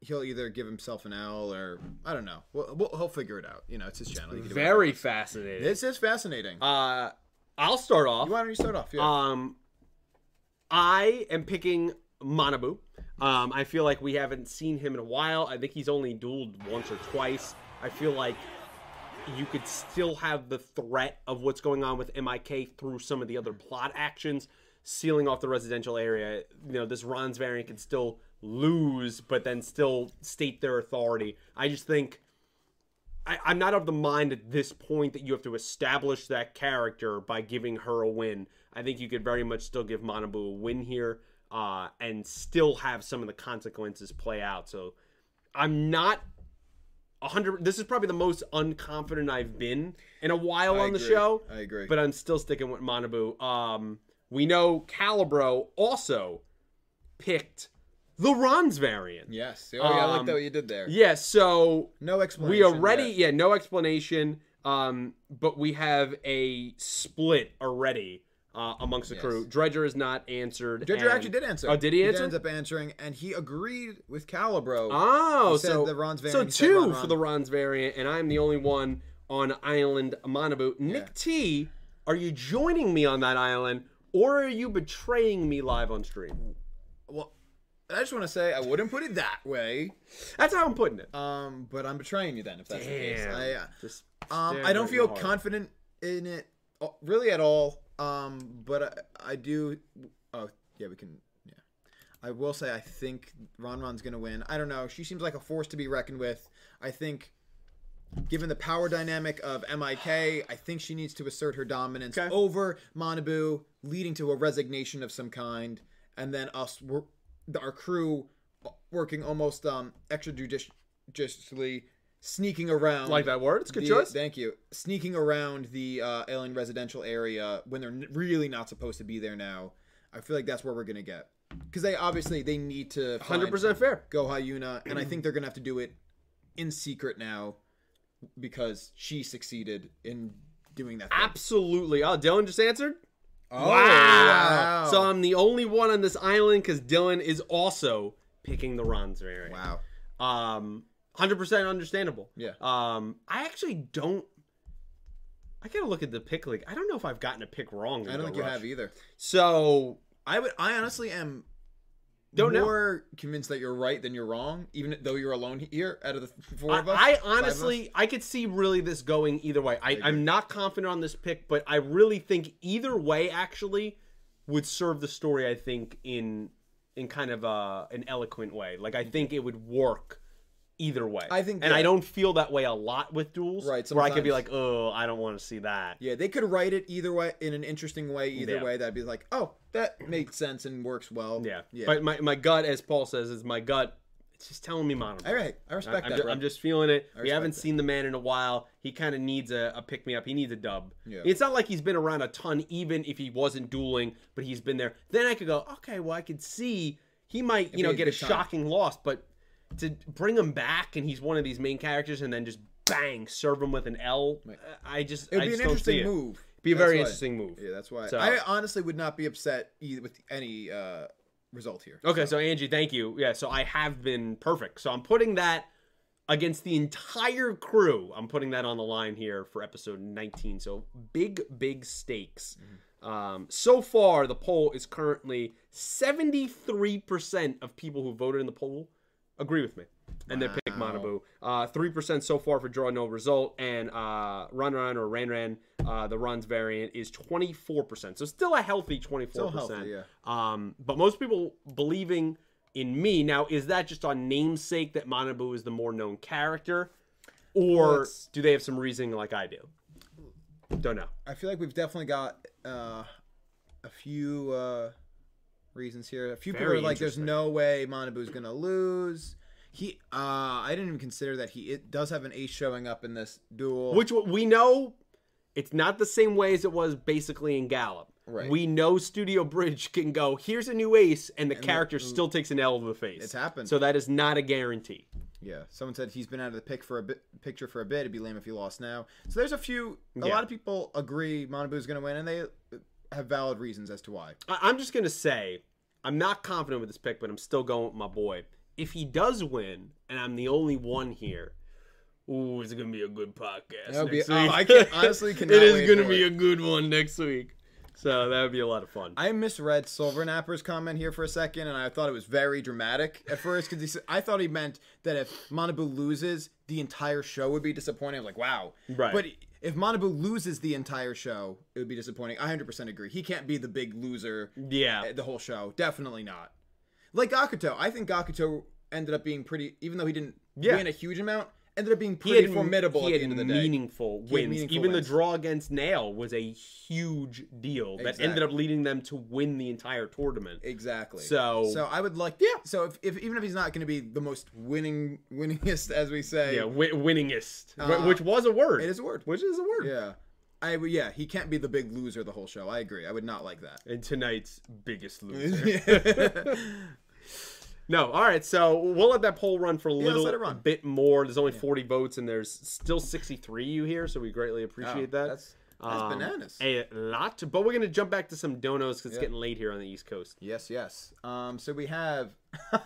B: he'll either give himself an L or I don't know. We'll, we'll, he'll figure it out. You know, it's his channel. He can do whatever.
A: Very fascinating.
B: This is fascinating.
A: Uh I'll start off.
B: Why don't you start off? Yeah.
A: Um I am picking Manabu. Um I feel like we haven't seen him in a while. I think he's only dueled once or twice. I feel like you could still have the threat of what's going on with MIK through some of the other plot actions, sealing off the residential area. You know, this Ron's variant could still lose, but then still state their authority. I just think I, I'm not of the mind at this point that you have to establish that character by giving her a win. I think you could very much still give Manabu a win here uh, and still have some of the consequences play out. So I'm not 100 this is probably the most unconfident I've been in a while
B: I
A: on the
B: agree.
A: show,
B: I agree.
A: but I'm still sticking with Manabu. Um, we know Calibro also picked the Ron's variant.
B: yes. Oh, yeah, I like
A: um,
B: that what you did there.
A: Yeah, so
B: No explanation.
A: we are ready.
B: there.
A: Yeah, no explanation. Um, but we have a split already uh, amongst the crew.
B: Yes.
A: Dredger is not answered.
B: Dredger
A: and-
B: actually did answer.
A: Oh, did he answer?
B: ends up answering, and he agreed with Calibro.
A: Oh,
B: He said
A: so
B: the Ron's
A: so
B: variant, he said
A: two
B: Ron,
A: for
B: Ron.
A: the Ron's variant, and I'm the only one on Island Manabu. Nick T, are you joining me on that island, or are you betraying me live on stream?
B: Well, I just want to say I wouldn't put it that way.
A: That's how I'm putting it.
B: Um, but I'm betraying you then if that's the case.
A: Damn.
B: I, uh,
A: Just
B: Um,
A: staring
B: I don't
A: right in
B: feel
A: the heart.
B: confident in it uh, really at all. Um, but I, I do. Oh yeah, we can. Yeah, I will say I think Ron Ron's gonna win. I don't know. She seems like a force to be reckoned with. I think, given the power dynamic of Mik, I think she needs to assert her dominance
A: Okay.
B: over Manabu, leading to a resignation of some kind, and then us, wor- our crew, working almost um extrajudiciously sneaking around
D: Like that word? It's a good
B: the-
D: choice.
B: Thank you. Sneaking around the uh, alien residential area when they're n- really not supposed to be there now. I feel like that's where we're gonna get because they obviously they need to find
D: Hundred percent fair.
B: Goha Yuna, and I think they're gonna have to do it in secret now because she succeeded in doing that. thing.
A: Absolutely. Oh, Dylan just answered.
B: Oh,
A: wow.
B: wow.
A: So I'm the only one on this island because Dylan is also picking the Ron's variant.
B: wow.
A: Um, hundred percent understandable.
B: Yeah.
A: Um, I actually don't. I gotta look at the pick league. I don't know if I've gotten a pick wrong.
B: I don't think you have e- either.
A: So
B: I would. I honestly am.
A: Don't know.
B: more convinced that you're right than you're wrong, even though you're alone here out of the th- four
A: I,
B: of us.
A: I
B: five of us.
A: honestly, I could see really this going either way. I,
B: agree.
A: I'm not confident on this pick, but I really think either way actually would serve the story. I think in in kind of uh an eloquent way. Like I think it would work either way.
B: Mm-hmm. I think-
A: and
B: yeah.
A: I don't feel that way a lot with duels.
B: Right,
A: Where I could be
B: sometimes.
A: like, oh, I don't want to see that.
B: Yeah, they could write it either way in an interesting way. Either
A: Yeah.
B: way, that'd be like, oh, that makes sense and works well.
A: Yeah.
B: yeah.
A: But my, my gut, as Paul says, is my gut. It's just telling me mono.
B: all right, I
A: I-
B: respect
A: I'm,
B: that.
A: ju-
B: bro.
A: I'm just feeling it. We
B: respect
A: haven't
B: that.
A: seen the man in a while. He kind of needs a, a pick me up. He needs a dub.
B: Yeah.
A: It's not like he's been around a ton, even if he wasn't dueling, but he's been there. Then I could go, okay, well, I could see he might, you
B: It'd
A: know,
B: be a
A: get a
B: good time.
A: shocking loss, but to bring him back and he's one of these main characters and then just bang, serve him with an L. I just,
B: It'd
A: I
B: be an
A: just don't see
B: interesting
A: it.
B: move.
A: Be a
B: That's
A: very
B: why-
A: interesting move.
B: Yeah, that's why.
A: So-
B: I honestly would not be upset either with any uh, result here.
A: Okay, so Angie, thank you. Yeah, so I have been perfect. So I'm putting that against the entire crew. I'm putting that on the line here for episode 19. So big, big stakes. Um, so far, the poll is currently 73% of people who voted in the poll agree with me. And they pick Manabu. Uh, 3% so far for draw no result. And uh, Run Run or Ran Ran, uh, the runs variant is 24%. So still a healthy 24%.
B: healthy, yeah.
A: Um, but most people believing in me now is that just on namesake that Manabu is the more known character, or
B: Well, it's-
A: do they have some reasoning like I do? Don't know.
B: I feel like we've definitely got uh, a few uh, reasons here. A few people
A: Very
B: are like, "There's
A: interesting.
B: no way Manabu's gonna lose." He, uh, I didn't even consider that he it does have an ace showing up in this duel.
A: Which one- we know, it's not the same way as it was basically in Gallup.
B: Right.
A: We know Studio Bridge can go. Here's a new ace, and the character still takes an L of the face.
B: It's happened.
A: So that is not a guarantee.
B: Yeah, someone said he's been out of the pick for a bit, picture for a bit. It'd be lame if he lost now. So there's a few. A
A: Yeah.
B: lot of people agree Manabu's going to win, and they have valid reasons as to why.
A: I- I'm just gonna say I'm not confident with this pick, but I'm still going with my boy. If he does win, and I'm the only one here, ooh, it's gonna be a good podcast
B: That'll be-
A: next
B: oh,
A: week.
B: I can- honestly cannot
A: it is
B: wait
A: gonna
B: for
A: be
B: it.
A: a good one next week. So that would be a lot of fun.
B: I misread Silvernapper's comment here for a second, and I thought it was very dramatic at first because he said, I thought he meant that if Manabu loses, the entire show would be disappointing. I'm like, wow.
A: Right.
B: But if Manabu loses the entire show, it would be disappointing. I 100% agree. He can't be the big loser
A: yeah,
B: the whole show. Definitely not. Like Gakuto, I think Gakuto ended up being pretty, even though he didn't
A: Yeah.
B: win a huge amount, ended up being pretty formidable
A: he
B: at the
A: had
B: end of the day.
A: meaningful
B: had
A: wins.
B: meaningful
A: Even
B: wins.
A: the draw against Nail was a huge deal that ended
B: Exactly.
A: up leading them to win the entire tournament.
B: Exactly.
A: So-
B: so I would like, yeah. So if, if even if he's not going to be the most winning, winningest, as we say,
A: yeah, wi- winningest, wh-
B: Uh,
A: which was a word.
B: it is a word.
A: which is a word.
B: Yeah, I would- yeah, he can't be the big loser the whole show. I agree. I would not like that.
A: And tonight's biggest loser. No, all right. So we'll let that poll run for a
B: let's
A: little
B: let it run.
A: bit more. There's only 40 votes, and there's still 63 you here, so we greatly appreciate that.
B: Oh,
A: Um,
B: that's- that's bananas.
A: A lot, but we're gonna jump back to some donos because it's getting late here on the East Coast.
B: yes, yes. Um, so we have.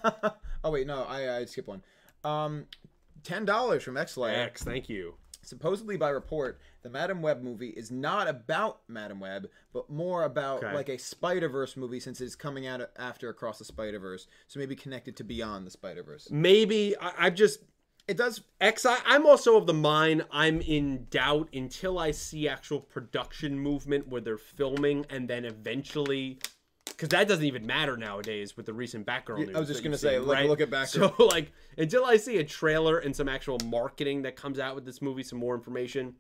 B: oh wait, no, I I skip one. Um, ten dollars from X Layer.
A: X, thank you.
B: supposedly by report, the Madam Web movie is not about Madam Web, but more about
A: Okay.
B: like a Spider Verse movie since it's coming out after Across the Spider Verse, so maybe connected to Beyond the Spider Verse.
A: Maybe I, I've just
B: It does.
A: X. I, I'm also of the mind I'm in doubt until I see actual production movement where they're filming, and then eventually. Because that doesn't even matter nowadays with the recent Batgirl news.
B: I was just
A: that
B: gonna
A: you've
B: say,
A: seen,
B: look-
A: right?
B: look at Batgirl.
A: So like, until I see a trailer and some actual marketing that comes out with this movie, some more information,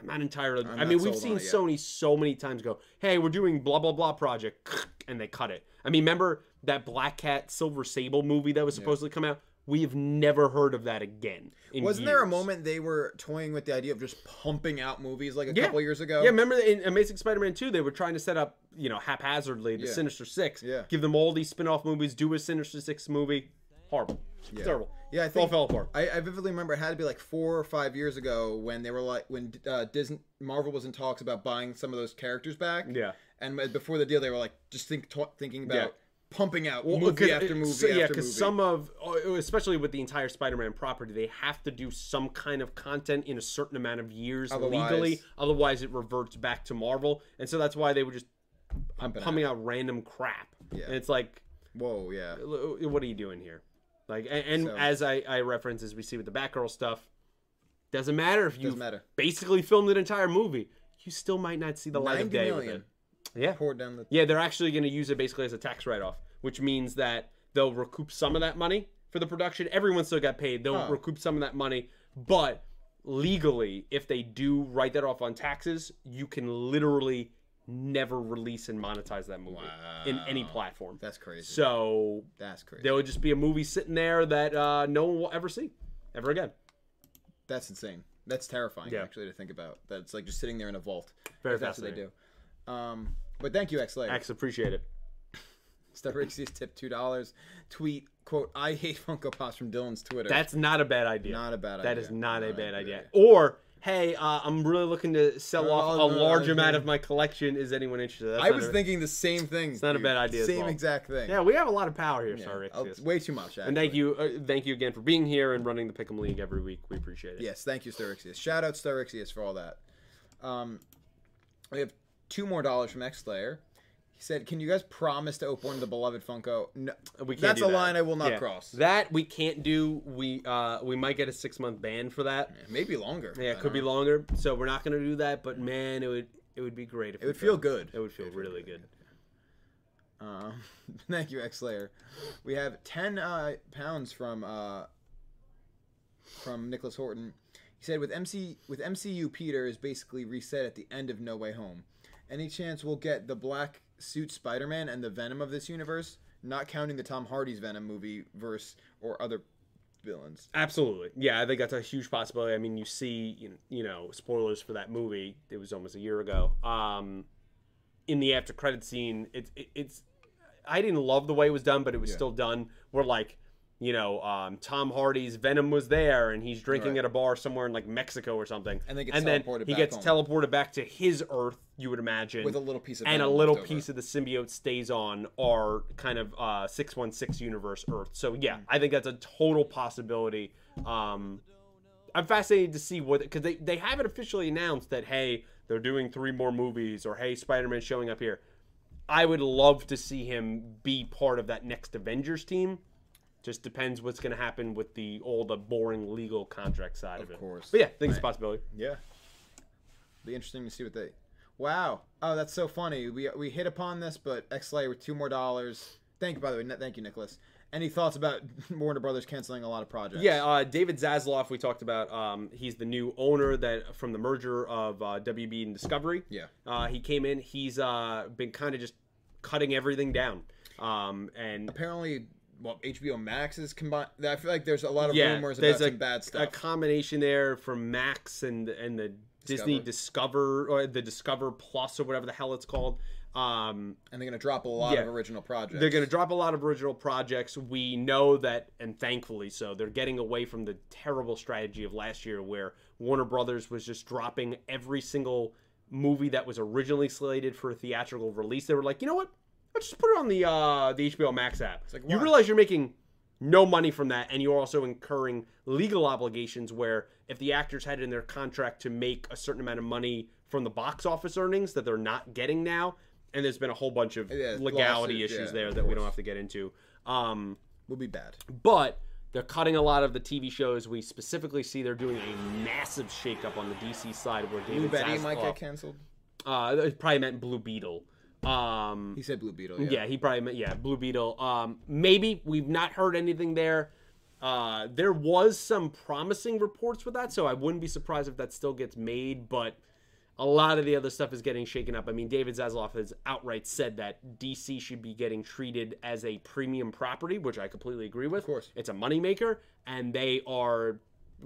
A: I'm not entirely. i
B: not
A: mean, we've
B: sold
A: seen
B: on it yet.
A: Sony so many times go, "Hey, we're doing blah blah blah project," and they cut it. I mean, remember that Black Cat Silver Sable movie that was supposed to come out? we have never heard of that again. in
B: Wasn't there a
A: years.
B: moment they were toying with the idea of just pumping out movies like a
A: Yeah.
B: couple years ago?
A: Yeah, remember in Amazing Spider-Man 2, they were trying to set up, you know, haphazardly the
B: Yeah.
A: Sinister Six.
B: Yeah.
A: Give them all these spin-off movies, do a Sinister Six movie. Horrible.
B: Yeah.
A: Terrible.
B: Yeah, I
A: It all
B: think
A: fell apart.
B: I, I vividly remember it had to be like four or five years ago when they were like when uh, Disney Marvel was in talks about buying some of those characters back.
A: Yeah.
B: and uh, before the deal, they were like just think t- thinking about
A: Yeah.
B: pumping out
A: Well,
B: movie
A: 'cause
B: after
A: it-
B: movie
A: so- yeah,
B: after movie.
A: some of, oh, especially with the entire Spider-Man property, they have to do some kind of content in a certain amount of years
B: Otherwise-
A: legally. Otherwise, it reverts back to Marvel, and so that's why they were just
B: pumping
A: pumping out random crap.
B: Yeah.
A: And it's like,
B: Whoa, yeah,
A: l- uh, what are you doing here? Like, and, and
B: So-
A: as I, I reference, as we see with the Batgirl stuff, doesn't matter if you
B: doesn't matter.
A: basically filmed an entire movie, you still might not see the light of
B: Ninety
A: day. with
B: million
A: it. Yeah.
B: poured down the.
A: Yeah, they're actually going to use it basically as a tax write off, which means that they'll recoup some of that money for the production. Everyone still got paid. They'll
B: Oh.
A: recoup some of that money, but legally, if they do write that off on taxes, you can literally never release and monetize that movie in any
B: Wow.
A: platform.
B: That's crazy.
A: So
B: That's crazy.
A: there would just be a movie sitting there that uh, no one will ever see ever again.
B: That's insane. That's terrifying
A: Yeah.
B: actually to think about. That it's like just sitting there in a vault.
A: Very
B: if that's what they
A: fascinating.
B: do. Um, but thank you, X Layer.
A: X appreciate it.
B: Steph Rixi's tip two dollars. Tweet quote I hate Funko Pops from Dylan's Twitter.
A: That's not a bad idea.
B: not a bad idea.
A: That is not a bad
B: really.
A: idea. Or hey, uh, I'm really looking to sell
B: No,
A: off
B: no,
A: a
B: no,
A: large
B: no,
A: amount
B: no.
A: of my collection. Is anyone interested? That's
B: I
A: not
B: was
A: a-
B: thinking the same thing. It's
A: not a bad idea as
B: Same
A: well.
B: exact thing.
A: Yeah, we have a lot of power here,
B: Yeah.
A: sorry.
B: Oh,
A: Rixius.
B: way too much.
A: And
B: Actually.
A: thank you, uh, thank you again for being here and running the Pick'em League every week. We appreciate it.
B: Yes, thank you, Styrixius. Shout out Styrixius for all that. Um, we have two more dollars from X Layer. He said, "Can you guys promise to open the beloved Funko?" No,
A: We can't
B: That's
A: do
B: a
A: that.
B: line I will not
A: Yeah.
B: cross.
A: That we can't do. We uh, we might get a six month ban for that.
B: Maybe longer.
A: Yeah,
B: I
A: it
B: don't
A: could be
B: know.
A: longer. So we're not gonna do that. But man, it would it would be great if
B: It would feel good.
A: It would feel really good.
B: Um, thank you, X Layer. We have ten uh, pounds from uh, from Nicholas Horton. He said, "With MC with MCU, Peter is basically reset at the end of No Way Home. Any chance we'll get the black suit Spider-Man and the Venom of this universe? Not counting the Tom Hardy's Venom movie verse or other villains.
A: Absolutely. Yeah, I think that's a huge possibility. I mean, you see, you- you know, spoilers for that movie. It was almost a year ago. Um, in the after credit scene, it's it, it's. I didn't love the way it was done, but it was still done. Where like, you know, um, Tom Hardy's Venom was there, and he's drinking
B: Right.
A: at a bar somewhere in like Mexico or something.
B: And they get
A: then
B: teleported
A: he
B: back
A: gets
B: home.
A: teleported back to his Earth. You would imagine
B: With a little piece of
A: and a
B: Venom
A: little
B: left over.
A: piece of the symbiote stays on our kind of uh, 616 universe Earth. So yeah, I think that's a total possibility. Um, I'm fascinated to see what because they they haven't officially announced that hey they're doing three more movies or hey Spider-Man showing up here. I would love to see him be part of that next Avengers team. Just depends what's going to happen with the all the boring legal contract side of, it.
B: course.
A: but yeah, I think it's a possibility.
B: Yeah, be interesting to see what they. Wow. Oh, that's so funny. We we hit upon this, but X Layer with two more dollars. Thank you, by the way. Ni- Thank you, Nicholas. Any thoughts about Warner Brothers canceling a lot of projects?
A: Yeah, uh, David Zasloff, we talked about. Um, he's the new owner that from the merger of uh, WB and Discovery.
B: Yeah.
A: uh, he came in. He's uh, been kind of just cutting everything down. Um, and
B: Apparently, well, HBO Max is combined. I feel like there's a lot of
A: yeah,
B: rumors about
A: there's a,
B: some bad
A: a
B: stuff.
A: combination there from Max and and the Disney Discover or the Discover Plus or whatever the hell it's called. Um,
B: and they're gonna drop a lot of
A: Yeah.
B: original projects.
A: They're going to drop a lot of original projects. We know that, and thankfully so. They're getting away from the terrible strategy of last year where Warner Brothers was just dropping every single movie that was originally slated for a theatrical release. They were like, you know what? Let's just put it on the uh, the HBO Max app.
B: like,
A: you
B: why?
A: realize you're making no money from that, and you're also incurring legal obligations where if the actors had in their contract to make a certain amount of money from the box office earnings that they're not getting now, and there's been a whole bunch of
B: Yeah,
A: legality
B: lawsuits,
A: issues
B: yeah,
A: there
B: of
A: that we don't have to get into. Um,
B: will be bad.
A: but they're cutting a lot of the TV shows. We specifically see they're doing a massive shakeup on the DC side where
B: Blue
A: David
B: Betty might get
A: Zaslav,
B: canceled.
A: uh, it probably meant Blue Beetle. Um,
B: He said Blue Beetle. Yeah.
A: yeah. he probably meant yeah, Blue Beetle. Um, maybe we've not heard anything there. Uh, there was some promising reports with that, so I wouldn't be surprised if that still gets made. But a lot of the other stuff is getting shaken up. I mean, David Zasloff has outright said that DC should be getting treated as a premium property, which I completely agree with. Of
B: course.
A: It's a moneymaker, and they are,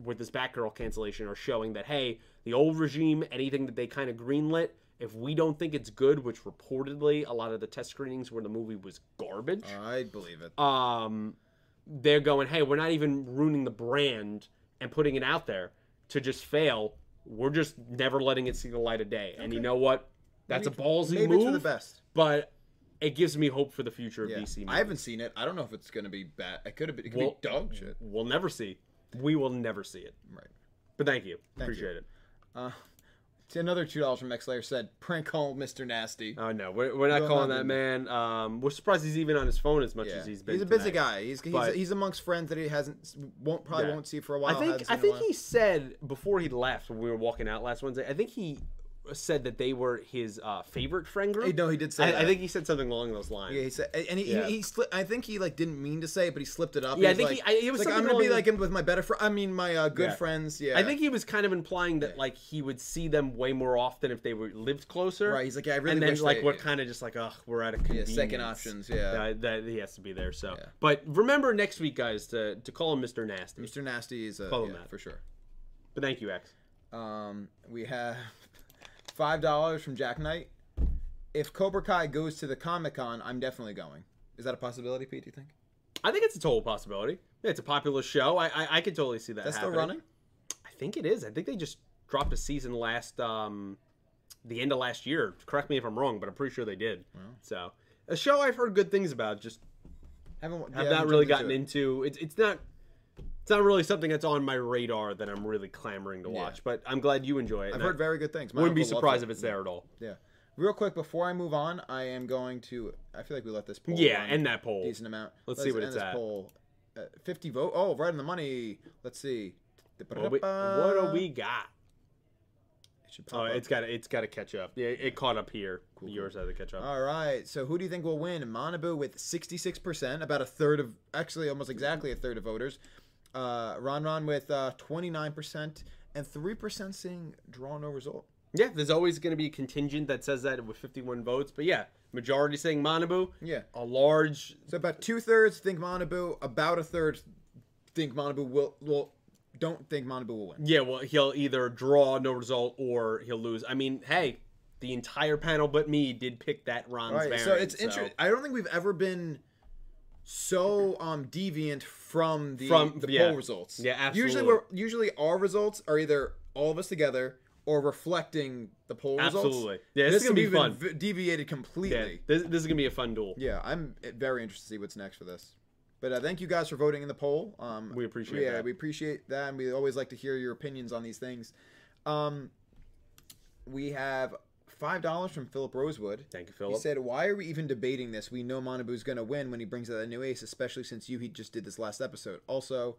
A: with this Batgirl cancellation, are showing that, hey, the old regime, anything that they kind of greenlit, if we don't think it's good, which reportedly a lot of the test screenings where the movie was garbage
B: I believe it.
A: um, they're going, hey, we're not even ruining the brand and putting it out there to just fail. We're just never letting it see the light of day. And you know what? That's
B: Maybe-
A: a ballsy
B: Maybe
A: move,
B: it's for the best.
A: but it gives me hope for the future of
B: Yeah.
A: DC.
B: I haven't seen it. I don't know if it's gonna be bad. It could have been. It could
A: Well-
B: be dog shit.
A: We'll never see. We will never see it.
B: Right.
A: But thank you.
B: Thank you.
A: Appreciate it.
B: Uh, t- another two dollars from Max Layer said, "Prank call, Mister Nasty."
A: Oh no, we're, we're not
B: Will
A: calling
B: not
A: that
B: be-
A: man. Um, we're surprised he's even on his phone as much
B: Yeah.
A: as he's
B: He's,
A: been.
B: a busy
A: tonight.
B: guy. He's he's,
A: But-
B: he's amongst friends that he hasn't won't probably
A: Yeah.
B: won't see for a while.
A: I think
B: hasn't
A: I
B: seen in a
A: think
B: while.
A: he said before he left when we were walking out last Wednesday. I think he said that they were his uh, favorite friend group.
B: Hey, no, he did say
A: I,
B: that.
A: I think he said something along those lines.
B: Yeah, he said, and he,
A: Yeah.
B: he, he sli- I think he like didn't mean to say it, but he slipped it up.
A: Yeah, I
B: was
A: think
B: like,
A: he- I- it was
B: like I'm
A: something
B: gonna be
A: along
B: like him with my better friend. I mean, my uh, good
A: Yeah.
B: friends. Yeah,
A: I think he was kind of implying that like he would see them way more often if they were lived closer.
B: right. He's like, yeah, I really.
A: and then
B: wish
A: like
B: they,
A: we're kind of just like, ugh, we're out of
B: yeah,
A: convenience.
B: second options. Yeah,
A: That, that he has to be there. So,
B: Yeah.
A: but remember next week, guys, to to call him Mr. Nasty.
B: Mr. Nasty is uh,
A: Follow
B: yeah,
A: Matt.
B: for sure.
A: But thank you, X.
B: Um, we have five dollars from Jack Knight. If Cobra Kai goes to the Comic Con, I'm definitely going. Is that a possibility, Pete? Do you think
A: I think it's a total possibility. Yeah, it's a popular show. I I, I could totally see that.
B: that's still
A: happening.
B: running?
A: I think it is. I think they just dropped a season last um the end of last year. Correct me if I'm wrong, but I'm pretty sure they did. So a show I've heard good things about, just
B: Haven't yeah,
A: have
B: haven't
A: not really
B: jumped
A: gotten
B: it.
A: into. It's it's not it's not really something that's on my radar that I'm really clamoring to
B: Yeah.
A: watch. But I'm glad you enjoy it.
B: I've
A: and
B: heard
A: I
B: very good things. My
A: wouldn't be
B: uncle loves
A: surprised
B: it.
A: if it's there at all.
B: Yeah. Real quick before I move on, I am going to. I feel like we let this poll.
A: Yeah,
B: run
A: and that
B: a
A: poll.
B: decent amount.
A: Let's see what
B: end
A: it's
B: this
A: at.
B: Poll. Uh, Fifty vote. Oh, right on the money. Let's see.
A: What, we, what do we got?
B: It should
A: Oh,
B: pop up.
A: it's got it's got to catch up. Yeah, it caught up here. Yours had to catch up.
B: All right. So who do you think will win? Monabu with 66%, about a third of, actually almost exactly a third of voters. Uh, Ron Ron with uh, 29%, and 3% saying draw no result.
A: Yeah, there's always going to be a contingent that says that with 51 votes, but yeah, majority saying Manabu.
B: Yeah.
A: A large
B: So about two thirds think Monabu, about a third think Monabu will, will don't think Monabu will win.
A: Yeah, well, he'll either draw no result or he'll lose. I mean, hey, the entire panel but me did pick that Ron's
B: Right.
A: variant.
B: so it's interesting. I don't think we've ever been so um deviant from the
A: From-
B: the
A: yeah.
B: poll results.
A: Yeah,
B: Usually
A: absolutely.
B: we're usually our results are either all of us together or reflecting the poll results.
A: Absolutely. Yeah, this is gonna be
B: we've been
A: fun.
B: v- deviated
A: Yeah,
B: completely.
A: this, this is gonna be a fun duel.
B: Yeah. I'm very interested to see what's next for this. But uh, thank you guys for voting in the poll. Um,
A: We appreciate
B: yeah,
A: that.
B: we appreciate that, and we always like to hear your opinions on these things. Um, we have five dollars from Philip Rosewood.
A: Thank you,
B: He
A: Philip.
B: said, "Why are we even debating this? We know Manabu's going to win when he brings out a new ace, especially since you he just did this last episode. Also,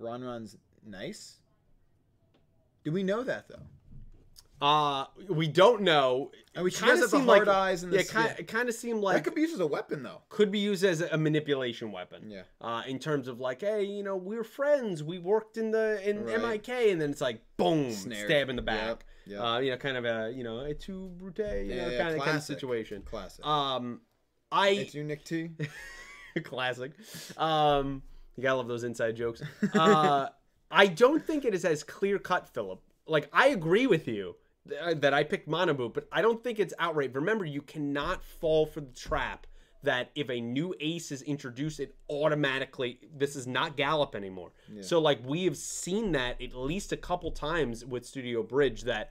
B: Ronron's nice. Do we know that though?
A: uh, we don't know.
B: And we she
A: Kinda
B: does have the
A: seemed
B: hard
A: like-
B: eyes and
A: yeah,
B: this.
A: kind,
B: yeah.
A: it kind of seemed like
B: that could be used as a weapon though.
A: could be used as a manipulation weapon.
B: Yeah.
A: Uh, in terms of like, hey, you know, we're friends. We worked in the in
B: Right.
A: MIK, and then it's like, boom,
B: Snared.
A: stab in the
B: Yep,
A: back.
B: yep.
A: Uh, you know, kind of a you know a two brute, you know,
B: yeah,
A: kind, of, kind of
B: classic.
A: situation.
B: Classic.
A: Um, I
B: it's you, Nick T.
A: classic um you gotta love those inside jokes uh i don't think it is as clear cut philip like i agree with you th- uh, that i picked monobu but i don't think it's outright remember you cannot fall for the trap that if a new ace is introduced it automatically this is not gallop anymore so like we have seen that at least a couple times with studio bridge that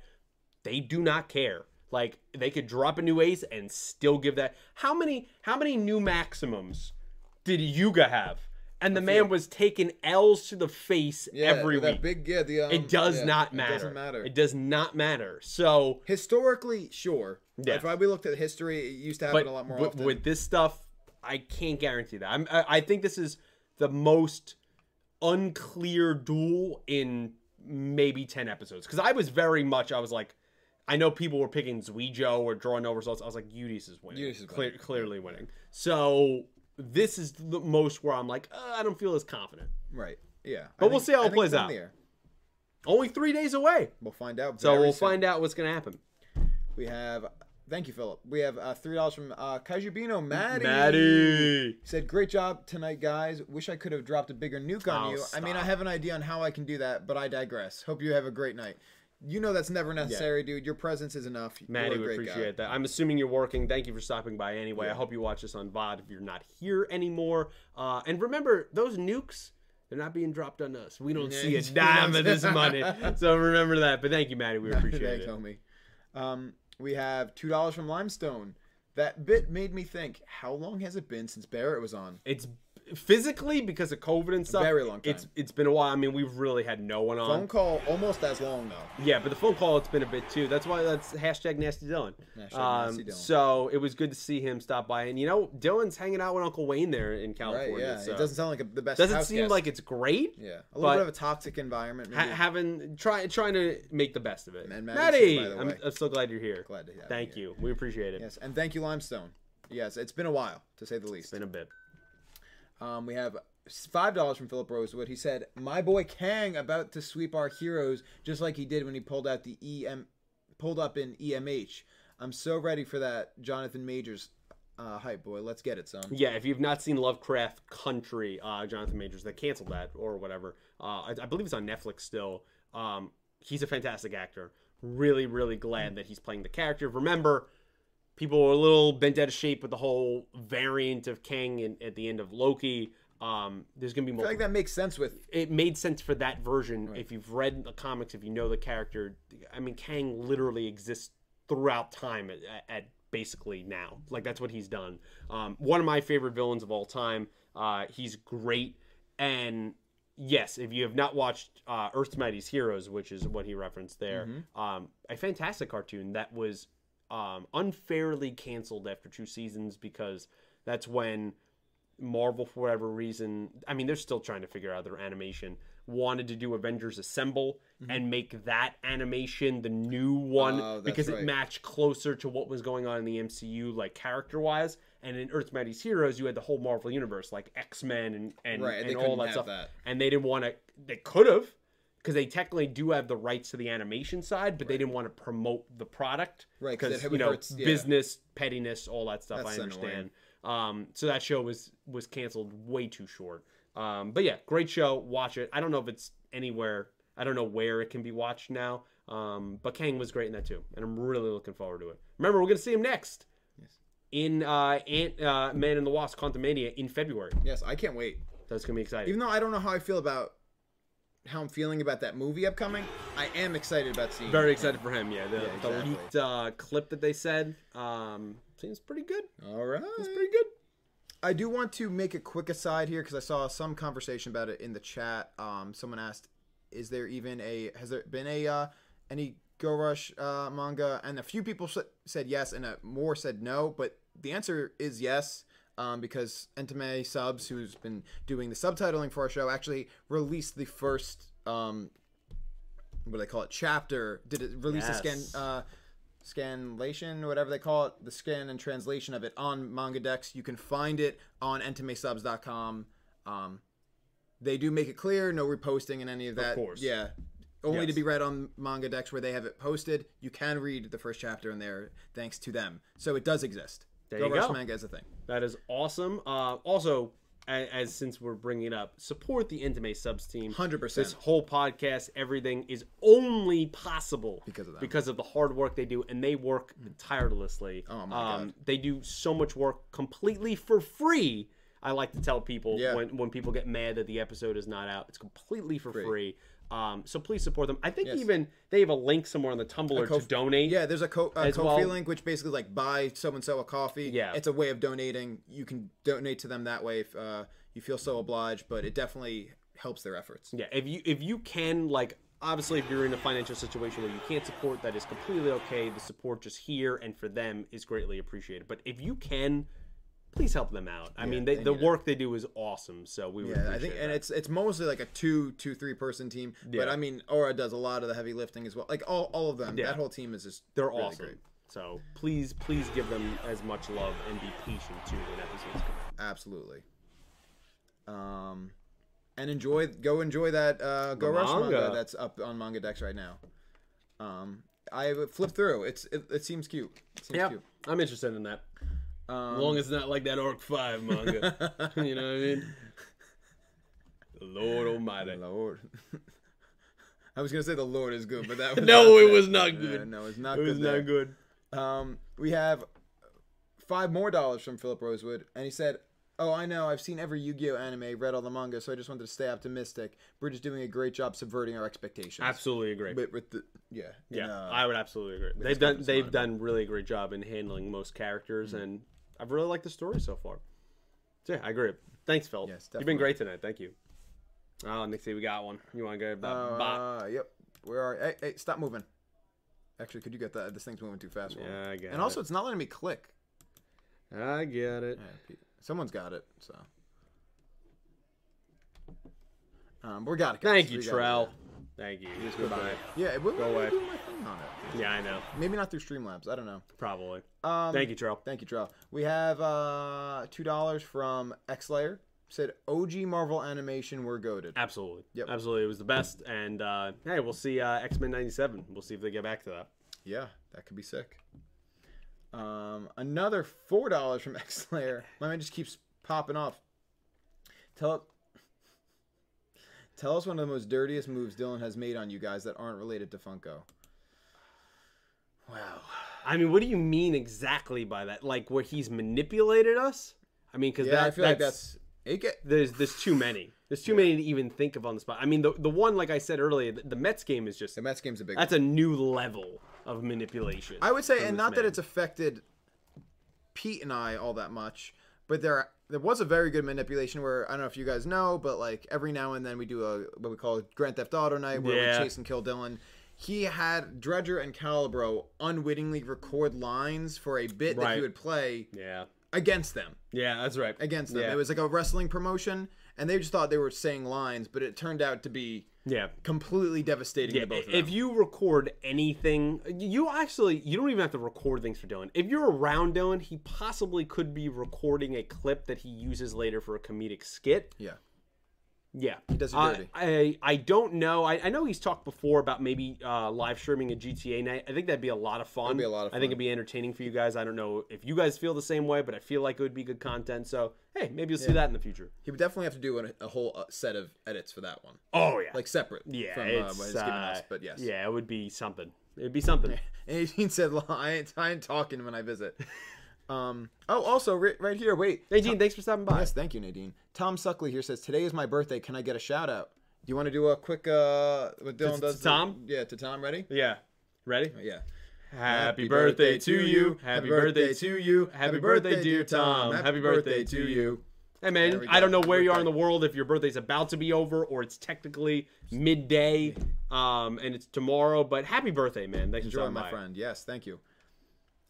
A: they do not care. Like they could drop a new ace and still give that. How many how many new maximums did Yuga have? And the man was taking L's to the face
B: Yeah,
A: every
B: with that
A: week.
B: big yeah. The um,
A: it does
B: yeah,
A: not matter.
B: It doesn't matter.
A: It does not matter. So,
B: Historically, sure.
A: Yeah.
B: If I, we looked at history, it used to happen
A: but
B: a lot more
A: with,
B: often.
A: with this stuff, I can't guarantee that. I'm, I, I think this is the most unclear duel in maybe ten episodes. Because I was very much, I was like, I know people were picking Zuijo or drawing no results. I was like, Udis is winning.
B: Udyss is
A: Clear,
B: winning.
A: Clearly winning. So this is the most where I'm like, uh, I don't feel as confident.
B: right. Yeah.
A: But we'll see how it plays out. Only three days away.
B: We'll find out.
A: So
B: very
A: we'll
B: soon.
A: find out what's going to happen.
B: We have. Thank you, Philip. We have uh, three dollars from uh, Kajubino Maddie.
A: Maddie.
B: He said, "Great job tonight, guys. Wish I could have dropped a bigger nuke on
A: Oh,
B: you. I mean, I
A: stop.
B: have an idea on how I can do that, but I digress. Hope you have a great night. You know that's never necessary, dude. Your presence is enough. You're
A: Maddie
B: a
A: would
B: great guy.
A: appreciate that. I'm assuming you're working. Thank you for stopping by anyway. I hope you watch this on VOD if you're not here anymore. Uh, and remember, those nukes, they're not being dropped on us. We don't see a dime of this money. So remember that. But thank you, Maddie. We appreciate
B: Thanks,
A: it.
B: homie. Um, we have two dollars from Limestone. That bit made me think. How long has it been since Barrett was on?
A: It's physically because of COVID and stuff.
B: Very long time.
A: It's it's been a while. I mean, we've really had no one on.
B: Phone call almost as long though.
A: Yeah, but the phone call, it's been a bit too. That's why that's hashtag nasty Dylan.
B: Hashtag nasty
A: Um,
B: Dylan.
A: So it was good to see him stop by. And you know, Dylan's hanging out with Uncle Wayne there in
B: Right?
A: California.
B: Yeah.
A: so-
B: It doesn't sound like a, the best.
A: doesn't
B: house
A: seem
B: guest.
A: like it's great.
B: Yeah. A little
A: but-
B: bit of a toxic environment.
A: Ha-
B: Maybe.
A: having try trying to make the best of it.
B: And Maddie's
A: Maddie,
B: here, by the
A: I'm,
B: way.
A: I'm so glad you're here.
B: Glad to have
A: Thank
B: you
A: you. We appreciate it.
B: Yes, and thank you, Limestone. Yes, it's been a while to say the least.
A: It's been a bit.
B: Um, we have five dollars from Philip Rosewood. He said, "My boy Kang about to sweep our heroes just like he did when he pulled out the EM, pulled up in EMH. I'm so ready for that Jonathan Majors uh, hype boy. Let's get it, son.
A: Yeah, if you've not seen Lovecraft Country, uh, Jonathan Majors, they canceled that or whatever. Uh, I, I believe it's on Netflix still. Um, he's a fantastic actor. Really, really glad that he's playing the character. Remember, people were a little bent out of shape with the whole variant of Kang in, at the end of Loki. Um, there's gonna be
B: I
A: more.
B: feel like that makes sense with
A: it made sense for that version if you've read the comics if you know the character i mean kang literally exists throughout time at, at basically now like that's what he's done um, one of my favorite villains of all time uh, he's great and yes if you have not watched uh, earth's mightiest heroes which is what he referenced there um, a fantastic cartoon that was um, unfairly canceled after two seasons because that's when Marvel, for whatever reason, I mean, they're still trying to figure out their animation. Wanted to do Avengers Assemble and make that animation the new one
B: Mm-hmm. Oh, that's
A: because
B: right.
A: it matched closer to what was going on in the MCU, like character wise. And in Earth's Mightiest Heroes, you had the whole Marvel universe, like X Men and and,
B: Right, and
A: and,
B: they
A: all
B: couldn't
A: that
B: have
A: stuff.
B: that.
A: And they didn't want to. They could have because they technically do have the rights to the animation side, but they didn't want to promote the product
B: Right, 'cause
A: because
B: it
A: you know
B: hurts- yeah.
A: business pettiness, all that stuff.
B: That's
A: I
B: annoying.
A: understand. Um, so that show was was canceled way too short. Um, but yeah, great show. Watch it. I don't know if it's anywhere. I don't know where it can be watched now. Um, but Kang was great in that too, and I'm really looking forward to it. Remember, we're gonna see him next in uh, Ant uh, Man and the Wasp: Quantumania in February.
B: yes. I can't wait.
A: So it's gonna be exciting.
B: Even though I don't know how I feel about how I'm feeling about that movie upcoming, I am excited about seeing.
A: Very excited for him. Yeah, the,
B: Yeah,
A: the
B: exactly.
A: leaked uh, clip that they said um, seems pretty good.
B: All right.
A: It's pretty good.
B: I do want to make a quick aside here because I saw some conversation about it in the chat. Um, someone asked, "Is there even a has there been a uh, any Go Rush uh, manga?" And a few people s- said yes, and uh, more said no. But the answer is yes. Um, because Entame Subs, who's been doing the subtitling for our show, actually released the first um, what do they call it chapter? Did it release a scan
A: Yes.
B: uh, scanlation, whatever they call it, the scan and translation of it on manga decks. You can find it on entomesubs.com. Um, they do make it clear, no reposting and any of that.
A: course.
B: Yeah. Only to
A: Yes.
B: be read on manga decks where they have it posted. You can read the first chapter in there thanks to them. So it does exist.
A: There
B: Go
A: you
B: Rush
A: go.
B: manga is a thing.
A: That is awesome. Uh, also, as, as since we're bringing it up, support the Intimate Subs team.
B: 100%.
A: This whole podcast, everything is only possible
B: Because of them. Hmm.
A: because of the hard work they do, and they work tirelessly. Oh
B: my
A: um, They do so much work completely for free. I like to tell people
B: Yeah.
A: when when people get mad that the episode is not out, it's completely for free. Um, so please support them. I think even they have a link somewhere on the Tumblr to donate.
B: Yeah, there's a, co- a
A: As
B: Kofi
A: well-
B: link, which basically like buy so and so a coffee.
A: Yeah.
B: it's a way of donating. You can donate to them that way if uh, you feel so obliged, but it definitely helps their efforts.
A: Yeah, if you if you can like obviously if you're in a financial situation where you can't support that is completely okay. The support just here and for them is greatly appreciated. But if you can, please help them out. I mean, they,
B: they
A: the
B: need it.
A: work they do is awesome, so we would
B: Yeah,
A: appreciate
B: I think,
A: that.
B: and it's it's mostly like a two, two, three person team. But
A: Yeah.
B: I mean, Aura does a lot of the heavy lifting as well. Like all, all of them.
A: Yeah.
B: That whole team is just
A: they're
B: really
A: awesome.
B: great.
A: So please, please give them as much love and be patient too when episodes come out.
B: Absolutely. Um, and enjoy go enjoy that uh, go rush manga.
A: manga.
B: that's up on manga decks right now. Um, I flipped through. It's it, it seems cute. It seems
A: Yeah,
B: cute.
A: I'm interested in that.
B: Um,
A: As long as it's not like that Orc Five manga. you know what I mean? Lord Almighty.
B: Lord. I was gonna say the Lord is good, but that was
A: No,
B: not
A: it
B: good.
A: was not
B: Uh,
A: good.
B: no, it's not
A: It was
B: good. there.
A: not good.
B: Um, we have five more dollars from Philip Rosewood, and he said, "Oh, I know. I've seen every Yu-Gi-Oh anime, read all the manga, so I just wanted to stay optimistic. Bridge is doing a great job subverting our expectations."
A: Absolutely agree.
B: But with the yeah, in,
A: Yeah,
B: uh,
A: I would absolutely agree. They've
B: his
A: done
B: confidence
A: they've
B: model.
A: done really great job in handling most characters,
B: Mm.
A: and I've really liked the story so far. So yeah, I agree. Thanks, Phil.
B: Yes,
A: You've been
B: definitely.
A: great tonight. Thank you. Oh, next day we got one. You want to go? About bot?
B: uh, yep. Where are? Hey, hey, stop moving. Actually, could you get that? This thing's moving too fast. for me.
A: Yeah, I get
B: And also, it's not letting me click.
A: it. I get it.
B: Yeah, Pete. Someone's got it, so. Um, we got it. guys.
A: Thank you,
B: We got it,
A: Trell. Thank you. Goodbye.
B: Yeah, yeah it will
A: away.
B: do my thing on it.
A: Yeah, I know.
B: Maybe not through Streamlabs. I don't know.
A: Probably.
B: Um,
A: Thank you, Trell.
B: Thank you, Trell. We have uh, two dollars from Xlayer. Said OG Marvel animation, we're goaded.
A: Absolutely.
B: Yep.
A: Absolutely. It was the best. And uh, hey, we'll see uh, X Men '97. We'll see if they get back to that.
B: Yeah, that could be sick. Um, another four dollars from Xlayer. My man just keeps popping off. Tell Tell us one of the most dirtiest moves Dylan has made on you guys that aren't related to Funko. Wow.
A: I mean, what do you mean exactly by that? Like where he's manipulated us? I mean, because
B: Yeah,
A: that,
B: I feel like that's it. Get,
A: there's there's too many. There's too many to even think of on the spot. I mean, the the one like I said earlier, the, the Mets game is just
B: the Mets game's a big.
A: that's a new level of manipulation.
B: I would say,
A: from
B: and
A: this
B: not that
A: man.
B: it's affected Pete and I all that much, but there there was a very good manipulation where I don't know if you guys know, but like every now and then we do a what we call Grand Theft Auto night where
A: Yeah.
B: we chase and kill Dylan. He had Dredger and Calibro unwittingly record lines for a bit that
A: Right.
B: he would play
A: yeah,
B: against them.
A: yeah, that's right.
B: Against them.
A: Yeah.
B: It was like a wrestling promotion, and they just thought they were saying lines, but it turned out to be
A: yeah.
B: completely devastating
A: Yeah,
B: to both of them.
A: if you record anything, you actually you don't even have to record things for Dylan. If you're around Dylan, he possibly could be recording a clip that he uses later for a comedic skit.
B: yeah.
A: Yeah,
B: He does it
A: Uh,
B: dirty.
A: I I don't know. I, I know he's talked before about maybe uh, live streaming a GTA night. I think that'd be a lot of fun.
B: be a lot of
A: I think
B: fun.
A: it'd be entertaining for you guys. I don't know if you guys feel the same way, but I feel like it would be good content. So hey, maybe you'll see that in the future.
B: He would definitely have to do a, a whole uh, set of edits for that one.
A: Oh yeah,
B: like separate
A: yeah,
B: from uh,
A: it's,
B: what he's given
A: uh,
B: us. But yes,
A: yeah, it would be something. It'd be something.
B: And Eugene said, "Well, I ain't, I ain't talking when I visit." Um. Oh, also ri- right here. Wait.
A: Hey Gene, thanks for stopping by.
B: Yes, thank you, Nadine. Tom Suckley here says, "Today is my birthday. Can I get a shout out? Do you want to do a quick uh? What Dylan
A: to
B: does? the-
A: Tom?
B: yeah, to Tom. Ready?
A: Yeah, ready?
B: Yeah.
A: Happy birthday to you. Happy birthday to you. Happy birthday, dear Tom. Happy birthday to you. Hey
B: There
A: man,
B: we
A: I don't
B: go.
A: know where you are in the
B: Birthday.
A: world if your birthday's about to be over or it's technically midday, um, and it's tomorrow. But happy birthday, man! Thanks for
B: Enjoy,
A: stopping
B: my
A: by.
B: friend. Yes, thank you.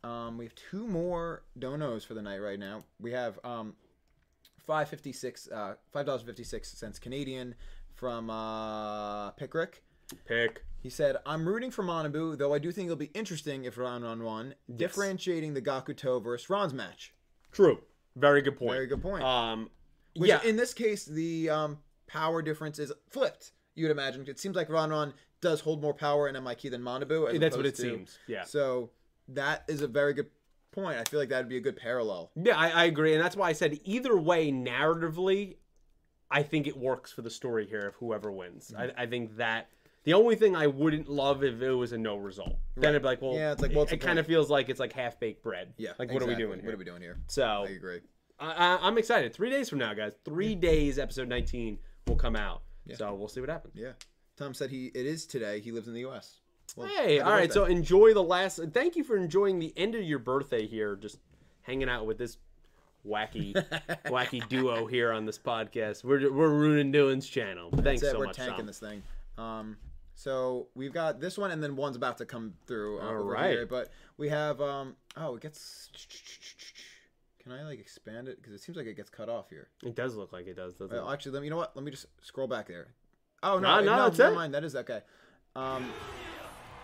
B: Um, we have two more donos for the night right now. We have um, five fifty six, uh, five dollars fifty six cents Canadian from uh, Pickrick.
A: Pick.
B: He said, "I'm rooting for Manabu, though I do think it'll be interesting if round on one, differentiating the Gakuto versus Ron's match.
A: True. Very good point.
B: Very good point.
A: Um,
B: Which
A: yeah,
B: in this case, the um, power difference is flipped. You would imagine it seems like Ranron does hold more power in MIQ than Manabu. as
A: that's what it
B: opposed to-
A: seems. Yeah.
B: So that is a very good point. I feel like that would be a good parallel.
A: Yeah, I, I agree, and that's why I said either way, narratively, I think it works for the story here of whoever wins.
B: Mm-hmm.
A: I, I think that the only thing I wouldn't love if it was a no result. Then it'd be like, well,
B: Yeah, it's like,
A: it-
B: what's
A: it,
B: the
A: kind of
B: point?
A: feels like it's like half baked bread.
B: Yeah.
A: like what are we
B: exactly.
A: doing here? Oh.
B: What are we doing here?
A: so
B: I agree.
A: I, I, I'm excited. Three days from now, guys. Three days, episode 19 will come out. So we'll see what happens.
B: Yeah. Tom said he it is today. He lives in the U.S. Well,
A: Hey,
B: happy
A: all right.
B: birthday.
A: So enjoy the last. Thank you for enjoying the end of your birthday here. Just hanging out with this wacky, wacky duo here on this podcast. We're we're ruining Dylan's channel. Thanks
B: That's it.
A: so
B: We're
A: much,
B: tanking
A: Tom.
B: this thing. Um, so we've got this one, and then one's about to come through. Uh, over
A: right.
B: here, but we have. Um, oh, it gets. Can I like expand it? Because it seems like it gets cut off here.
A: It does look like it does, doesn't
B: Well,
A: it?
B: Uh, actually, let me. You know what? Let me just scroll back there. Oh no!
A: Nah,
B: wait,
A: nah,
B: no,
A: that's
B: never
A: it.
B: mind. That is okay. Um,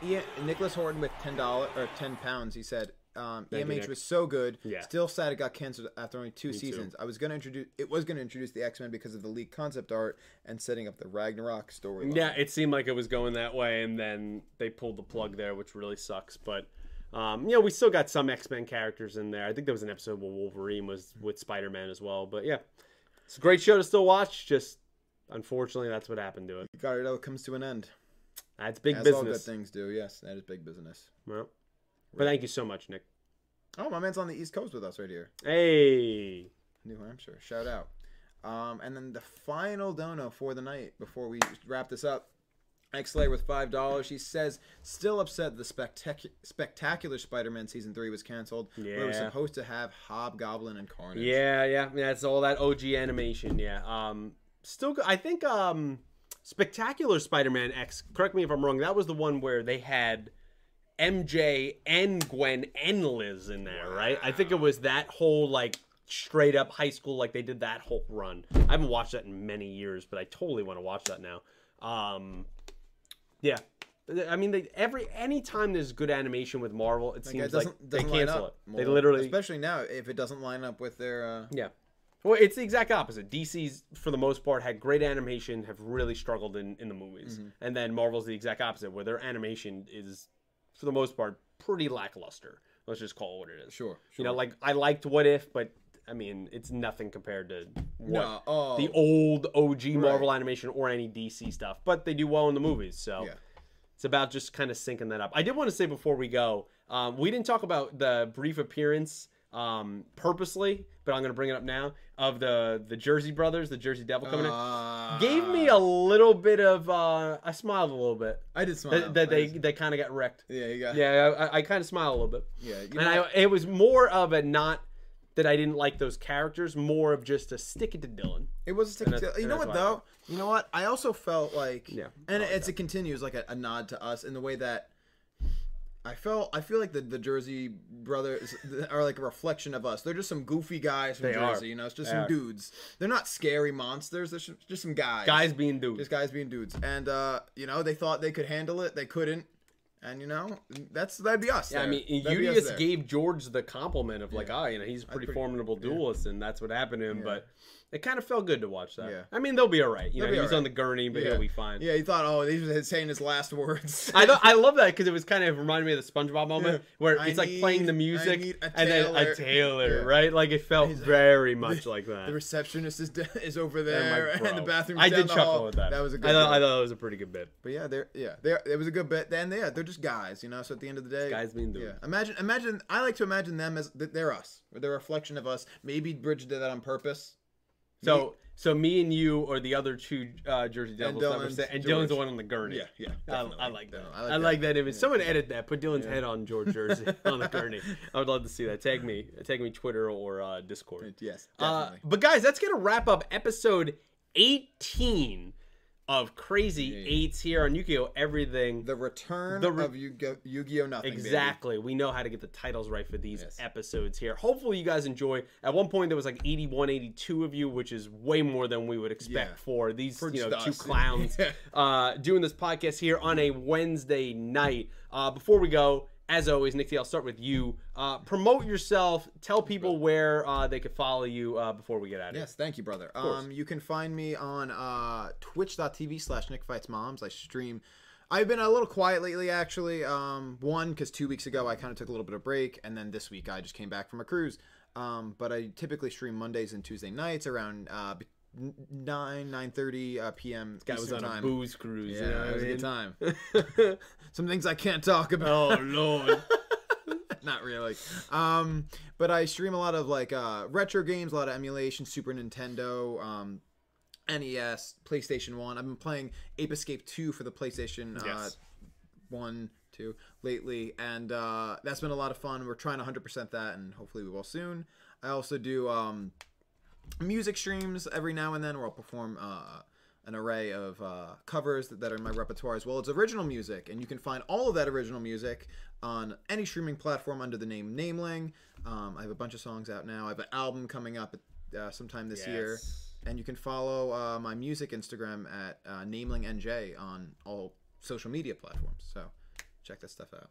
B: Ian Nicholas Horton with ten dollars or ten pounds. He said, um,
A: you,
B: EMH
A: Nick.
B: was so good.
A: Yeah.
B: Still sad it got canceled after only two
A: too.
B: seasons. I was gonna introduce it was gonna introduce the X Men because of the leaked concept art and setting up the Ragnarok storyline.
A: Yeah, it seemed like it was going that way, and then they pulled the plug there, which really sucks. But um, you know, we still got some X Men characters in there. I think there was an episode where Wolverine was with Spider Man as well. But yeah, it's a great show to still watch. Just unfortunately, that's what happened to it.
B: God, it all comes to an end.
A: That's big
B: As all good
A: business.
B: things do, yes, that is big business.
A: Well, but thank you so much, Nick.
B: Oh, my man's on the East Coast with us right here.
A: Hey,
B: New Hampshire. Shout out. Um, and then the final dono for the night before we wrap this up. X Slayer with five dollars. She says, still upset the spectac- spectacular Spider-Man season three was canceled. We were
A: Yeah.
B: supposed to have Hobgoblin and Carnage.
A: yeah, yeah, yeah. It's all that OG animation. Yeah. Um, still, go- I think um, Spectacular Spider Man X. Correct me if I'm wrong. That was the one where they had. MJ and Gwen and Liz in there, right? I think it was that whole like straight up high school, like they did that whole run. I haven't watched that in many years, but I totally want to watch that now. Um, yeah, I mean, they, every any time there's good animation with Marvel, it
B: Like, it
A: seems like
B: doesn't,
A: they
B: doesn't line
A: cancel it.
B: up
A: They
B: more,
A: literally,
B: especially now, if it doesn't line up with their. Uh,
A: yeah. Well, it's the exact opposite. DC's, for the most part, had great animation, have really struggled in, in the movies.
B: Mm-hmm.
A: And then Marvel's the exact opposite, where their animation is, for the most part, pretty lackluster. Let's just call it what it is.
B: Sure,
A: You know, like, I liked What If, but, I mean, it's nothing compared to what
B: No, oh,
A: the old OG Marvel animation or any DC stuff. But they do well in the movies, so
B: Yeah.
A: it's about just kind of syncing that up. I did want to say before we go, um, we didn't talk about the brief appearance um, purposely, but I'm going to bring it up now of the the Jersey Brothers, the Jersey Devil coming
B: uh,
A: in. Gave me a little bit of uh, I smiled a little bit
B: I did smile.
A: that, that
B: I
A: they
B: did-
A: they kind of got wrecked.
B: Yeah, you got.
A: Yeah, I, I kind of smiled a little bit
B: Yeah. You know,
A: and I, it was more of a not that I didn't like those characters, more of just a stick it to Dylan.
B: It was a stick
A: that's-
B: to- You
A: and
B: know
A: that's
B: what
A: why I
B: though? You know what? I also felt like
A: Yeah,
B: and it's it continues like a, a nod to us in the way that I felt. I feel like the, the Jersey brothers are like a reflection of us. They're just some goofy guys from
A: They are.
B: Jersey. You know, it's just
A: They
B: some
A: are.
B: dudes. They're not scary monsters. They're just, just some guys.
A: Guys being dudes.
B: Just guys being dudes. And uh, you know, they thought they could handle it. They couldn't. And you know, that's that'd be us.
A: Yeah, I
B: there.
A: mean,
B: That'd be us
A: Udius
B: there.
A: gave George the compliment of like,
B: Yeah.
A: ah, you know, he's a pretty,
B: pretty-
A: formidable duelist, and that's what happened to him.
B: Yeah.
A: But it kind of felt good to watch that.
B: Yeah.
A: I mean, they'll be all right. You
B: They'll
A: know,
B: be
A: he was
B: all
A: on the gurney, but
B: Yeah.
A: he'll be fine.
B: Yeah, he thought, oh, these are his- saying his last words.
A: I, th- I love that because it was kind of reminded me of the SpongeBob moment
B: Yeah.
A: where
B: I
A: it's like playing
B: need-
A: the
B: I
A: music
B: need a
A: and then a
B: tailor.
A: tailor,
B: Yeah.
A: right? Like it felt very much like
B: The
A: that.
B: receptionist is de- is over
A: I'm like,
B: there,
A: bro.
B: and the bathroom.
A: I did
B: the
A: chuckle
B: hall.
A: with that.
B: That was a good.
A: I thought, I
B: bit.
A: thought that was a pretty good bit.
B: But yeah, they're yeah, they're, it was a good bit. Then yeah, they're just guys, you know. So at the end of the day,
A: Guys being
B: Yeah,
A: dudes.
B: imagine, imagine. I like to imagine them as that they're us, or they're a reflection of us. Maybe Bridge did that on purpose.
A: So, so me and you are the other two uh, Jersey Devils, that were
B: Dylan's
A: set- and
B: George.
A: Dylan's the one on the gurney.
B: yeah.
A: I,
B: definitely.
A: I like that.
B: No,
A: I like, that. image. Someone edit that. Put Dylan's head on George Jersey on the gurney. I would love to see that. Tag me. Tag me Twitter or uh, Discord.
B: Yes,
A: Uh,
B: definitely.
A: but guys, that's gonna wrap up episode 18 of Crazy Eights here on Yukio Everything.
B: the return
A: the re-
B: of Yu- Yu-Gi-Oh! Nothing. baby.
A: Exactly. We know how to get the titles right for these
B: Yes.
A: episodes here. Hopefully, you guys enjoy. At one point, there was like 81, 82 of you, which is way more than we would expect
B: Yeah.
A: for these you know,
B: just
A: two
B: us.
A: clowns
B: Yeah.
A: uh, doing this podcast here on a Wednesday night. Uh, before we go, as always, Nick T, I'll start with you. Uh, promote yourself. Tell people where uh, they can follow you uh, before we get out of
B: Yes, thank you, brother.
A: course.
B: Um, you can find me on uh, twitch.tv slash Nick Fights Moms. I stream. I've been a little quiet lately, actually. Um, one, because two weeks ago I kind of took a little bit of break, and then this week I just came back from a cruise. Um, but I typically stream Mondays and Tuesday nights around uh, be- n- nine nine thirty uh, p.m.
A: here. I was
B: Eastern
A: on
B: time.
A: a booze cruise.
B: yeah,
A: you know what
B: it was
A: I
B: a good
A: mean?
B: time. Some things I can't talk about
A: Oh, Lord.
B: not really um but i stream a lot of like uh retro games a lot of emulation super nintendo um nes playstation 1 i've been playing ape escape 2 for the playstation uh,
A: Yes.
B: 1 2 lately and uh that's been a lot of fun we're trying to 100% that and hopefully we will soon i also do um music streams every now and then where i'll perform uh an array of uh, covers that, that are in my repertoire as well as original music. And you can find all of that original music on any streaming platform under the name Nameling. Um, I have a bunch of songs out now. I have an album coming up uh, sometime this year.
A: Yes.
B: And you can follow uh, my music Instagram at uh, NamelingNJ on all social media platforms. So check that stuff out.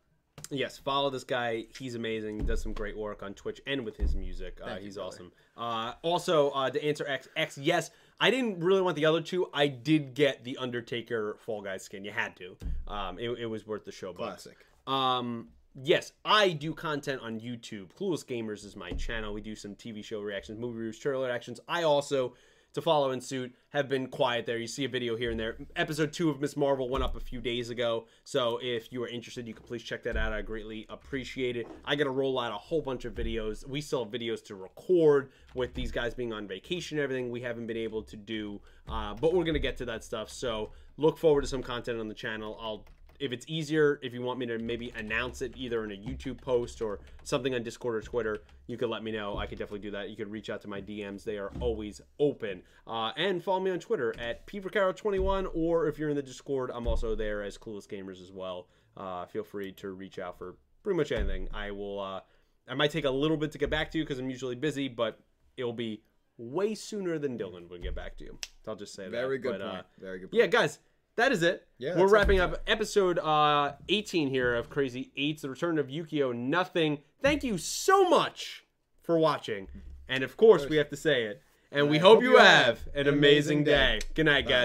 A: yes, follow this guy. He's amazing. He does some great work on Twitch and with his music. Uh,
B: Thank you,
A: he's
B: brother.
A: awesome. Uh, also, uh, to answer X, X, yes, I didn't really want the other two. I did get the Undertaker Fall Guys skin. You had to. Um, it, it was worth the show. bucks.
B: Classic.
A: Um, yes, I do content on YouTube. Clueless Gamers is my channel. We do some TV show reactions, movie reviews, trailer reactions. I also, to follow in suit, have been quiet there. You see a video here and there. Episode two of Miss Marvel went up a few days ago, so if you are interested, you can please check that out. I greatly appreciate it. I got to roll out a whole bunch of videos. We still have videos to record with these guys being on vacation and everything. We haven't been able to do, uh, but we're gonna get to that stuff. So look forward to some content on the channel. I'll if it's easier, if you want me to maybe announce it either in a YouTube post or something on Discord or Twitter, you could let me know. I could definitely do that. You could reach out to my DMs; they are always open. Uh, and follow me on Twitter at peepercarrow21, or if you're in the Discord, I'm also there as Clueless Gamers as well. Uh, feel free to reach out for pretty much anything. I will. Uh, I might take a little bit to get back to you because I'm usually busy, but it'll be way sooner than Dylan would get back to you. So I'll just say that.
B: Very good
A: But, uh,
B: point. Very good point.
A: yeah, guys, that is it.
B: Yeah,
A: we're
B: that's
A: wrapping up episode uh, 18 here of Crazy Eights, the return of Yukio Nothing. Thank you so much for watching, and of course we have to say it. And we hope, you have an amazing, day. Good night, guys.